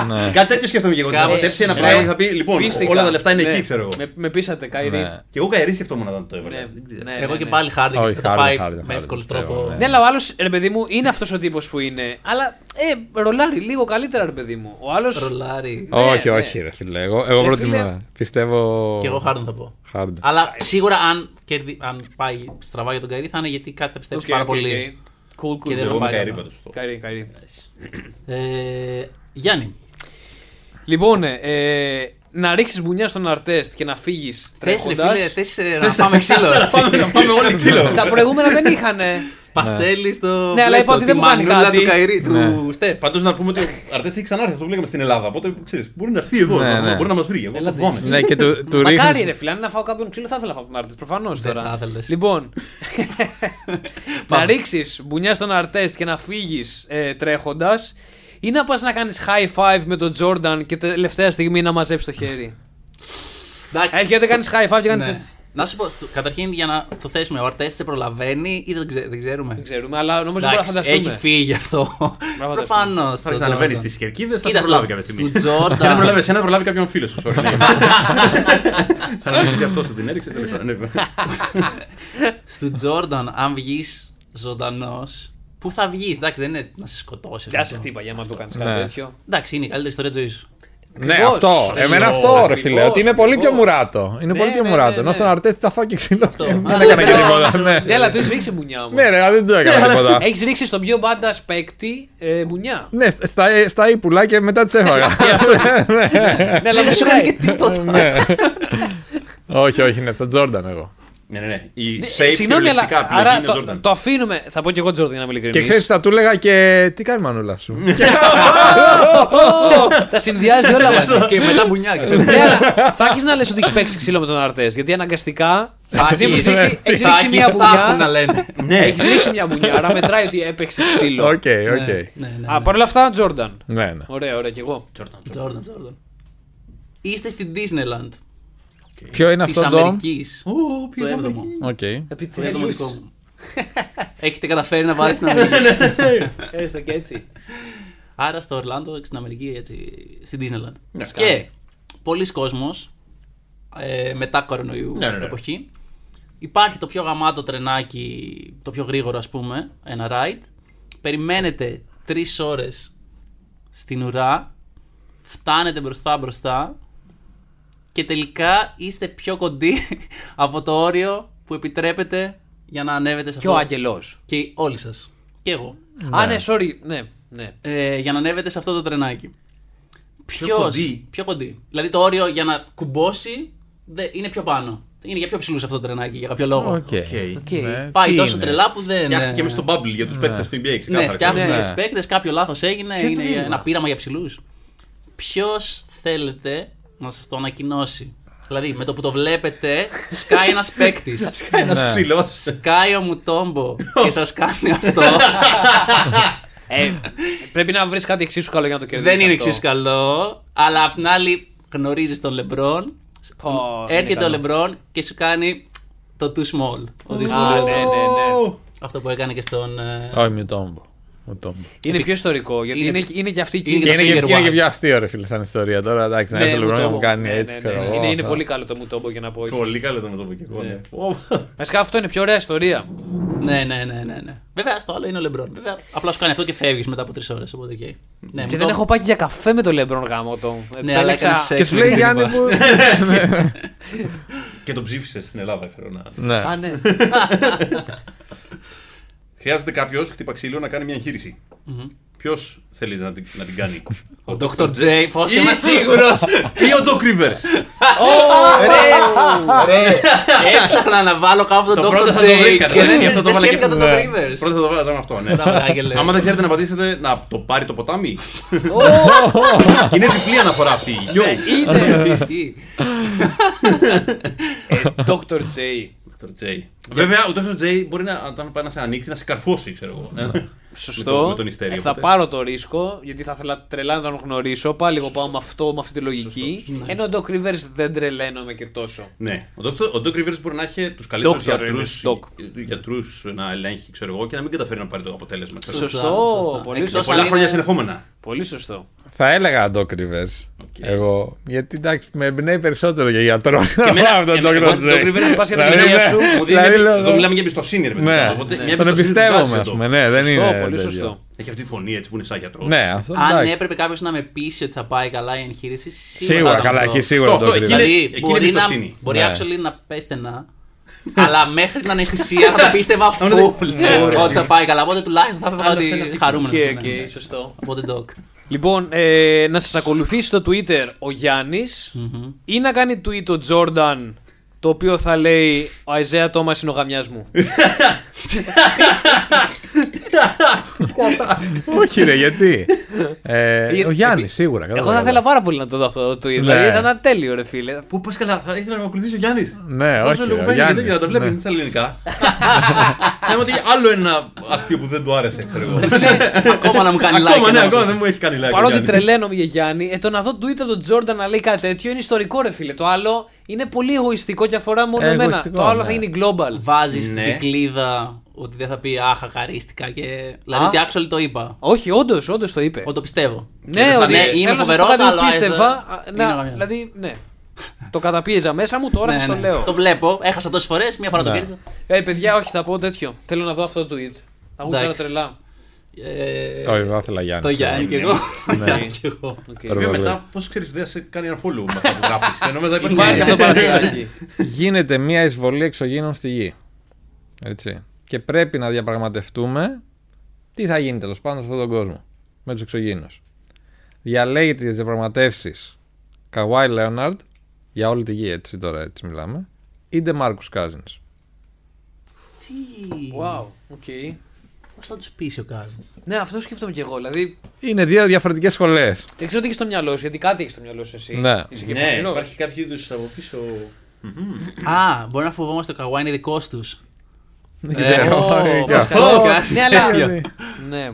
E: Δηλαδή, Κάτι τέτοιο σκέφτομαι και εγώ. ότι Θα
D: Κάπως.
E: αποτέψει ένα
D: Ναι.
E: πράγμα και θα πει: Λοιπόν,
F: Ε, Πίστηκα.
E: όλα τα λεφτά είναι
F: Ναι.
E: εκεί, ξέρω εγώ.
F: Με, με πείσατε, Καϊρή.
C: Ναι.
E: Και εγώ Καϊρή σκεφτόμουν να το
F: Ναι,
E: έβαλα.
F: ναι,
E: Δεν ξέρω.
F: ναι,
D: Εγώ
F: ναι,
D: και
F: ναι.
D: πάλι Harden
C: Όχι,
D: γιατί θα τα
C: Harden,
D: φάει
C: Harden,
D: με
C: Harden,
D: εύκολο
C: πιστεύω,
D: τρόπο.
C: ναι.
F: Ναι, αλλά ο άλλος, ρε παιδί μου, είναι αυτός ο τύπος που είναι. Αλλά ε, ρολάρει λίγο καλύτερα, ρε παιδί μου. Ο άλλος.
D: Ρολάρι.
C: Όχι,
F: ναι.
C: όχι, ρε φίλε. Εγώ, εγώ
F: Ρε
C: προτιμώ.
F: φίλε.
C: Πιστεύω.
D: Και εγώ Harden θα πω.
C: Harden.
D: Αλλά σίγουρα αν, κερδι- αν πάει στραβά για τον Καϊρή θα είναι γιατί κάτι θα πιστέψει πάρα πολύ.
F: Cool, cool.
D: Και δεν
E: Εγώ είμαι
D: ρωτάει
E: Καϊρή
D: κανένα.
E: πάντως αυτό.
F: Καϊρή, Καϊρή.
D: Ε, Γιάννη,
F: Λοιπόν, ε, ε, να ρίξεις μπουνιά στον Αρτέστ και να φύγεις
D: θες ρε
F: τρέχοντας.
D: φίλε, θες, ε, να πάμε ξύλο. έτσι.
E: Πάμε να πάμε όλοι ξύλο.
F: Τα προηγούμενα δεν είχαν.
D: Παστέλι στο.
F: Ναι, αλλά
D: Bledsoe,
F: είπα ότι δεν
D: τη
F: μου κάνει
D: μανούλα
F: κάτι.
D: του Καϊρή, του Στεφ.
E: Πάντω να πούμε ότι ο Αρτές έχει ξανάρθει αυτό που λέγαμε στην Ελλάδα. Οπότε ξέρεις, μπορεί να έρθει εδώ,
C: Ναι,
E: να-
C: ναι.
E: μπορεί να μας βρει. Εγώ
F: Έλα,
E: φοβάμαι.
C: Ναι, και του, του
F: Μακάρι ρε
C: ρίχνει.
F: φίλε, αν είναι να φάω κάποιον ξύλο θα ήθελα να φάω τον Αρτέστ, προφανώ
D: Δεν
F: τώρα.
D: θα ήθελες.
F: Λοιπόν, να
D: Πάμε.
F: ρίξεις μπουνιά στον Αρτέστ και να φύγεις ε, τρέχοντας ή να πας να κάνεις high five με τον Τζόρνταν και τελευταία στιγμή να μαζέψεις το χέρι.
D: Εντάξει.
F: Έρχεται, κάνεις high five και κάνεις
D: Ναι.
F: έτσι.
D: Να σου πω, στο- καταρχήν για να το θέσουμε, ο Αρτέ σε προλαβαίνει ή δεν, ξε- δεν ξέρουμε.
F: Δεν ξέρουμε, αλλά νομίζω μπορεί να
D: Εντάξει,
F: φανταστούμε.
D: έχει φύγει αυτό.
F: φανταστούμε.
D: Προφανώς.
E: Θα ξαναβαίνει στις κερκίδες, θα σε
D: Κοίτα,
E: προλάβει
D: στο-
E: κάποια στιγμή.
D: στον Τζόρνταν.
E: Και αν δεν προλάβει εσένα, θα προλάβει κάποιον φίλο σου. sorry. Θα νομίζει ότι αυτό σου την έριξε. τέλος πάντων, ναι.
D: Στου Τζόρνταν, αν βγεις ζωντανός, πού θα βγεις, εντάξει, δεν είναι να σε σκοτώσει.
F: Δεν σε
D: αυτό.
F: χτύπα για άμα το κάνεις
C: Ναι.
F: κάτι τέτοιο.
D: Εντάξει, είναι η καλύτερη ιστορία της ζωής σου.
C: Ναι,
F: Ακριβώς.
C: αυτό.
F: Σωστό,
C: Εμένα αυτό, ρε φίλε.
F: ακριβώς,
C: Ότι είναι πολύ πιο
F: ακριβώς.
C: μουράτο. Είναι
F: Ναι,
C: πολύ πιο
F: ναι,
C: μουράτο.
F: ναι,
C: Ενώ στον
F: ναι.
C: Αρτέστη τα φάω και ξύλο. Δεν
D: Αλλά
C: έκανα και
D: δεν-
C: τίποτα.
F: Ναι,
C: ναι.
F: αλλά του έχεις ρίξει μπουνιά όμως.
C: Ναι, ρε, αλλά δεν το έκανα τίποτα.
F: Έχεις ρίξει στον πιο μπάντα παίκτη ε, μπουνιά.
C: Ναι, στα, στα ύπουλα και μετά τις έφαγα.
F: ναι, αλλά δεν σου κάνει και
D: Ναι.
C: όχι, όχι, ναι, στον Τζόρνταν εγώ.
E: Ναι, ναι, ναι. Η safe
F: τίποτα. Συγγνώμη, αλλά
E: κυριολεκτικά επιλογή
F: άρα
E: είναι ο
F: το,
E: Jordan.
F: το αφήνουμε. Θα πω και εγώ Τζόρνταν, να είμαι
C: Και
F: ειλικρινής.
C: ξέρεις, θα του έλεγα και. Τι κάνει η μανούλα σου.
F: Ναι. Τα συνδυάζει όλα μαζί.
D: Και μετά μπουνιάκι.
F: Ναι, αλλά θα έχεις να λες ότι έχεις παίξει ξύλο με τον Αρτές. Γιατί αναγκαστικά. Επειδή έχεις ρίξει- έχεις ρίξει μια
D: να
F: μπουνιά.
D: λένε.
E: Ναι,
F: Έχεις ρίξει μια μπουνιά, άρα μετράει ότι έπαιξε ξύλο.
C: Οκ, οκ.
D: Ναι, ναι,
F: Α, Παρ' όλα αυτά, Τζόρνταν.
C: Ναι, ναι.
F: Ωραία, ωραία, κι εγώ.
D: Τζόρνταν, Τζόρνταν. Είστε στην Disneyland
C: Ποιο είναι
D: της
C: αυτό το.
D: Αμερικής. Το έβδομο.
C: Οκ.
D: Το έβδομο δικό
F: Επιτέλου.
D: μου. Έχετε καταφέρει να βάλετε στην Αμερική.
F: Έστω και έτσι.
D: Άρα στο Ορλάντο, στην Αμερική, έτσι, στην Disneyland. και πολλοί κόσμος, ε, μετά κορονοϊού
E: Ναι, ναι, ναι.
D: εποχή, υπάρχει το πιο γαμάτο τρενάκι, το πιο γρήγορο ας πούμε, ένα ride. Περιμένετε τρεις ώρες στην ουρά, φτάνετε μπροστά μπροστά και τελικά είστε πιο κοντοί από το όριο που επιτρέπετε για να ανέβετε σε
F: Και ο
D: αυτό.
F: Άγγελος.
D: Και όλοι σας. Και εγώ
F: Α, ναι, sorry. Ναι, ναι.
D: ε, για να ανέβετε σε αυτό το τρενάκι. Ποιος
E: κοντή.
D: Πιο κοντή. Δηλαδή το όριο για να κουμπώσει δε- είναι πιο πάνω. Είναι για πιο ψηλούς αυτό το τρενάκι για κάποιο λόγο.
C: Οκ.
E: Οκ. Ναι.
F: Οκ.
D: Πάει
C: τι
D: τόσο
C: είναι.
D: τρελά που δεν. ε,
E: Φτιάχτηκε μέσα στο bubble για τους παίκτες του NBA.
D: Ναι,
E: ξεκάθαρα, ξέρω.
D: φτιάχνουν
C: Ναι.
D: για τους παίκτες, κάποιο λάθος έγινε,
F: Ποιο
D: είναι
F: τρίμα.
D: ένα πείραμα για ψηλούς. Ποιος θέλετε να σας το ανακοινώσει. Δηλαδή με το που το βλέπετε, σκάει ένας παίκτης.
C: Ναι.
E: Ένας ψηλός.
D: σκάει ο Μουτόμπο και σας κάνει αυτό.
F: Ε, πρέπει να βρεις κάτι εξίσου καλό για να το κερδίσεις.
D: δεν είναι εξίσου καλό, αλλά απ' την άλλη γνωρίζεις τον Λεμπρόν, Έρχεται ο Λεμπρόν και σου κάνει το too small. Ο too small.
F: ναι, ναι, ναι.
D: Αυτό που έκανε και στον. ε,
C: Όχι, μη τόμπο. Μη τόμπο.
F: Είναι πιο ιστορικό γιατί
D: Είναι-
F: είναι, είναι και αυτή η
D: Είναι
C: Και
F: κίνηση.
C: είναι, και,
D: Finger
C: είναι και
D: One.
C: πιο αστείο, ρε φίλε, σαν ιστορία τώρα. Εντάξει, να
F: Ναι,
C: έρθει ο Λεμπρόν να
F: Μουτόμπο.
C: μου κάνει
F: Ναι,
C: έτσι.
F: ναι,
C: ξέρω
F: ναι.
C: εγώ,
F: Είναι, είναι
C: θα-
F: πολύ καλό το μουτόμπο για να πω. όχι.
E: Πολύ καλό το μετώπο και εγώ. ναι.
F: Βασικά αυτό είναι πιο ωραία ιστορία.
D: Ναι, ναι, ναι, ναι, ναι. Βέβαια, στο άλλο είναι ο Λεμπρόν. Βέβαια, απλά σου κάνει αυτό και φεύγεις μετά από τρεις ώρες. Οπότε οκ. Ναι,
F: Και δεν έχω πάει και για καφέ με τον Λεμπρόν γάμο το.
D: Ναι, αλλά έκανε σεξ.
C: Και σου λέει
D: με την
C: Γιάννη
D: τύπα.
C: μου.
E: Και τον ψήφισες στην Ελλάδα, ξέρω να.
C: Ναι.
F: Α, ναι.
E: Χρειάζεται κάποιος, χτύπα ξύλο, να κάνει μια εγχείρηση. Ποιος θέλεις να, την- να την κάνει,
D: Ο Dr. J, πώ
E: Ή-
D: είμαι σίγουρος.
E: ή ο Doc Rivers.
D: Έψαχνα να βάλω κάπου τον
E: Το πρώτο
D: Dr.
E: θα το
D: J.
E: βρίσκατε,
D: και
E: δεν-
D: δεν-
E: γι' αυτό το
D: Δεν
E: βάλα και-
D: σκέφτηκα τον Dr.
E: Ναι.
D: Rivers.
E: Πρώτα θα το βάζαμε αυτό, ναι.
D: Μπράβο, Άγγελε.
E: Άμα δεν ξέρετε να πατήσετε να το πάρει το ποτάμι. Και είναι διπλή αναφορά αυτή. Γιο.
D: Είναι, ισχύει.
F: Ε, Dr. J.
E: Dr. J. Βέβαια, ο Dr. J μπορεί να, όταν πάει να σε ανοίξει, να σε καρφώσει, ξέρω εγώ. Ε,
F: Σωστό.
E: Με το- με τον Ιστέριο,
F: Ε, θα
E: οπότε.
F: πάρω το ρίσκο, γιατί θα ήθελα τρελά να τον γνωρίσω. Πάλι εγώ πάω με αυτό, με αυτή τη λογική. Ενώ ο Doc Rivers δεν τρελαίνομαι και τόσο.
E: Ναι. Ο Dr. ο Doc Rivers μπορεί να έχει τους καλύτερους
F: Dr. Rivers,
E: γιατρού
F: Doc.
E: γιατρούς να ελέγχει, ξέρω εγώ, και να μην καταφέρει να πάρει το αποτέλεσμα. ξέρω εγώ.
F: Σωστό.
D: σωστά.
F: Πολύ
D: Εκτός
E: Για
F: σωστό.
E: πολλά χρόνια
F: Είναι-
E: συνεχόμενα.
F: Πολύ σωστό.
C: Θα έλεγα Doc Rivers. Εγώ. Γιατί εντάξει, με εμπνέει περισσότερο για γιατρός. Και
E: Εμένα- εμένα-
C: Doc
E: εγώ- Doc
C: Rivers.
E: Rivers, πας για την
C: Δηλαδή,
E: υγεία
C: ναι,
E: σου, μου δίνει-
C: δηλαδή, λέω-
E: Εδώ μιλάμε για εμπιστοσύνη, ρε παιδί μου.
C: Ναι,
E: Οπότε, μια
C: τον
E: εμπιστοσύνη
C: εμπιστεύομαι,
E: βγάζει
C: ας
E: εδώ.
C: πούμε. Ναι, δεν
F: Σωστό,
C: είναι.
F: πολύ
C: τέτοιο.
F: σωστό.
E: Έχει αυτή τη φωνή έτσι που είναι σαν γιατρός.
C: Ναι, αυτό
D: Αν
C: εντάξει.
D: έπρεπε κάποιος να με πείσει ότι θα πάει καλά η εγχείρηση, σίγουρα.
C: Σίγουρα,
D: θα
C: καλά,
D: το-
C: εκεί σίγουρα
E: Αυτό,
C: το
E: εκεί
C: κρύβει.
E: είναι-
D: Δηλαδή,
E: εκεί
D: μπορεί, να,
E: εμπιστοσύνη.
D: μπορεί
C: Ναι.
D: actually να πέθαινα, αλλά μέχρι την αναισθησία θα το πίστευα full ότι θα πάει καλά. Οπότε τουλάχιστον θα έφευγα
E: Άλλος ένας
D: ότι χαρούμενο.
F: Οκ, οκ, σωστό.
D: Οπότε doc.
F: Λοιπόν, ε, να σας ακολουθήσει στο Twitter ο γιαννης ή να κάνει tweet ο Jordan το οποίο θα λέει «Ο Isaiah Thomas είναι ο γαμιάς μου».
C: Όχι, ρε, γιατί. Ε,
F: Ε,
C: Ο Γιάννης, σίγουρα. κατά
F: Εγώ θα
C: τα
F: ήθελα πάρα πολύ να το δω αυτό το tweet.
C: Ναι.
F: Δηλαδή θα ήταν τέλειο ρε φίλε.
E: Πού πα καλά, θα ήθελα να με ακολουθήσει ο Γιάννης.
C: Ναι, όχι.
E: Πόσο
C: ρε,
E: λίγο
C: ο
E: και
C: Γιάννης,
E: τέτοια, να τα βλέπει,
C: ναι.
E: δεν στα ελληνικά. Θέμα ότι άλλο ένα αστείο που δεν του άρεσε, ξέρω εγώ.
D: Ακόμα να μου κάνει like.
E: Ακόμα, ναι,
D: ένα-
E: ακόμα δεν μου έχει κάνει like. ο
F: Παρότι
E: Γιάννης.
F: τρελαίνομαι για Γιάννη, ε, το να δω Twitter τον Τζόρνταν να λέει κάτι τέτοιο είναι ιστορικό, ρε φίλε. Το άλλο είναι πολύ εγωιστικό και αφορά μόνο
C: Ε,
F: εμένα.
C: εγωιστικό,
F: Το άλλο
C: ναι.
F: θα γίνει global.
D: Βάζεις
E: Ναι.
D: την κλίδα ότι δεν θα πει Αχ, χαρίστηκα και. Δηλαδή
F: Α.
D: ότι actually το είπα.
F: Όχι, όντως, όντως το είπε.
D: Εγώ το πιστεύω.
F: Ναι, ότι
D: Ναι,
F: θέλω
D: είμαι
F: να σας πω
D: φοβερό,
F: κάτι
D: αλλά.
F: που πίστευα. α,
D: Είναι
F: να-
D: γαμιά.
F: δηλαδή, ναι. το καταπίεζα μέσα μου, τώρα
D: Ναι,
F: σας το
D: ναι.
F: λέω.
D: Το βλέπω. Έχασα τόσες φορές, μία φορά το κέρδισα.
F: Ε, παιδιά, όχι, θα πω τέτοιο. Θέλω να δω αυτό το tweet. Θα μου
D: Εντάξει.
F: τρελά.
D: Ε,
C: Όχι, εγώ θα ήθελα Γιάννη.
D: Το Γιάννη κι εγώ. Γιάννη κι εγώ.
E: Βέβαια,
C: Βέβαια.
E: μετά, πώς ξέρεις ότι δεν σε κάνει ένα follow με αυτά που γράφεις. Ενώ μετά υπάρχει
F: Υπάρχει
E: άλλη.
F: αυτό το παραθυράκι.
C: γίνεται μια εισβολή εξωγήνων στη γη. Έτσι. Και πρέπει να διαπραγματευτούμε τι θα γίνει τέλος πάντων σε αυτόν τον κόσμο με τους εξωγήνους. Διαλέγεται για τις διαπραγματεύσεις Καουάι Λέοναρντ για όλη τη γη, έτσι τώρα έτσι μιλάμε, ή Ντε Μάρκους Κάζιν.
F: Wow, οκ.
D: Πώς θα τους πείσει ο Κάζιν.
F: Ναι, αυτό σκέφτομαι κι εγώ. Δηλαδή,
C: Είναι δύο διαφορετικές σχολές.
F: δεν ξέρω τι έχεις στο μυαλό σου, γιατί κάτι έχεις στο μυαλό σου εσύ.
C: Ναι.
F: Είσαι και
E: Ναι,
F: υπομονηρός.
E: υπάρχει κάποιο είδους από πίσω.
D: Α, μπορεί να φοβόμαστε το Καουάι είναι δικός τους.
C: Δεν ξέρω.
F: Ε, Ω,
C: Και
F: πώς
C: αυτό.
F: καλά.
D: Ω, κάτι
F: Ναι, αλλά.
C: τέτοιο.
F: Ναι.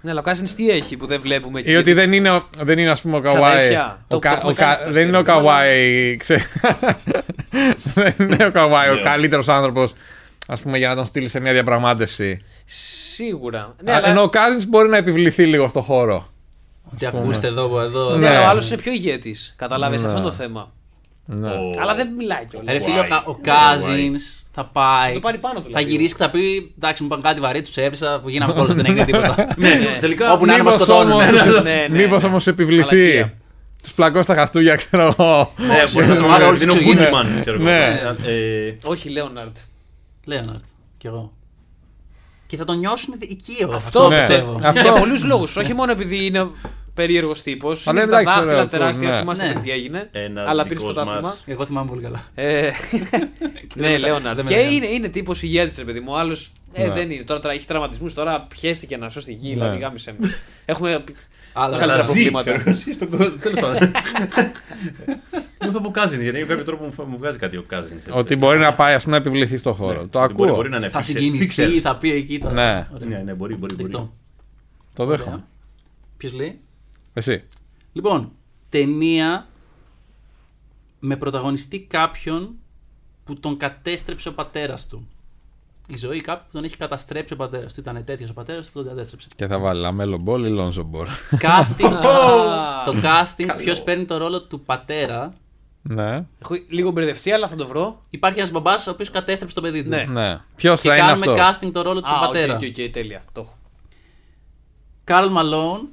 F: Ναι, αλλά ο Κάζιν τι έχει που δεν βλέπουμε εκεί.
C: Ή Ε, ότι δεν είναι, ο- δεν είναι ας πούμε ο Καουάι.
F: αδέρφια.
C: ο
F: Το-
C: Κα-
F: το έχουμε
C: ο Κα-
F: κάνει αυτό ναι.
C: δεν
F: στην
C: είναι ο
F: Ελλάδα.
C: Καουάι. ξέ- δεν είναι ο Καουάι ο
E: Ναι.
C: καλύτερος άνθρωπος ας πούμε για να τον στείλει σε μια διαπραγμάτευση.
F: Σίγουρα. Ναι,
C: Α,
F: αλλά...
C: Ενώ ο Κάζιν μπορεί να επιβληθεί λίγο στο χώρο.
D: Ότι ακούστε εδώ από εδώ.
F: ναι,
C: Ναι.
F: αλλά ο άλλος είναι πιο ηγέτης. Καταλάβει αυτό είναι το θέμα.
E: ο-
F: Αλλά δεν μιλάει κιόλας.
D: Ρε φίλε, ο, Κα-
E: Why?
D: ο
E: Why?
D: Κάζιν Ναι, θα πάει.
F: Το πάρει πάνω του,
D: Θα
F: δηλαδή.
D: γυρίσει και θα πει: Εντάξει, μου είπαν κάτι βαρύ, τους έβρισα, που γίναμε κόλλος, δεν έγινε τίποτα.
E: Ναι, τελικά.
D: Όπου να είναι, μας
C: Μήπως
D: σκοτώνουν.
C: όμως-
F: Ναι, ναι, ναι.
C: Μήπως όμως επιβληθεί.
F: Μαλακία.
C: Τους πλακώς στα χαστούγια, ξέρω εγώ.
E: Ναι, μπορεί να το
D: Άρα
E: βάλω.
D: όλους
E: Είναι ο
D: ξεγίνησε.
E: Goodman, ξέρω εγώ.
C: Ναι.
E: Ε,
F: Όχι, Λέοναρντ.
D: Λέοναρτ, κι εγώ. Και θα τον νιώσουν οικείο.
F: Αυτό
C: ναι.
F: πιστεύω.
C: Αυτό.
F: Για πολλούς λόγους. Όχι μόνο επειδή είναι περίεργος τύπος. Είναι τα
C: εντάξει, ωραίο,
F: δάχτυλα
C: cool,
F: τεράστια.
C: ναι.
F: Θυμάστε
D: Ναι.
F: τι έγινε.
E: Ένας
F: Αλλά πήρε το
E: δικός
F: πρωτάθλημα.
E: μας.
D: Εγώ θυμάμαι πολύ καλά.
F: Ε, ναι,
D: με-
F: Λέοναρντ.
D: δεν με
F: Και
D: λέγανε.
F: είναι, είναι τύπος ηγέτη, ρε παιδί μου. Άλλος ε,
C: Ναι.
F: δεν είναι. Τώρα, τώρα έχει τραυματισμούς, τώρα πιέστηκε να σώσει τη γη. Δηλαδή, γάμισε με. Έχουμε
D: Αλλά
F: καλύτερα
E: Καλά, ζει,
F: προβλήματα.
E: ξέρω εγώ, ζει στον κόσμο. Τέλος πάντων. Μου θα πω Κάζιν, γιατί με κάποιο τρόπο μου φα- μου βγάζει κάτι ο Κάζιν.
C: Ότι μπορεί να πάει ας πούμε, να επιβληθεί στο χώρο. Το
E: Ναι. Ότι μπορεί-
C: ακούω.
E: Μπορεί να είναι
D: Θα
E: fixer.
D: συγκινηθεί,
E: Fixer.
D: θα πει εκεί. θα-
C: Ναι.
D: Ωραία.
E: Ναι, ναι, μπορεί, μπορεί. μπορεί.
D: Δεκτό.
C: Το δέχομαι.
D: Ποιος λέει.
C: Εσύ.
D: Λοιπόν, ταινία με πρωταγωνιστή κάποιον που τον κατέστρεψε ο πατέρας του. Η ζωή κάποιου που τον έχει καταστρέψει ο πατέρας του. Ήταν τέτοιος ο πατέρας του που τον κατέστρεψε.
C: Και θα βάλει Λαμέλο Μπόλ ή Λόνζο Μπόλ.
D: casting. το casting, ποιος παίρνει το ρόλο του πατέρα.
C: Ναι.
F: Έχω λίγο μπερδευτεί, αλλά θα το βρω.
D: Υπάρχει ένας μπαμπάς ο οποίος κατέστρεψε το παιδί του.
F: Ναι.
C: Ναι. Ποιος
D: Και
C: θα είναι
D: κάνουμε
C: αυτός.
D: casting το ρόλο του
F: Α, οκ,
D: πατέρα.
F: οκ, οκ, τέλεια. Το έχω.
D: Καρλ Μαλόν,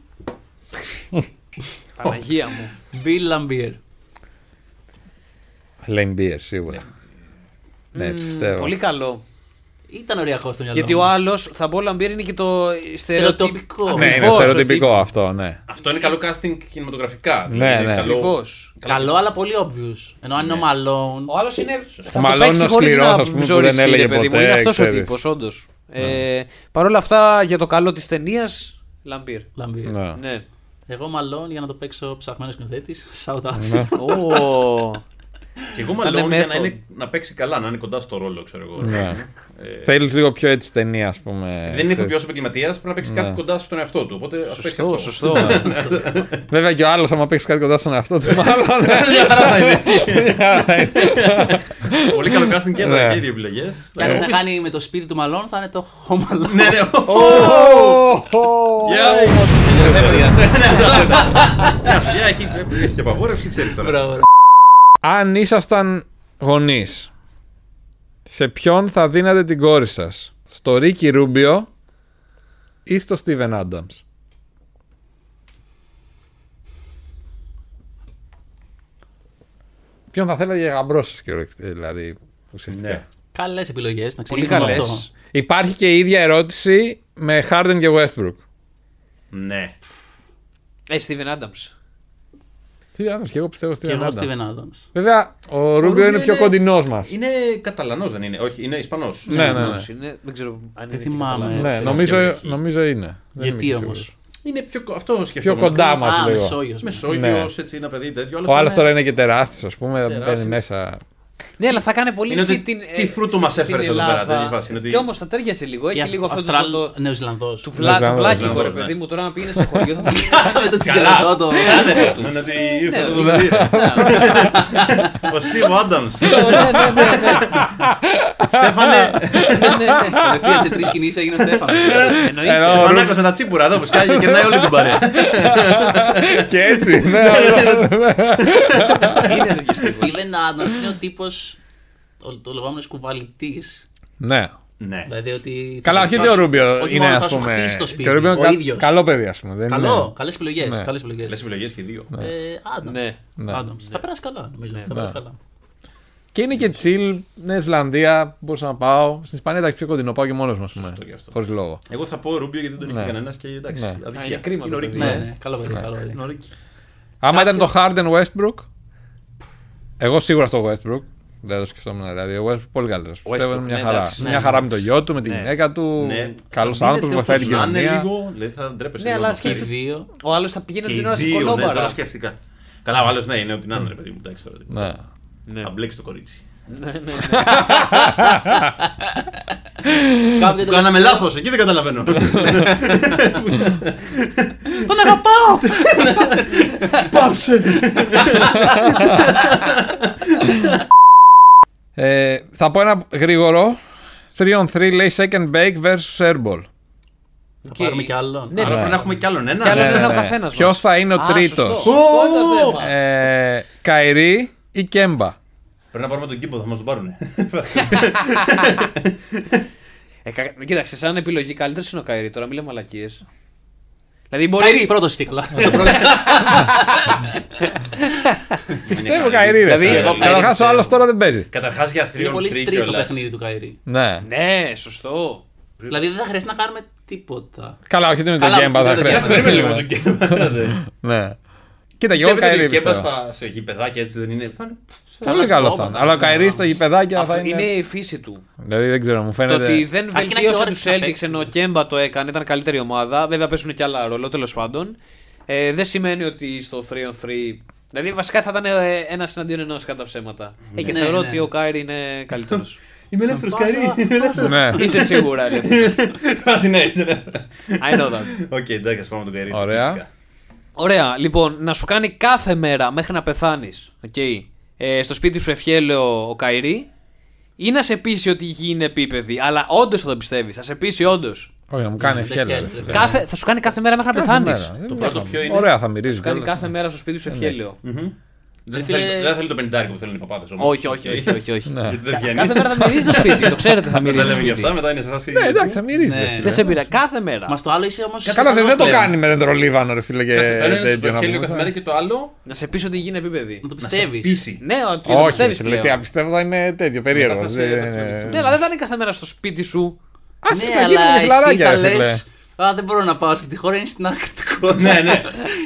F: Παναγία μου.
D: Μπιλ Λαμπίερ.
C: Λέιν Μπίερ, σίγουρα. Ναι, πιστεύω.
F: Πολύ καλό.
D: Ήταν ωριακό στο μυαλό
F: Γιατί
D: μου.
F: ο άλλος θα πω Λαμπίρ είναι και το
D: Στερεοτυπικό.
F: στερεοτυπικό.
D: Ναι,
C: Ναι, είναι στερεοτυπικό αυτό, ναι.
E: Αυτό είναι καλό casting κινηματογραφικά.
C: Ναι,
E: Δηλαδή,
C: ναι.
E: Καλό...
D: Καλό, αλλά πολύ obvious. Ενώ αν είναι ο Μαλόν.
F: Ναι. Ο άλλος είναι. Θα
C: Μάλλον
F: το παίξει
C: ο
F: χωρίς
C: σκληρός,
F: να
C: ας πούμε, που δεν
F: ζοριστεί,
C: έλεγε
F: ρε παιδί μου.
C: ποτέ,
F: Είναι αυτός ο
C: ξέρεις. Ναι.
F: τύπος, όντως. Παρ' όλα αυτά, για το καλό της ταινίας, Λαμπίρ.
D: Λαμπύρ.
C: Ναι.
F: Ναι.
D: Εγώ Μαλόν για να το παίξω ψαχμένο σκηνοθέτη. Shout out.
C: Ναι.
F: Ω,
E: Και εγώ
F: Ήτανε
E: μάλλον για να,
F: method.
E: είναι, να παίξει καλά, να είναι κοντά στο ρόλο, ξέρω εγώ. Ε,
C: ναι. Θέλεις λίγο πιο έτσι ταινία, ας πούμε.
E: Δεν είναι
C: ξέρεις. Ναι.
E: ηθοποιό επαγγελματίας, πρέπει να παίξει κάτι κοντά στον εαυτό του. Οπότε ας παίξει
F: Σωστό,
E: αυτό.
F: σωστό. Ε,
C: Βέβαια και ο άλλος, άμα παίξει κάτι κοντά στον εαυτό του, μάλλον. ναι. Μια χαρά θα είναι.
E: Πολύ καλό casting και
C: Ναι.
E: τα και οι δύο επιλογές.
D: Και αν
F: Ναι.
D: έχει να κάνει με το σπίτι του Μαλόν, θα είναι το Home Alone.
E: Ναι, ναι. Ναι. Γεια, έχει- Έχει και απαγόρευση, ξέρεις τώρα.
D: Μπράβο, ρε.
C: Αν ήσασταν γονείς, σε ποιον θα δίνατε την κόρη σας, στο Ρίκι Ρούμπιο ή στο Στίβεν Άνταμ. Ποιον θα θέλατε για γαμπρός σας, δηλαδή, ουσιαστικά.
E: Ναι.
D: Καλές επιλογές. Να
F: Πολύ
D: ξεκινήσουμε
F: καλές.
D: με αυτό.
C: Υπάρχει και η ίδια ερώτηση με Harden και Westbrook.
E: Ναι.
F: Ε, Steven Adams.
C: Τι Άνταμς, και εγώ πιστεύω
D: Και
C: Steven
D: εγώ
C: Adams.
D: Steven Adams.
C: Βέβαια, ο Ρούμπιο
E: Rubio
C: είναι πιο
E: είναι-
C: κοντινός μας.
E: Είναι Καταλανός, δεν είναι. Όχι, είναι Ισπανός.
C: Ναι, ναι, ναι.
F: Είναι- Δεν ξέρω
D: Δεν
F: αν είναι.
D: θυμάμαι.
C: Ναι,
E: όχι,
C: νομίζω,
E: όχι.
C: νομίζω είναι. Δεν είμαι
D: Γιατί
C: και
D: όμως.
C: σίγουρος.
E: Είναι πιο, κο- αυτό
C: Πιο
E: σκεφτόμουν.
C: κοντά μα,
D: Α,
C: λίγο.
D: Μεσόγειο.
E: Μεσόγειο, έτσι ένα παιδί τέτοιο.
C: Ο άλλο τώρα είναι και τεράστιος, ας πούμε. Μπαίνει μέσα.
F: Ναι, αλλά θα κάνει πολύ
E: Είναι ότι
F: fit in,
E: τι
F: ε,
E: φρούτο μας
F: στην
E: έφερες εδώ πέρα,
F: Ελλάδα.
E: τέτοια φάση, είναι ότι-
F: Και όμως θα τέριαζε λίγο.
D: ναι.
F: Έχει λίγο αυτό το- το.
D: Νεοζηλανδός.
F: Του βλά- του
C: Ζανδός,
F: βλάχικο, ρε
E: Ζανδός,
F: παιδί
E: ναι.
F: μου, τώρα να πήγαινε σε χωριό. θα πήγαινε-
D: Με το σιγαρετό το.
E: Ναι, ναι, ότι
F: Ναι,
E: ήρθε
F: ναι.
E: το παιδί. Ο
D: ναι,
E: Στίβ Άνταμ.
F: Ναι, ναι, ναι, ναι.
E: Στέφανε.
F: Ναι, ναι, ναι.
D: Κατευθείαν σε τρεις κινήσεις έγινε ο Στέφανος.
F: Εννοείται.
C: Ενώ ο Ρου-
E: Πανάκο με τα τσίπουρα εδώ που σκάει και κερνάει όλη την παρέα.
C: Και έτσι. ναι, αυτό.
D: Steven Adams είναι ο τύπος. Το λεγόμενο κουβαλητή.
C: Ναι.
E: Ναι.
D: Δηλαδή ότι.
C: Καλά, όχι ότι ο Ρούμπιο είναι,
D: α
C: α
D: Θα σου
C: πούμε.
D: χτίσει το
C: και
D: σπίτι.
C: ο Ρούμπιο είναι
D: Ο
C: κα-
D: ίδιος.
C: καλό παιδί, ας πούμε. δεν
D: Καλό.
C: είναι-
D: Καλές επιλογές.
C: Ναι.
D: Καλές επιλογές.
E: Λε επιλογές και δύο.
F: Ναι.
D: Ε, Θα περάσει καλά, νομίζω. Θα περάσει καλά.
C: Και είναι και chill. Νέα Ισλανδία, μπορούσα να πάω. Στην Ισπανία εντάξει πιο κοντινό, πάω και μόνος μου, ας
E: και αυτό.
C: Χωρίς λόγο.
E: Εγώ θα πω Ρούμπιο γιατί δεν τον
C: Ναι.
E: είχε κανένας και εντάξει.
C: Ναι.
E: αδικία.
F: Α, είναι κρίμα
E: Είναι
F: το
E: ορίκη.
F: παιδί.
D: Ναι, ναι, καλό παιδί. Καλό παιδί.
E: Είναι ορίκη.
C: Άμα ήταν το Harden Westbrook, εγώ σίγουρα στο Westbrook. Δεν το σκεφτόμουν. Δηλαδή, ο Westbrook πολύ καλύτερος. Πιστεύω είναι μια
F: ναι,
C: χαρά.
F: εντάξει,
C: Μια
D: ναι.
C: χαρά με το γιο του, με τη γυναίκα του.
E: Ναι.
C: Καλός
E: Δίνεται
C: άνθρωπο, βοηθάει την
E: όπως να είναι
C: κοινωνία.
E: λίγο, δηλαδή θα ντρέπεσαι.
F: Ναι,
E: λίγο
F: αλλά
E: να το
D: Και οι
E: ξέρεις.
D: δύο.
F: Ο άλλος θα πηγαίνει
E: Και
F: την
E: οι
F: ώρα στην
E: δύο, ναι, τώρα
F: κολόμπαρα.
E: σκέφτηκα. Καλά, ο άλλος ναι, είναι ότι να είναι ρε παιδί μου. Εντάξει τώρα. τι.
C: Ναι.
E: Θα μπλέξει το κορίτσι.
F: Ναι,
D: Κάποιο
E: Που κάναμε λάθος, εκεί δεν καταλαβαίνω.
F: Ναι.
D: Τον αγαπάω!
C: Ε, θα πω ένα γρήγορο. 3 on 3 λέει second bake versus airball.
D: Θα
F: Και-
D: πάρουμε κι άλλον.
F: Ναι,
E: Άρα
F: ναι.
E: πρέπει να έχουμε κι άλλον ένα.
F: Κι άλλον
E: Ναι,
F: ένα
E: ναι.
F: ο καθένα.
C: Ποιο Ε, θα είναι ο τρίτο,
F: Αυτό είναι το θέμα.
C: ε, Καϊρή ή Κέμπα.
E: Πρέπει να πάρουμε τον κήπο, θα μας τον πάρουν.
F: Ε, κα- Κοίταξε, σαν επιλογή καλύτερο είναι ο Καϊρή τώρα, μιλάμε μαλακίες. Δηλαδή
D: Καϊρή,
F: μπορεί.
D: πρώτο κύκλα.
C: Πιστεύω Καϊρή. Ε,
F: Δηλαδή, εγώ
C: Καταρχάς ο άλλος τώρα δεν παίζει.
E: Καταρχάς για θρύο.
D: Είναι πολύ στρίτο το παιχνίδι του Καϊρή.
C: Ναι.
F: Ναι, σωστό.
D: Δηλαδή δεν θα χρειαστεί να κάνουμε τίποτα.
C: Καλά, όχι ότι με τον
D: Καλά,
C: Κέμπα
D: ούτε
C: θα
D: τον
C: χρειάζεται.
D: Κέμπα,
E: Περίμενε λίγο τον κήπο.
C: Ναι. Κοίτα, και εγώ
E: Πιστεύετε ότι
C: Καϊρή
E: ο Κέμπα
C: πιστεύω.
E: στα- σε γηπεδάκια έτσι δεν είναι. θα είναι-
C: Θα είναι καλό σαν. Αλλά ο Καϊρής στα γηπεδάκια θα
F: Αυτό
C: είναι.
F: είναι η φύση του.
C: Δηλαδή δεν ξέρω, μου
F: Το
C: φαίνεται.
F: ότι δεν
D: Αρκεί να έχει
F: βελτίωσε του
D: όρεξη να
F: Celtics
D: παίξει.
F: ενώ ο Κέμπα το έκανε, ήταν καλύτερη ομάδα. Βέβαια παίζουν και άλλα ρόλο τέλος πάντων. Ε, δεν σημαίνει ότι στο 3 on 3. Δηλαδή βασικά θα ήταν ε, ένας εναντίον ενός κατά ψέματα. Ε, και
D: Ναι,
F: θεωρώ
D: ναι.
F: ότι ο Κάιρι είναι καλύτερος.
E: Είμαι ελεύθερος Καϊρή.
C: Ναι,
F: Είσαι σίγουρα ελεύθερος.
E: Βάζει ναι, έτσι.
F: I know that.
E: Οκ, εντάξει, ας πάμε τον Καϊρή.
C: Ωραία.
E: φυσικά.
F: Ωραία, λοιπόν, να σου κάνει κάθε μέρα μέχρι να πεθάνεις. Ε, στο σπίτι σου ευχέλαιο ο Καϊρή. Ή να σε πείσει ότι η γη είναι επίπεδη. Αλλά όντως θα το πιστεύει. Θα σε πείσει όντως.
C: όχι, να μου κάνει
D: Ναι,
C: ευχέλαιο.
D: δεν
C: ρε φίλε.
D: χαίρεται.
F: Κάθε... Θα σου κάνει κάθε μέρα μέχρι να
C: Κάθε
F: πεθάνεις.
C: μέρα. ε. Δεν
E: πρώτο
C: μοιάζει.
E: ποιο είναι?
C: Ωραία, θα μυρίζει.
F: Κάνει
C: κιόλας.
F: κάθε μέρα στο σπίτι σου ευχέλαιο.
E: Δεν θα
D: Φίλε-
E: θέλει- δεν θα θέλει το πενιντάρικο που θέλουν οι παπάδες όμως.
F: Όχι, όχι, όχι. όχι, όχι.
E: Γιατί δεν βγαίνει.
F: Κάθε μέρα θα μυρίζεις το σπίτι, το ξέρετε θα
E: Μετά
F: μυρίζεις. το
E: Ναι. λέμε για
F: σπίτι.
E: αυτά, μετά είναι σε φάση.
C: Ναι, εντάξει, θα μυρίζεις.
D: Ναι,
C: ρε φίλε.
F: Δεν σε πειράζει, κάθε μέρα.
D: Μα το άλλο είσαι όμως.
C: Καλά, δεν, δεν το κάνει με δεντρολίβανο, ρε φίλε, και
E: Κάτσε, το ένα είναι
C: τέτοιο
E: το
C: να
E: σχέδιο
C: πούμε.
E: καθημερινά και το άλλο.
C: Ναι.
F: Να σε πει ότι γίνει επίπεδη.
D: Να το πιστεύει.
E: Πίση.
F: Ναι, ότι το
C: Όχι, ρε
F: πιστεύεις
C: φίλε, τι
F: πλέον.
C: απιστεύω θα είναι τέτοιο, περίεργο.
E: Μετά θα
C: Δεν-
E: σε-
C: ναι, ναι.
F: Ναι, αλλά δεν θα είναι κάθε μέρα στο σπίτι σου.
C: Ας
D: Ναι,
C: είσαι στα γήπεδα
D: αλλά
C: με
D: εσύ
C: φιλαράκια,
D: τα
C: ρε φίλε.
D: λες, Α, δεν μπορώ να πάω σε αυτή τη χώρα, είναι στην άκρη του κόσμου.
E: Ναι, ναι.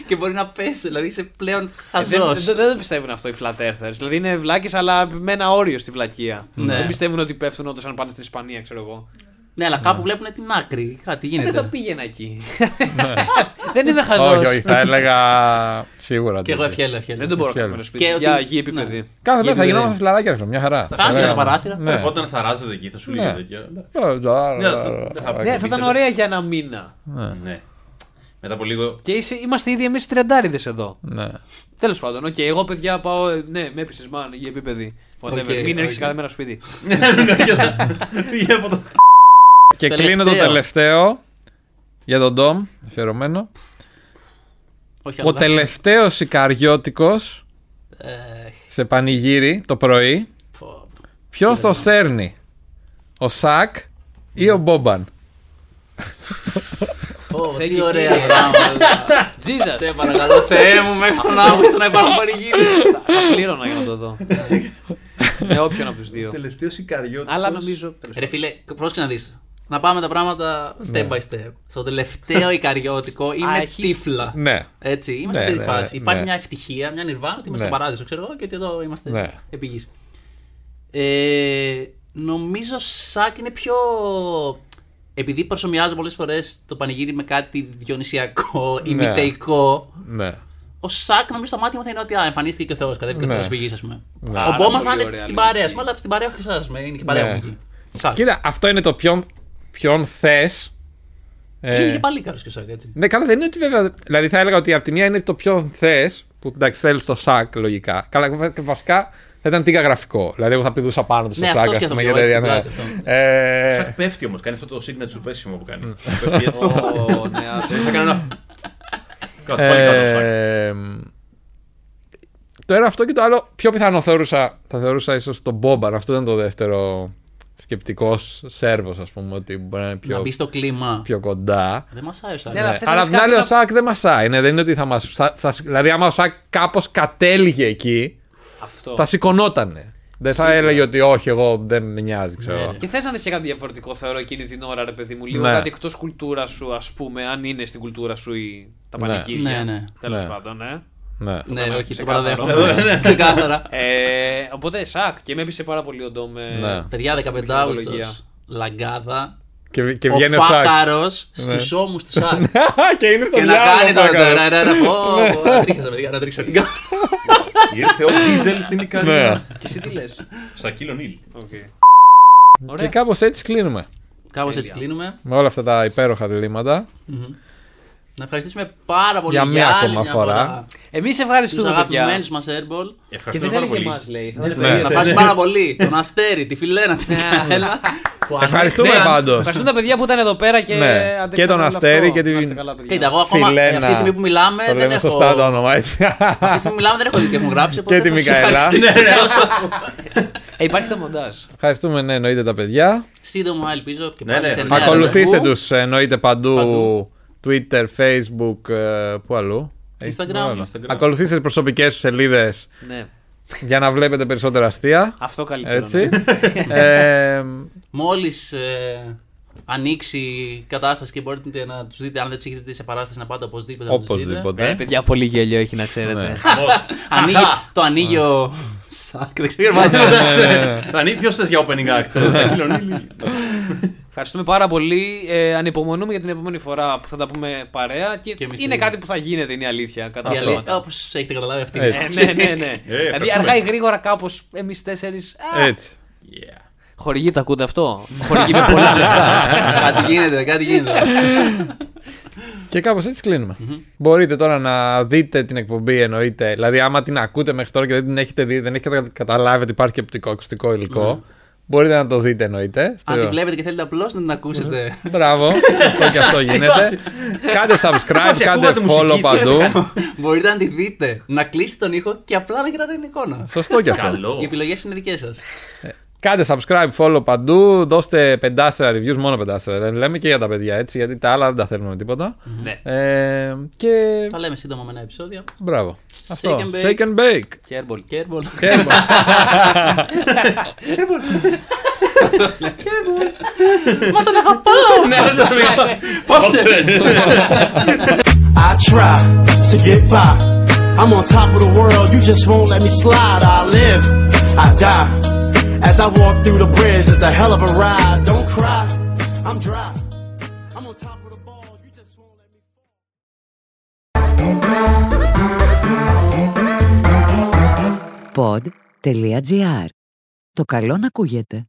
D: και μπορεί να πέσει, δηλαδή είσαι πλέον
F: Ε, Δεν,
D: χαζός.
F: δεν, δεν το πιστεύουν αυτό οι flat earthers. Δηλαδή είναι βλάκες, αλλά με ένα όριο στη βλακεία.
D: Ναι.
F: Δεν πιστεύουν ότι πέφτουν όντως αν πάνε στην Ισπανία, ξέρω εγώ.
D: ναι, αλλά κάπου βλέπουν την άκρη. Κάτι
C: Ε,
F: Δεν θα
D: γίνεται.
F: πήγαινα εκεί. δεν είμαι χαζός.
C: Ναι. Όχι, όχι, θα έλεγα σίγουρα.
D: Και εγώ
C: τέτοιο.
D: ευχέλω, ευχέλω.
F: Δεν τον μπορώ
C: Χαίρομαι.
F: κάθε μέρα στο
D: Και
F: σπίτι.
D: ότι-
F: Για γη επίπεδη.
D: ναι.
C: Κάθε μέρα θα
F: Επίπεδη.
C: γινόμαστε φιλαράκια, ρε φίλε, μια χαρά.
D: Χάνεις
C: Ωραία.
D: τα παράθυρα.
C: Ναι.
E: Όταν θα ράζεται εκεί, θα σου λέει
C: Ναι.
E: τέτοια. Ναι,
C: Ναι,
E: θα- δεν
F: Ναι, θα ήταν ωραία για ένα μήνα.
E: Ναι. Μετά από λίγο.
F: Και είσαι- είμαστε ήδη εμείς τριαντάριδες εδώ.
C: ναι.
F: Τέλος πάντων, οκ, εγώ παιδιά πάω. ε, Ναι, με έπεισες, μάλλον για επίπεδη. Whatever.
D: Οκ,
F: Μην έρχεσαι
D: οκ.
F: κάθε μέρα στο σπίτι.
E: Φύγε από το.
C: Και κλείνω το τελευταίο για τον Ντόμ, αφιερωμένο.
D: Όχι,
C: Ο
D: αλλά-
C: τελευταίος Σικαριώτικος
D: Ε,
C: σε πανηγύρι το πρωί.
D: πω, πω.
C: Ποιο το σέρνει, ο Σακ ή ο
E: Ναι.
C: Μπόμπαν.
D: Πω,
F: Thank
D: Τι
F: you,
D: ωραία
F: κύριε.
D: πράγματα.
F: Jesus.
D: Σε παρακαλώ, Θεέ μου, μέχρι τον Αύγουστο να υπάρχουν πανηγύρι.
F: Θα πλήρωνα για να το δω. Με όποιον από τους δύο.
E: Τελευταίος σικαριώτη.
F: Αλλά νομίζω.
D: Ρε φίλε, πρόσεξε να δεις. Να πάμε τα πράγματα
C: Ναι.
D: step by step. Στο τελευταίο Ικαριώτικο είμαι
F: έχει-
D: τύφλα.
C: Ναι.
D: Έτσι, είμαστε
C: Ναι,
D: σε αυτή τη
C: ναι,
D: φάση.
C: ναι.
D: Υπάρχει
C: Ναι.
D: μια ευτυχία, μια νιρβάνα ότι είμαστε
C: Ναι.
D: στον παράδεισο, ξέρω εγώ, και ότι εδώ είμαστε
C: Ναι.
D: επί γης. Ε, νομίζω Σάκ είναι πιο. Επειδή προσωμιάζω πολλές φορές το πανηγύρι με κάτι διονυσιακό ή
C: Ναι.
D: μυθεϊκό,
C: Ναι.
D: ο Σάκ νομίζω στο μάτι μου θα είναι ότι α, εμφανίστηκε και ο Θεός, κατέβηκε
C: Ναι.
D: ο Θεό πηγή, ας πούμε. Ο
F: Άρα
D: Μπόμα
F: πολύ
D: θα είναι
F: ωραία ναι.
D: στην
F: λογική.
D: παρέα, ας πούμε, αλλά στην παρέα όχι εσάς, με, είναι και η παρέα
C: Ναι.
D: μου εκεί. Σάκ.
C: Κοίτα, αυτό είναι το ποιον, ποιον θες.
D: Και
C: Ε,
D: είναι και πάλι καλός και ο Σάκ, έτσι.
C: Ναι, καλά, δεν είναι ότι βέβαια. Δηλαδή, θα έλεγα ότι από τη μία είναι το ποιον θες, που εντάξει, θέλεις το σακ λογικά. Καλά, βα- βασικά θα ήταν τίγα γραφικό. Δηλαδή, εγώ θα πηδούσα πάνω του στο
D: Ναι, αυτό
C: σακ, ας
D: σκέφτομαι
C: πούμε,
D: εγώ,
C: για τέτοια,
D: έτσι,
C: ναι.
D: εντάξει,
C: Ε,
E: Πέφτει όμως, κάνει αυτό το signature του πέσιμο που κάνει.
C: Mm.
E: Πέφτει έτσι.
F: Ω, ναι, άσε.
E: Θα κάνω ένα. Κάτω, πάλι κάτω, σάκ.
C: ε, Το ένα αυτό και το άλλο πιο πιθανό θεωρούσα, θα θεωρούσα ίσως τον Μπόμπαν. Αυτό ήταν το δεύτερο σκεπτικός σέρβος, ας πούμε, ότι μπορεί να είναι πιο,
D: Να μπει στο κλίμα.
C: πιο κοντά.
D: Δεν μασάει ο Σάκ.
F: Ναι, αλλά θες να
C: Αλλά
F: δεις
C: απ' την άλλη Ε, ο
F: κάποιον
C: Σάκ δεν μασάει. Ναι, δεν είναι ότι θα μας... θα- θα- δηλαδή, άμα ο Σάκ κάπως κατέληγε εκεί,
F: να- Αυτό.
C: θα σηκωνότανε. Δεν θα έλεγε ότι όχι, εγώ δεν με νοιάζει, ξέρω.
D: Ναι,
C: εγώ.
D: ναι.
F: Και θες να δεις και κάτι διαφορετικό, θεωρώ εκείνη την ώρα, ρε παιδί μου. Λίγο
C: Ναι.
F: κάτι εκτός κουλτούρας σου, ας πούμε, αν είναι στην κουλτούρα σου ή τα
C: Ναι.
F: πανηγύρια.
D: Ναι, ναι.
F: Τέλος
C: Ναι.
F: πάντων, ναι.
C: Ναι.
D: Ναι, όχι, το
F: ξεκάθαρο.
D: παραδέχομαι. Ναι, Ξεκάθαρα.
F: Ε, οπότε, σακ, και με έπεισε πάρα πολύ ο Ντόμ. ε,
C: Ναι.
D: Παιδιά, 15
F: μυθολογία.
D: Αύγουστος, Λαγκάδα.
C: Και, και βγαίνει
D: Ο
C: ο Σάκ. Ναι.
D: φάκαρο στους ώμους του Σάκ.
C: και είναι στο
D: Και να
C: διάλογο
D: κάνει
C: ο Φάκαρος. Ναι.
D: το. Να τρίξα, παιδιά, να τρίξα την κάμερα.
E: Ήρθε ο Δίζελ στην Ικαρία.
C: Ναι.
F: Και εσύ τι λες.
E: Σακύλο Νίλ.
C: Και
F: Ωραία.
C: κάπως έτσι κλείνουμε.
D: Κάπως έτσι
F: Τέλεια.
D: κλείνουμε.
C: Με όλα αυτά τα υπέροχα διλήμματα.
D: Να ευχαριστήσουμε πάρα πολύ
C: Για
D: για
C: μια ακόμα
D: άλλη μια
C: φορά.
D: φορά.
F: Εμείς
D: Του
F: ευχαριστούμε, παιδιά.
D: αγαπημένους μας Airball.
F: Και
E: Ευχαριστώ
F: δεν
E: πάρα
F: έλεγε
E: πολύ.
F: εμά, λέει. Θα τα
C: Ναι.
D: Να πάρει πάρα πολύ. Τον Αστέρι, τη Φιλένα, την Μιχαέλα. που
C: Ευχαριστούμε
D: ανέχτηκαν.
C: Ναι, πάντως.
F: Ευχαριστούμε τα παιδιά που ήταν εδώ πέρα και
C: Ναι.
F: αντέξατε
C: Και τον
F: όλο
C: Αστέρη
F: αυτό.
C: και την-
F: Να είστε καλά, παιδιά.
D: Κοίτα, εγώ ακόμα
C: Φιλένα.
D: αυτή τη στιγμή που μιλάμε
C: το
D: δεν
C: λέμε
D: έχω.
C: σωστά το όνομα, έτσι.
D: Αυτή τη στιγμή μιλάμε δεν έχω δει τι έχουν γράψει. οπότε
C: και τη
D: θα σας
C: Μικαελά.
E: ναι,
D: ευχαριστήσω.
F: Ε, υπάρχει το μοντάζ.
C: Ευχαριστούμε, ναι, εννοείται τα παιδιά.
D: Σύντομα ελπίζω και
E: Ναι,
D: πάλι
E: ναι.
D: σε νέα
C: Ακολουθήστε
D: ραντεβού.
C: τους, εννοείται παντού.
D: Παντού.
C: Twitter, Facebook, ε, πού αλλού. Έχεις
D: Instagram,
C: τίποτα άλλο?
E: Instagram.
C: Ακολουθήστε τις προσωπικές του σελίδες
F: Ναι.
C: για να βλέπετε περισσότερα αστεία.
F: Αυτό καλύτερο. ναι.
C: Έτσι. ε,
D: Μόλις ε, ανοίξει η κατάσταση και μπορείτε να τους δείτε, αν δεν τους έχετε δει σε παράσταση, να πάτε οπωσδήποτε να τους δείτε.
F: Ε,
C: οπωσδήποτε.
F: παιδιά, πολύ γέλιο έχει να
C: Ναι.
F: ξέρετε.
D: Ανοίγει, το ανοίγει ο... Σακ, δεν ξέρω γιατί.
C: Ναι,
E: Ποιος θες για opening act, ο Σακύλο Νίλ.
F: Ευχαριστούμε πάρα πολύ. Ε, ανυπομονούμε για την επόμενη φορά που θα τα πούμε παρέα. Και,
D: Και εμείς
F: είναι
D: τελείως.
F: κάτι που θα γίνεται, είναι η αλήθεια. Κατά
D: Η αλή-
F: ψέματα.
D: Όπως έχετε καταλάβει αυτή.
C: Έτσι.
D: είναι.
F: Ε, ναι, ναι, ναι. δηλαδή,
E: ευχαριστούμε.
F: αργά ή γρήγορα, κάπως εμείς τέσσερις.
C: Έτσι.
F: ε, Χορηγεί, τα ακούτε αυτό. Χορηγεί με πολλά λεφτά.
C: ναι.
D: Κάτι γίνεται, κάτι γίνεται.
C: Και κάπως έτσι κλείνουμε. Μπορείτε τώρα να δείτε την εκπομπή, εννοείται.
E: Ναι.
C: Δηλαδή, άμα την ακούτε μέχρι τώρα και δεν την έχετε δει, δεν έχετε κατα- καταλάβει ότι υπάρχει και οπτικό ακουστικό υλικό, Μπορείτε να το δείτε εννοείται. Στο-
D: Αν τη βλέπετε και θέλετε απλώς να την ακούσετε.
C: Μπράβο, αυτό και αυτό γίνεται. κάντε subscribe,
E: Φάση,
C: κάντε
E: Λοιπόν. ακούγατε
C: follow
E: μουσική,
C: παντού.
D: Μπορείτε να τη δείτε, να κλείσετε τον ήχο και απλά να κοιτάτε την εικόνα.
C: Σωστό και αυτό.
E: Καλό.
D: Οι επιλογές είναι δικές σας.
C: Κάντε subscribe, follow παντού. Δώστε πεντάστερα reviews, μόνο πεντάστερα. Δεν λέμε και για τα παιδιά έτσι, γιατί τα άλλα δεν τα θέλουμε τίποτα.
F: Ναι.
C: Ε, και.
D: Θα λέμε σύντομα με ένα επεισόδιο.
C: Μπράβο. Αυτό.
D: and bake.
C: Shake and bake.
D: Κέρμπολ, κέρμπολ.
C: Κέρμα.
D: Μα τον αγαπάω!
E: Ναι,
H: I try to get by. I'm on top of the world, you just won't let me slide. I live, I die. As I walk through the bridge, it's a hell of a ride. Don't cry, I'm dry. I'm on top of the ball, you just won't let me.
I: pod.gr. Το καλό να ακούγεται.